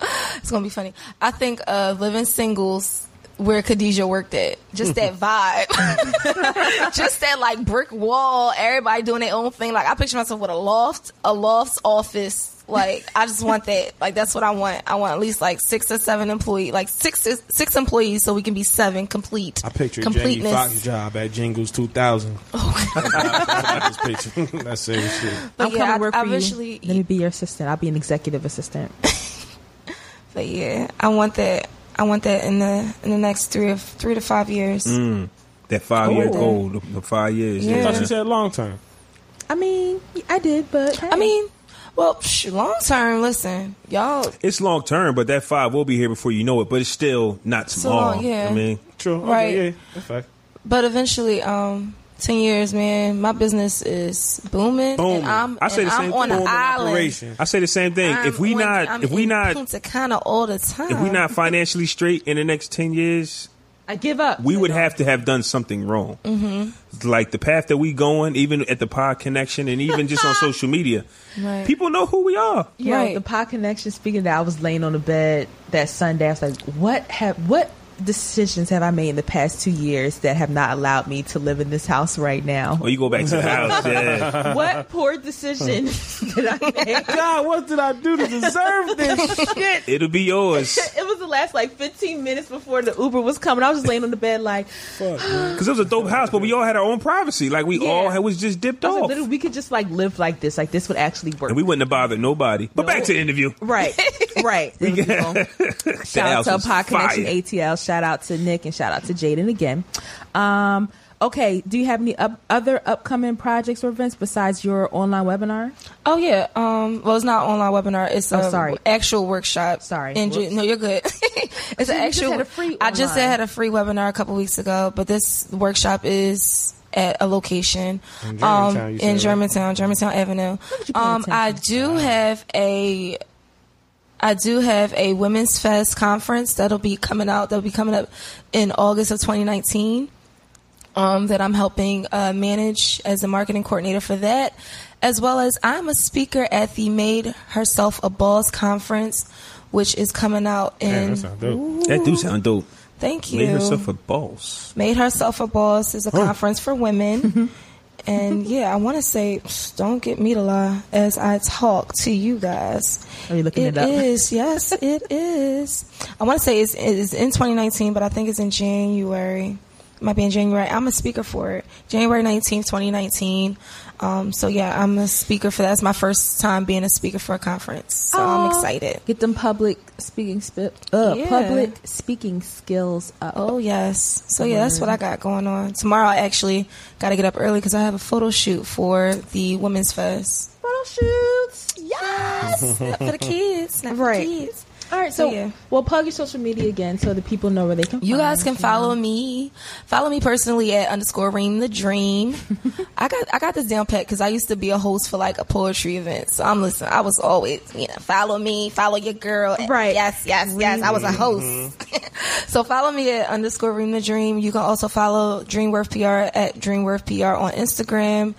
it's gonna be funny. I think of Living Singles. Where Khadijah worked at, just that vibe, just that like brick wall, everybody doing their own thing. Like I picture myself with a loft, a loft's office. Like I just want that. Like that's what I want. I want at least like six or seven employee, like six six employees, so we can be seven complete.
I picture Jamie Foxx's job at Jingles 2000.
Oh,
That's picture. That's serious shit.
But
I'm
yeah,
coming
I-
to work
I
for
eventually-
you. Let me be your assistant. I'll be an executive assistant.
But yeah, I want that. I want that in the in the next three of three to five years.
Mm. That five year
Ooh.
goal, the, the five years.
Yeah.
I thought
yeah.
you said long term.
I mean, I did, but
I mean, well, psh, long term. Listen, y'all.
It's long term, but that five will be here before you know it. But it's still not
So
small.
long, yeah.
I mean,
True. Okay,
Right.
yeah. That's fact.
But eventually, um, ten years, man, my business is booming.
Booming.
And I'm,
I say
and
the
I'm
same
on
thing.
an
Booming
island.
Operation.
I say the same thing. if
I'm
we
on-
not,
I'm
if we
in
not,
Punta Cana all the time.
if we not financially straight in the next ten years,
I give up.
we would have to have done something wrong. Mm-hmm. Like the path that we going, even at the pod connection, and even just on social media,
Right.
people know who we are.
Yo,
Right.
the pod connection. Speaking of that, I was laying on the bed that Sunday. I was like, "What have what decisions have I made in the past two years that have not allowed me to live in this house right now?
Or you go back to the house. Yeah.
what poor decision did I make?
God, what did I do to deserve this?
Shit,
It'll be yours
it was the last like 15 minutes before the Uber was coming. I was just laying on the bed like,
because it was a dope house, but we all had our own privacy. Like we
Yeah.
all had, was just dipped
I was like,
off,
literally, we could just like live like this. Like this would actually work.
and we wouldn't have bothered nobody. But back to the interview.
Right, right. It was long. shout
house
out
was
to Pod Connection
fire.
ATL. Shout out to Nick and shout out to Jaden again. Um, okay, do you have any up, other upcoming projects or events besides your online webinar?
Oh yeah. Um. Well, it's not online webinar. It's
Oh,
a
sorry.
actual workshop.
Sorry.
In Ju- no, you're good. it's an
you just
actual.
had a free
I just
online.
had a free webinar a couple weeks ago, but this workshop is at a location
In
Um,
Germantown, you said,
in
right?
Germantown, Germantown Avenue.
at you paying
Um. I do have a. I do have a Women's Fest conference that'll be coming out. That'll be coming up in August of 2019 um, that I'm helping uh, manage as a marketing coordinator for that, as well as I'm a speaker at the Made Herself a Boss conference, which is coming out
Man,
in.
that sound dope.
That do sound dope.
Thank you.
Made herself a boss.
Made Herself a Boss is a conference for women. And yeah, I want to say, don't get me to lie as I talk to you guys.
Are you looking it up?
It is, yes, it is. I want to say it's, it's in 2019, but I think it's in January. It might be in January. I'm a speaker for it. January 19th, 2019. Um, so yeah, I'm a speaker for that. It's my first time being a speaker for a conference. So I'm
Aw.
excited.
Get them public speaking sp- uh,
Yeah.
public speaking skills up.
Oh yes. So yeah, that's what I got going on. Tomorrow I actually got to get up early because I have a photo shoot for the Women's Fest.
photo shoots.
Yes, not for the kids, not
Right.
for the kids.
All right, so
So, yeah.
well, plug your social media again so the people know where they can.
You
find
guys can follow me. Follow me personally at underscore ream the dream. I got I got this down pat because I used to be a host for like a poetry event. So I'm listening. I was always you know follow me, follow your girl.
Right.
Yes, yes, yes. I was a host. so follow me at underscore ream the dream. You can also follow DreamWorth PR at DreamWorth PR on Instagram.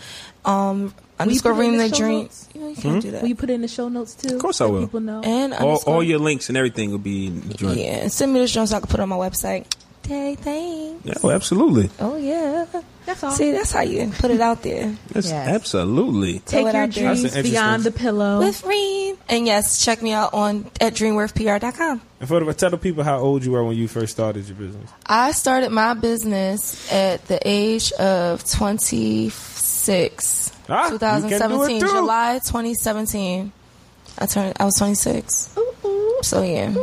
Um, underscore
put it in
ream
the
the
show
dream.
notes?
You, know, you can't do that.
Will you put it in the show notes too? Of
course I will.
People know.
and
Hmm? All,
underscore-
all your links and everything will be in the joint.
yeah, and send me the show so I can put it on my website. Day thing.
Yeah, oh, absolutely.
Oh yeah.
That's all.
See, that's how you put it out there.
That's
Yes.
absolutely.
Throw
Take
it
your
out there.
dreams
That's an
beyond the
interesting-
pillow.
With Reem. And yes, check me out on at dreamworthpr.com.
And for the, tell the people how old you were when you first started your business.
I started my business at the age of 26.
Ah, you can do it
2017,
too.
July 2017. I turned I was 26. So yeah.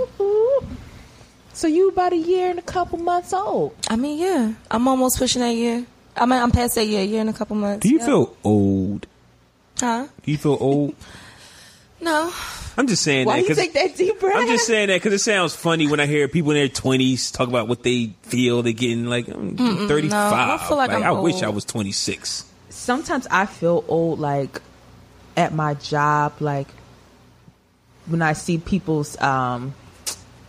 So you about a year and a couple months old.
I mean, yeah. I'm almost pushing that year. I mean, I'm past that year, year in a couple months.
Do you
yeah.
feel old?
Huh?
Do you feel old?
No.
I'm just saying
Why
that
do you
'cause-
take that deep breath?
I'm just saying that because it sounds funny when I hear people in their 20s talk about what they feel they're getting like I'm 35.
I don't feel like I'm
I wish
old.
I was 26.
Sometimes I feel old, like at my job, like when I see people's um,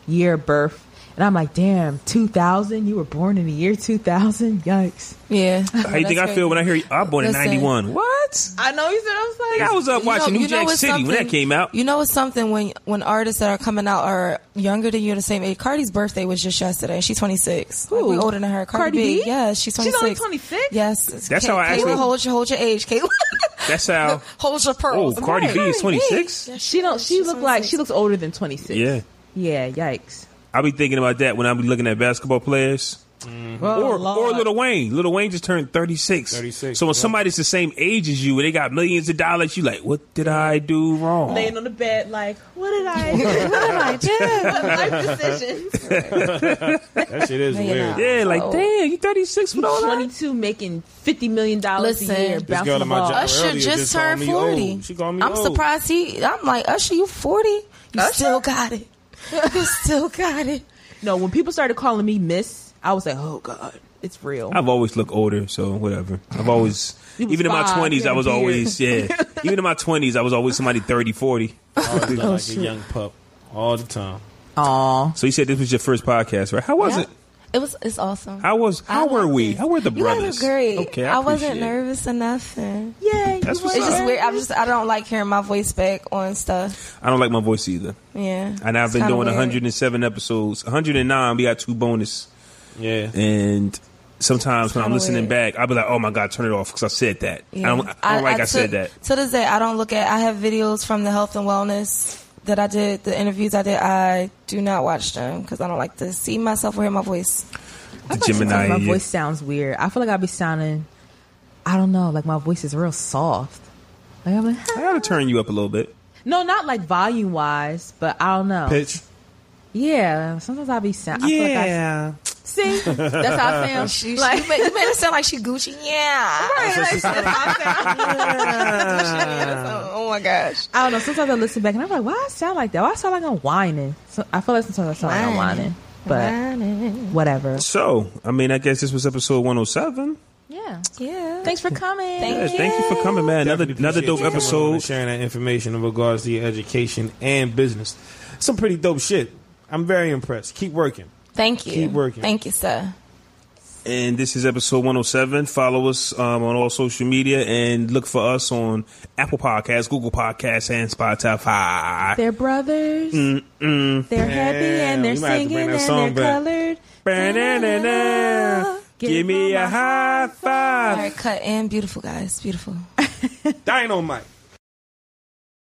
year of birth, and I'm like, damn, 2000. You were born in the year 2000. Yikes.
Yeah.
How you think I feel when I hear you? I'm born in
Listen.
91. What?
I know you said I was like,
I was up
You
watching
know-
New
you know
Jack
it's
City when that
something-
came out.
You know it's something when when artists that are coming out are younger than you, the same age. Cardi's birthday was just yesterday. She's 26. Like,
Who?
we older than her. Cardi,
Cardi
B?
B?
Yeah, she's
She's only
26.
26?
Yes.
That's
Kay-
how I
Kayla,
actually-
hold your hold your age, Kayla.
That's how.
hold your
Oh,
pearls.
Cardi B is 26.
Yeah,
she don't. She
she's
look like
26.
she looks older than 26.
Yeah,
Yeah. Yikes.
I'll be thinking about that when I'm looking at basketball players. or or Little Wayne. Little Wayne just turned 36.
36,
So when
yeah.
somebody's the same age as you and they got millions of dollars, you like, what did I do wrong?
laying on the bed like, what did I? do? What did I do? Life decisions.
That shit is
No, you're
weird.
not.
Yeah, like,
Oh.
damn, you 36 with all that?
22 making 50 million dollars a
Listen,
year.
this
This
bouncing
girl at my
ball.
job
Usher
earlier
just,
called
turned
me
40.
Old. She called me
I'm
old.
surprised he. I'm like Usher, you 40. You still got it. You still got it.
No, when people started calling me Miss, I was like, oh god, it's real.
I've always looked older, so whatever. I've always,
You was
even in my
five,
20s,
you
I
had a
was
beard.
always, yeah. even in my 20s, I was always somebody 30, 40.
I
Oh,
always look like a young pup all the time.
Aw,
So you said this was your first podcast, right? How was
Yeah.
it?
It was. It's awesome.
How was, how
I
were
loved
we?
it.
How were the
you
brothers?
Guys were great.
Okay, I,
I, wasn't
appreciate it.
nervous or nothing.
yeah.
That's what's
It's
up.
just weird. I'm just. I don't like hearing my voice back on stuff.
I don't like my voice either.
Yeah.
And I've
It's
been
kinda
doing
weird.
107 episodes. 109, we got two bonus.
Yeah.
And sometimes when I'm
kinda
listening
weird.
back, I'll be like, oh my God, turn it off because I said that.
Yeah.
I don't, I don't like I,
to-
said that.
To this day, I don't look at. I have videos from the health and wellness that I did. The interviews I did. I do not watch them because I don't like to see myself or hear my voice.
The Gemini.
Sometimes my
yeah.
voice sounds weird. I feel like I be sounding, I don't know, like my voice is real soft. Like I'm like,
I gotta turn you up a little bit.
no, not like volume wise, but I don't know.
Pitch.
Yeah, sometimes I be sound. I feel like I See, that's how I sound.
She,
Like-
she, you, made, you made her sound like she Gucci. Yeah.
Like, that's how I sound.
oh my gosh.
I don't know. Sometimes I listen back and I'm like, why I sound like that? Why I sound like I'm whining? So I feel like sometimes I sound like I'm whining, but whatever.
So, I mean, I guess this was episode 107.
Yeah.
Yeah.
Thanks for coming.
Yeah, Thank you for coming, man. Another
Definitely
another
appreciate
dope
you coming on and
episode.
Sharing that information in regards to your education and business. Some pretty dope shit. I'm very impressed. Keep working.
Thank you.
Keep working.
Thank you, sir.
And this is episode 107. Follow us um, on all social media and look for us on Apple Podcasts, Google Podcasts, and Spotify.
They're brothers. They're happy
Yeah,
and they're
we might have to
singing
bring
and
that
they're
song back.
colored.
Ba-na-na-na.
Give me a high five.
All right, cut and beautiful guys, beautiful.
Dynamite.